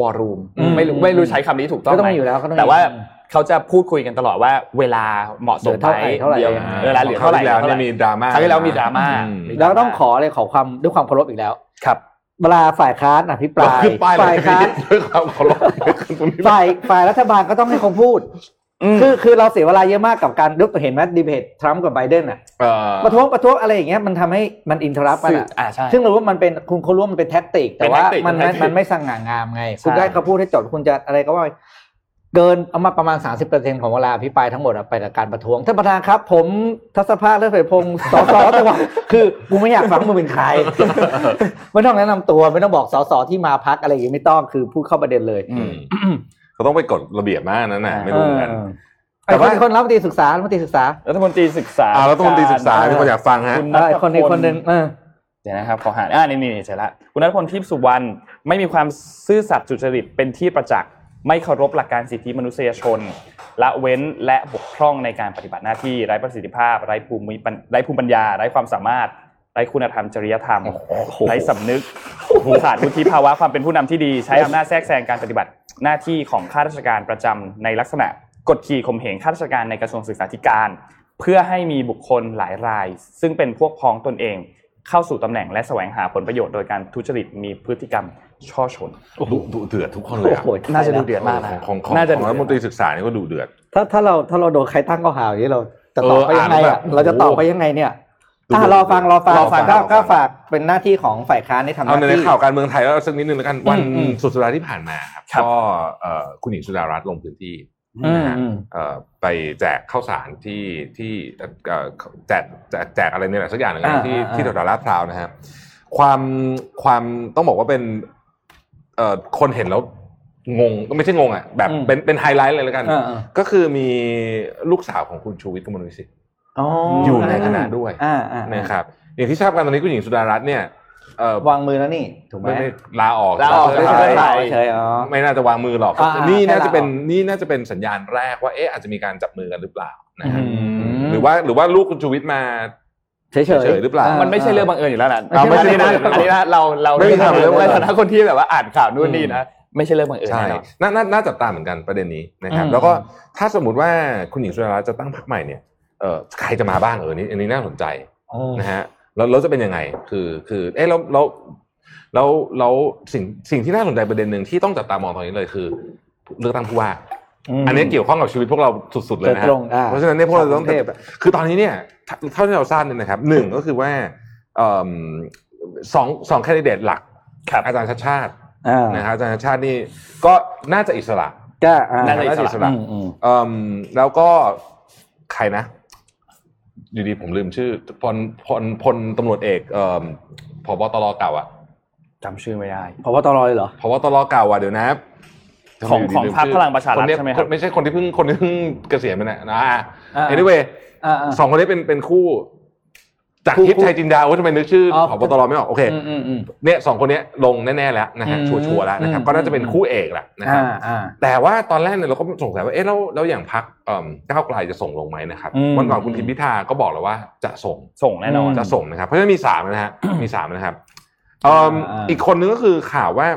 วอรูม อืม ไม่รู้ไม่รู้ใช้คำนี้ถูกต้อง ก็ต้อง ไหม มีอยู่แล้วก็ต้องมี แต่ว่าเขาจะพูดคุยกันตลอดว่าเวลาเหมาะสม เหลือเท่าไหร่เท่าไหร่ ดี๋ยว อ่า เวลาเหลือเท่าไหร่ คงที่แล้วเนี่ยมีดราม่า ครั้งที่แล้วมีดราม่า อืม มีดราม่า แล้วก็ต้องขอเลยขอความด้วยความเคารพอีกแล้ว ครับ เวลาฝ่ายค้านอภิปราย ขึ้นป้ายเล ฝ่ายยค้าน ด้วยความเคารพขึ้นตรงนี้ ฝ่ายฝ่ายรัฐบาลก็ต้องให้คงพูด อืม คือคือเราเสียเวลาเยอะมากกับการยกเห็นไหมดีเบตทรัมป์กับไบเดนอ่ะ เอ่อ ประท้วงประท้วงอะไรอย่างเงี้ยมันทำให้มันอินทรัพย์ สื่อ อ่ะ อ่าใช่ ซึ่งเรารู้ว่ามันเป็นคุณเขารู้ว่ามันเป็นแท็กติก แต่ เป็นแท็ ว่าก ติก มัน เป็นแท็กติก มันไม่สง่างามไง คุณ ใช่ ได้เขาพูดให้จบคุณจะอะไรก็ว่าไปเกินเอามาประมาณ 30%ของเวลาอภิปรายทั้งหมดอะไปกับการประท้วงท่านประธานครับ ผมทัศภาคเลิศเผยพงศ์ สสจังหวัดคือกูไม่อยากฟังมึงเป็นใคร ไม่ต้องแนะนำตัวไม่ต้องบอกสสที่มาพักอะไรอย่างนี้ไม่ต้องคือพูดเข้าประเด็นเลย อืม เขาต้องไปกดระเบียบมากนั่นน่ะไม่รู้เหมือนกัน เออแต่ว่าคนรับมนตรีศึกษารัฐมนตรีศึกษา รัฐมนตรีศึกษา อ่าแล้วต้องตีศึกษามีคนอยากฟังฮะ คุณ เออไอ้คน พล นี้คนหนึ่งเออ เดี๋ยวนะครับขอหาอ่านี่นี่เจอละคุณนัทพลทิพย์สุวรรณไม่มีความซื่อสัตย์สุจริตเป็นที่ประจักษ์ไม่เคารพหลักการสิทธิมนุษยชน ละเว้นและบกพร่องในการปฏิบัติหน้าที่ไร้ประสิทธิภาพไร้ภูมิปัญไร้ภูมิปัญญาไร้ความสามารถไร้คุณธรรมจริยธรรมไร้สำนึกขาดวุฒิภาวะความเป็นผู้นำที่ดี ใช้อำนาจแทรกแซงการปฏิบัติหน้าที่ของข้าราชการประจำในลักษณะกดขี่ข่มเหงข้าราชการในกระทรวงศึกษาธิการ เพื่อให้มีบุคคลหลายราย ซึ่งเป็นพวกพ้องตนเอง เข้าสู่ตำแหน่งและแสวงหาผลประโยชน์โดยการทุจริตมีพฤติกรรมช่อชน ดุดุเดือดทุกคนเลยอะ โอ้โห น่าจะดูเดือดมากนะ ของของของ น่าจะ ของรัฐมนตรีศึกษานี่ก็ดูเดือด ถ้าถ้าเราถ้าเราโดนใครตั้งข้อหาอย่างนี้เราจะตอบ เออ ไปยังไง อ่านแล้ อ่ะ วแบบ เราจะตอบไปยังไงเนี่ย ดูดู อ่ะรอฟังรอฟัง รอฟัง ก็ รอฟัง ก็ฝากเป็นหน้าที่ของฝ่ายค้านที่ทำห เอา น้า ใน ที่ ข่าวการเมืองไทยแล้วสักนิดนึงแล้วกันวัน อืมอืม สุดสัปดาห์ที่ผ่านมาครับ ครับ ก็เอ่อคุณหญิงสุดารัตน์ลงพื้นที่ อืม นะฮะ อืม เอ่อไปแจกข้าวสารที่ที่เอ่อแจกแจกแจกอะไรเนี่ยแหละสักอย่างหนึงนะ อ่า ที่ อ่า ที่แถวๆลาดพร้าวนะฮะความความต้องบอกว่าเป็นเอ่อคนเห็นแล้วงงก็ไม่ใช่งงอ่ะแบบเป็นเป็นไฮไลท์เลยแล้วกัน เออเออ ก็คือมีลูกสาวของคุณชูวิทย์กมลวิสิทธิ์ อ๋อ ม อยู่ในคณะด้วย อ่าอ่าอ่า นะครับอย่างที่ทราบกันตอนนี้คุณหญิงสุดารัตน์เนี่ยเอ่อ วางมือแล้วนี่ถูกไหม ไม่ไม่ลาออก ลาออก จ จาก ก เพื่ เพื่ อ อ ไท ไท ย ย เฉยๆอ๋อ ไม่น่าจะวางมือหรอก อ่า นี่น่าจะเป็น แค่ลาออก นี่น่าจะเป็นสัญญาณแรกว่าเอ๊ะอาจจะมีการจับมือกันหรือเปล่านะฮะ อืม หรือว่าหรือว่าลูกคุณชูวิทย์มา เฉยๆ เฉยๆหรือเปล่า มันไม่ใช่เรื่องบังเอิญอยู่แล้วนะ อ่าไม่ใช่ อันนี้นะอันนี้นะเราเรา ไม่มีทางเป็นเรื่องบัง ใน เอิญ ฐานะคนที่แบบว่าอ่านข่าวนู่นนี่นะไม่ใช่เรื่องบังเอิญ ใช่ แน่นอน น่าน่าน่าจับตาเหมือนกันประเด็นนี้นะครับ อืม แล้วก็ถ้าสมมติว่าคุณหญิงสุดารัตน์จะตั้งพรรคใหม่เนี่ยเอ่อใครจะมาบ้างเออนี่อันนี้น่าสนใจ อ๋อ นะฮะแล้วแล้วจะเป็นยังไงคือคือเอ๊ะแล้วแล้วแล้วแล้วสิ่งสิ่งที่น่าสนใจประเด็นหนึ่งที่ต้องจับตามองตอนนี้เลยคือ เลือกตั้งผู้ว่า อันนี้เกี่ยวข้องกับชีวิตพวกเราสุดๆเลยนะโดฮะยตรงอ่า เพราะฉะนั้นเนี่ยพวกเราต้กองรุงเทพอะ คือตอนนี้เนี่ยถ้าเท่าที่เราทราบเนี่ยนะครับหนึ่งก็คือว่าเอิ่มสองสองแคนดิเดตหลักอาจารย์ชาติชาติ อ่า นะครับอาจารย์ชาติชาตินี่ก็น่าจะอิสระ ก็อ่า น่าจะอิสระ อืมอืม เอิ่มแล้วก็ใครนะ อยู่ดีผมลืมชื่อพลพลพลตำรวจเอกเอ่อผบตรเก่าอ่ะ จำชื่อไม่ได้ พบตรเลยเหรอ พบตรเก่าอ่ะเดี๋ยวนะ ของ ทำไมยู่ของดีลืม พรรค ชื่ พลังประชารัฐ คนเนี้ย ใช่ไหมครับ นไม่ใช่คนที่เพิ่งคนที่เพิ่งเกษียณไปนะนะ อ่า เอ y w เว อ่าอ่า สองคนนี้เป็นเป็นคู่ จากทิพย์ชัยจินดาโอ้ยทำไมนึกชื่อผบตรไม่ออกโอเค อืมอืมอืม เนี่ยสองคนเนี้ยลงแน่ๆแล้วนะฮะ อื ชั ม วร์ๆแล้วนะครับ อืม ก็น่าจะเป็นคู่เอกแหละนะครับ อ่าอ่า แต่ว่าตอนแรกเนี่ยเราก็สงสัยว่าเอ๊ะแล้วแล้วอย่างพักก้าวไกลจะส่งลงไหมนะครับ อืม วันก่อนคุณทิมพิธาก็บอกแล้วว่าจะส่ง ส่งแน่นอน ม จะส่งนะครับ เพราะฉะนั้นมีสามนะฮะ มีสามนะครับเอิ่ม อ่า อีกคนนึงก็คือข่าวว่า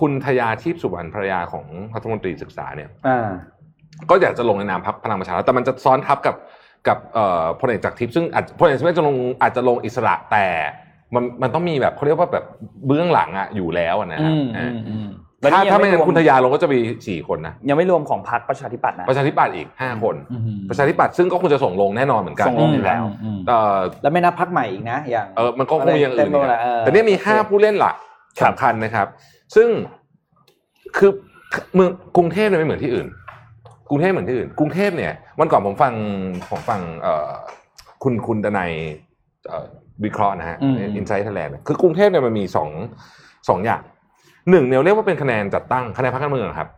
คุณทยาทิพย์สุวรรณภรรยาของรัฐมนตรีศึกษาเนี่ย อ่า ก็อยากจะลงในนามพักพลังประชารัฐแต่มันจะซ้อนทับกับกับเอ่อพลเอกจากทิพย์ซึ่งอาจพลเอกจากทิพย์จะลงอาจจะลงอิสระแต่มันมันต้องมีแบบเขาเรียกว่าแบบเบื้องหลังอะอยู่แล้วอะนะค อื รับ ม เอ อื อ มอืม ถ้าถ้าไม่งั้น แล้วนี่ยังไม่รวม คุณทยาลงก็จะมีสี่คนนะ ยังไม่รวมของพรรคประชาธิปัตย์นะ ประชาธิปัตย์อีกห้าคน อืม ประชาธิปัตย์ซึ่งก็คงจะส่งลงแน่นอนเหมือนกัน ส่งลงอยู่แล้ว อืม เอ่อ แล้วไม่นับพักใหม่อีกนะ อย่าง เออมันก็คงมีอย่างอื่น เต็มไปหมดอะเออ แต่เนี่ยมีห้าผู้เล่นหลักสำคัญนะครับ ซึ่งคือเมืองกรุงเทพเนี่ยไม่เหมือนที่อื่น กรุงเทพเหมือนที่อื่น กรุงเทพเนี่ยวันก่อนผมฟังผมฟังเอ่อคุณคุณดนัยเอ่อวิเคราะห์นะฮะ อืม อินไซต์แถลงคือกรุงเทพเนี่ยมันมีสองสองอย่างหนึ่งเนี่ยเรียกว่าเป็นคะแนนจัดตั้งคะแนนพรรคการเมืองครับ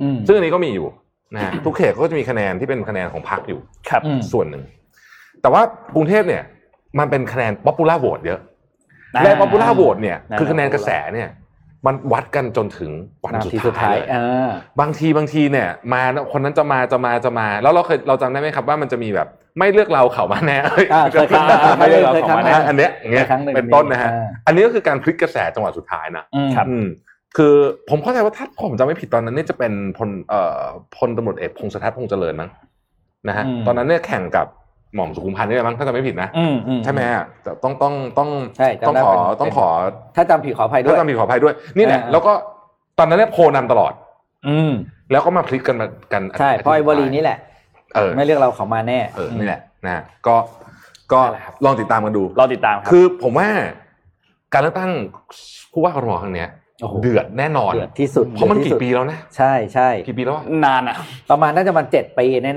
อืม ซึ่งอันนี้ก็มีอยู่นะฮะทุกเขตก็จะมีคะแนนที่เป็นคะแนนของพรรคอยู่ ครับ อืม ส่วนหนึ่ง แต่ว่ากรุงเทพเนี่ยมันเป็นคะแนนป๊อปปูล่าโหวตเยอะ และ อ่า p ๊อปปูล่าโหวตเนี่ย นะ คือคะแนนกระแสเนี่ย มันวัดกันจนถึงวัน นา สุด ทีสุด ท้า ท้าย ย เลย อ่า บางทีบางทีเนี่ย มาแล้วคนนั้นจะมาจะมาจะมา แล้วเราเคยเราจำได้ไหมครับว่ามันจะมีแบบไม่เลือกเราเขามาแน่เอ้ย อ่าเคยครั้งหนึ่ง ไม่เลือกเราเขามาแน่ เคยครั้งหนึ่ง อันเนี้ยอย่างเงี้ย เคยครั้งหนึ่ง เป็นต้นนะฮะ อ่า อันนี้ก็คือการพลิกกระแสจังหวะสุดท้ายนะ อืม ครับ อืมคือผมเข้าใจว่าถ้าผมจำไม่ผิดตอนนั้นเนี่ยจะเป็นพลเอ่อพลตำรวจเอกพงศธรพงษ์เจริญมั้งนะฮะ อืม ตอนนั้นเนี่ยแข่งกับหม่อมสุขุมพันธ์นี่แหละมั้งถ้าจำไม่ผิดนะ อืมอืม ใช่ไหมอะแต่ต้องต้องต้อง ใช่จำได้ ต้องขอ เป็น ต้องขอ ถ้าจำผิดขออภัยด้วย ถ้าจำผิดขออภัยด้วยนี่แหละ อ่า แล้วก็ตอนนั้นเนี่ยโพลนำตลอด อืม แล้วก็มาพลิกกันมากัน ใช่เพราะไอ้วลีนี้แหละ เออ ไม่เลือกเราเขามาแน่ เออนี่แหละนะฮะก็ก็ลองติดตามกันดู รอติดตามครับ คือผมว่าการเลือกตั้งผู้ว่ากรทมครั้งเนี้ย โอ้โห เดือดแน่นอน เดือดที่สุด เพราะมันกี่ ดือดที่สุด ปีแล้วนะ ใช่ใช่ กี่ปีแล้วอะ นานอ่ะ ประมาณน่าจะมันเจ็ดปีแน่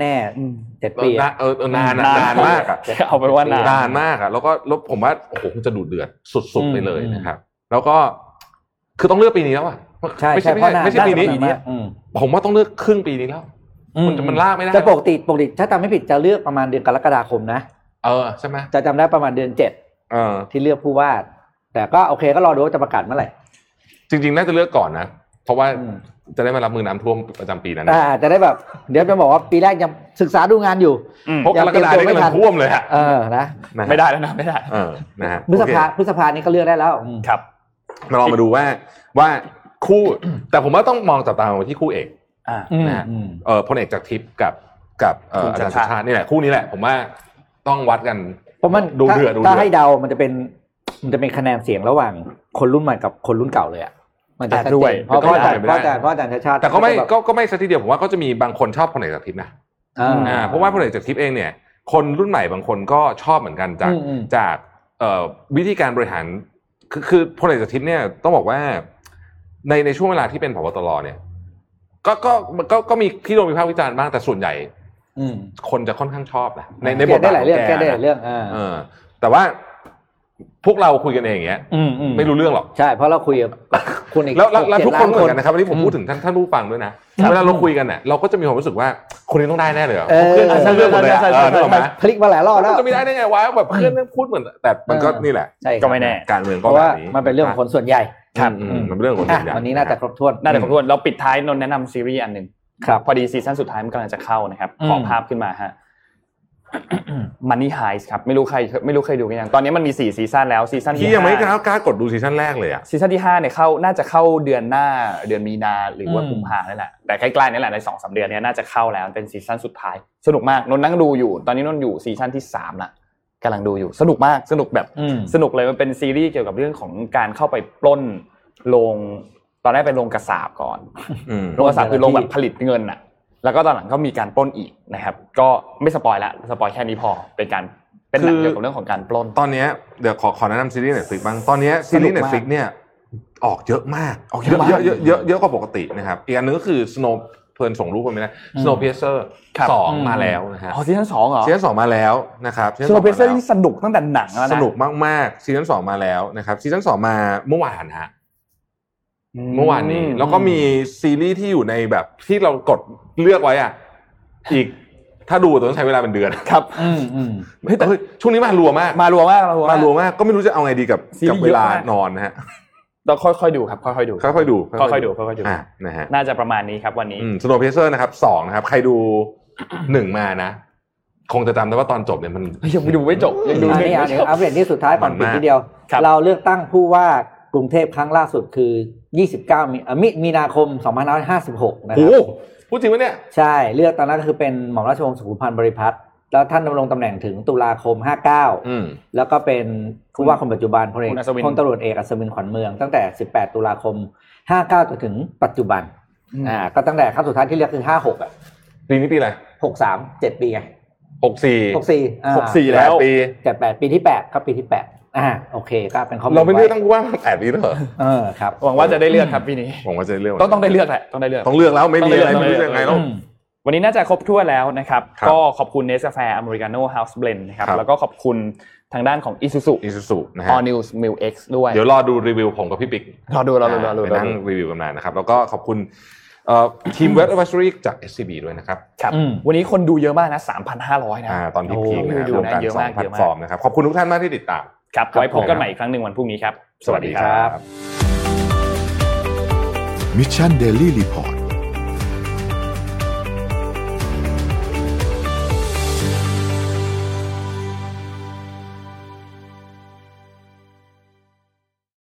ๆเจ็ดปี เออะอนะเออเออนานอะนานมากอะ เอาไปนว่านาน นานมากอะแล้วก็แล้วผมว่าโอ้โหคงจะดูเดือดสุดๆไปเลยนะครับ แล้วก็คือต้องเลือกปีนี้แล้วอะ ใช่ ไม่ ใช่ ใช่ เพ ไม่ ราะนาใช่น ไม่ใช่ปีนี้ น่าจะนานมากอืม ผมว่าต้องเลือกครึ่งปีนี้แล้ว อืม มันจะมันลากไม่ได้ แต่ปกติปกติถ้าจำไม่ผิดจะเลือกประมาณเดือนกรกฎาคมนะ เออใช่ไหม จะจำได้ประมาณเดือนเจ็ด เออ ที่เลือกผู้ว่า แต่ก็โอเคก็รอดูว่าจะประกาศเมื่อไหร่ จริงๆน่าจะเลือกก่อนนะเพราะว่า อืม จะได้มารับมือน้ำท่วมประจำปีนั้น อ่าจะได้แบบ เดี๋ยวจะบอกว่าปีแรกยังศึกษาดูงานอยู่ เพราะกรกฎายังคมนี่เตรียมตัวไม่ กำ ทั ลั น งท่วมเลยอะ เออนะ นะฮะ ไม่ได้แล้วนะไม่ได้ เออนะฮะ พฤษภา โอเค พฤษภานี้ก็เลือกได้แล้วอืม ครับ มาลองมาดูว่าว่าคู่ แต่ผมว่าต้องมองจับตามองที่คู่เอก อ่า นะฮะ อืม เอ่อพลเอกจากทิพย์กับกับเอ่อ คุณ อาจารย์ ชัดชาชาติ ชาตินี่แหละคู่นี้แหละผมว่าต้องวัดกัน เพราะมัน ดู ถ้า เดือดดู ถ้า เดือ ให้ ด เดามันจะเป็นมันจะเป็นคะแนนเสียงระหว่างคนรุ่นใหม่กับคนรุ่นเก่าเลยอ่ะมันจะชัด ด้ เจ วย นเพราะว่าอาจารย์เพราะอาจารย์เพราะอาจารย์ชาติชาติ แต่ก็ไม่ บบ ก็ก็ไม่ซะทีเดียวผมว่าก็จะมีบางคนชอบพลเอกจากทิพย์นะ อ่ อ่า า เพราะว่าพลเอกจากทิพย์เองเนี่ย คนรุ่นใหม่บางคนก็ชอบเหมือนกันจาก อืมอืม จากเอ่อวิธีการบริหารคือคือพลเอกจากทิพย์เนี่ยต้องบอกว่าในในช่วงเวลาที่เป็นผบตรเนี่ย ก็ก็ก็ก็มีที่โดนวิพากษ์วิจารณ์บ้างแต่ส่วนใหญ่ อืม คนจะค่อนข้างชอบนะในในบ แก้ ท ได้ บาท หลายเรื่อง ข แก้ได้ห นะ ลายเรื่องอ่า เออ แต่ว่าพวกเราคุยกันเองอย่างเงี้ย อืมอืม ไม่รู้เรื่องหรอก ใช่เพราะเราคุยกับคุณอีก แล้วแล้วแล้ว 6-7 ทุกคน ล้า เหมือนกันนะครับวันนี้ผม อืม พูดถึงท่านท่านผู้ฟังด้วยนะครับ เวลาเราคุยกันเนี่ยเราก็จะมีความรู้สึกว่าคนนี้ต้องได้แน่เลยอะ เออ เพื่อนฉันเรื่องหมดเลยอะ ใช่ เอ ใช่ อ ใช่ นึกออกไหม พลิกมาหลายรอบแล้ มั วน จะไม่ได้ได้ไงวะแบบเพื่อนแม่งพูดเหมือนแต่มันก็นี่แหละ ใช่ ก็ไม่แน่ การเมือง เพ ก็ ราะ แบ ว่า บนี้ มันเป็นเรื่องของคนส่วนใหญ่ ครับ อืมมันเป็นเรื่องของคน อ่ะ ส่วนใหญ่ วันนี้น่าจะครบถ้วน น่าจะครบถ้วนเราปิดท้ายนนท์แนะนำซีรีส์อันหนึ่ง ครับ พอดีซีซั่นสุดท้ายมันกำลังจะเข้านะครับ ขอ อืม ภาพขึ้นมาฮะ Money Heist ครับ ไม่รู้ใครไม่รู้ใครดูกันยังตอนนี้มันมีสี่ซีซั่นแล้วซีซั่น ที่ยังไม่ก ห้า ล้ากล้ากดดูซีซั่นแรกเลยอ่ะ ซีซั่นที่5เนี่ยเข้าน่าจะเข้าเดือนหน้าเดือนมีนาหรือว่า อืม กุมภาเนี่ยแหละแต่ใกล้ๆนี่แหละในสองสามเดือนเนี้น่าจะเข้าแล้วเป็นซีซั่นสุดท้าย สนุกมากนนท์นั่งดูอยู่ ตอนนี้นนท์อยู่ซีซั่นที่สามละกำลังดูอยู่สนุกมากสนุกแบบ อืม สนุกเลยมันเป็นซีรีส์เกี่ยวกับเรื่องของการเข้าไปปล้นโรงตอนแรกเป็นโรงกระสาบก่อน อืม โรงกระสาบคือโรงแบ ที่ บผลิตเงินอะแล้วก็ตอนหลังก็มีการปล้นอีกนะครับก็ไม่สปอยละสปอยแค่นี้พอเป็นการเป็นหนังเกี่ยวกับเรื่องของการปล้น ตอนเนี้ยเดี๋ยวขอขอแนะนำซีรีส์ Netflix บ้างตอนเนี้ยซีรีส์ สนุกมาก Netflix เนี่ยออกเยอะมาก ออกเยอะมาก เยอะเยอะเยอะเยอะกว่าปกตินะครับอีกอันหนึงก็คือ Snow เพลินส่งรูปไปไม่ได้ Snowpiercer สอง อืม มาแล้วนะฮะ อ๋อซีซั่นสองเหรอ ซีซั่นสองมาแล้วนะครับซีซั่น โซ สอง เป มา เซอร์แล้ว นี่สนุกตั้งแต่หนังแล้วนะ สนุกมากๆซีซั่นสองมาแล้วนะครับซีซั่นสองมาเมื่อวานฮะเมื่อวานนี้ แล้วก็มีซีรีส์ที่อยู่ในแบบที่เรากดเลือกไว้อ่ะอีก ถ้าดูต้องใช้เวลาเป็นเดือน ครับ อืมอืม เฮ้ยแต่ เฮ้ยช่วงนี้มารัวมาก มารัวมากมารัวมาก รัวมากก็ไม่รู้จะเอาไงดีกับ ซีรีส์ กับเวลา เยอะมาก นอนนะฮะ เราค่อยๆดูครับค่อยๆดู ค่อยๆดู ค่อยๆดูค่อยๆดู อ่ะนะฮะ น่าจะประมาณนี้ครับวันนี้ สโนว์เพเซอร์นะครับสองนะครับ ใครดูหนึ่งมานะ คงจะจำได้ว่าตอนจบเนี่ยมัน ยังดูไม่จบยังดู อัน ไม่ นี้อัน จ นี้ บ อัปเดตที่สุดท้ายก่อน มัน ปิด มาก ทีเดียว ครับ เราเลือกตั้งผู้ว่ากรุงเทพครั้งล่าสุดคือ 29 มีเอ่อมิมีนาคม 2556 นะค โอ้ รับ โหพูดจริงปะเนี่ย ใช่ เลือกตอนนั้นก็คือเป็นหม่อมราชวงศ์สุขุมพันธ์บริพัตรแล้วท่านดำรงตำแหน่งถึงตุลาคม 59 อืม แล้วก็เป็นผู้ว่าคนปัจจุบันพลเอก คุณอัศวิน พลตำรวจเอกอัศวินขวัญเมืองตั้งแต่ 18 ตุลาคม 59จนถึงปัจจุบัน อ่า ก็ตั้งแต่ครั้งสุดท้ายที่เลือกคือ 56 อ่ะ ปีนี้ปีอะไร 63 7 ปีไง หกสี่ 64อ่า หกสี่แล้ว ปี เจ็ดแปดปีที่ 8 ครับปีที่ 8 อ่า โอเค ก็เป็นข้อมูล เราไม่เลือก ว้ ตั้งผู้ว่ามาแปดปีแล้วเหรอ เออครับ หวังว่าจะได้เลือกครับปีนี้ ผมว่าจะเลือก ต้องต้องได้เลือกแหละต้องได้เลือก ต้องเลือกแล้วไม่มีอะไร ต้อ ไม่ งเลือกรู้จะยังไงแล้ว อืม วันนี้น่าจะครบถ้วนแล้วนะครับ ครับ ก็ขอบคุณเนสแฟร์อเมริกาโน่เฮาส์เบลนนะครับ ครับ แล้วก็ขอบคุณทางด้านของ Isuzu อิสุสุนะฮะ All News Mil X ด้วย เดี๋ยวรอดูรีวิวผมกับพี่ปิ๊ก รอดูรอดูรอดู ไป รอ นั่ง ดู รีวิวกันมานะครับ แล้วก็ขอบคุณเอ่อทีมเว b อ d v i s o r y จาก SCB ด้วยนะครับ ครับ อืม วันนี้คนดูเยอะมากนะ 3,500 นะ อ่าตอนที่พีคนะฮะ โอ้ รวมกัน เยอะ สอ มาง ก แพล เย ต อะมาก ฟอร์มนะครับ ขอบคุณทุกท่านมากที่ติดตาม ครับ ครับ ไว้พบกัน ผม ใหม่อีกครั้งหนึ่งวันพรุ่งนี้ครับ สวัสดีครับ มิชชันเดลี่รีพอร์ต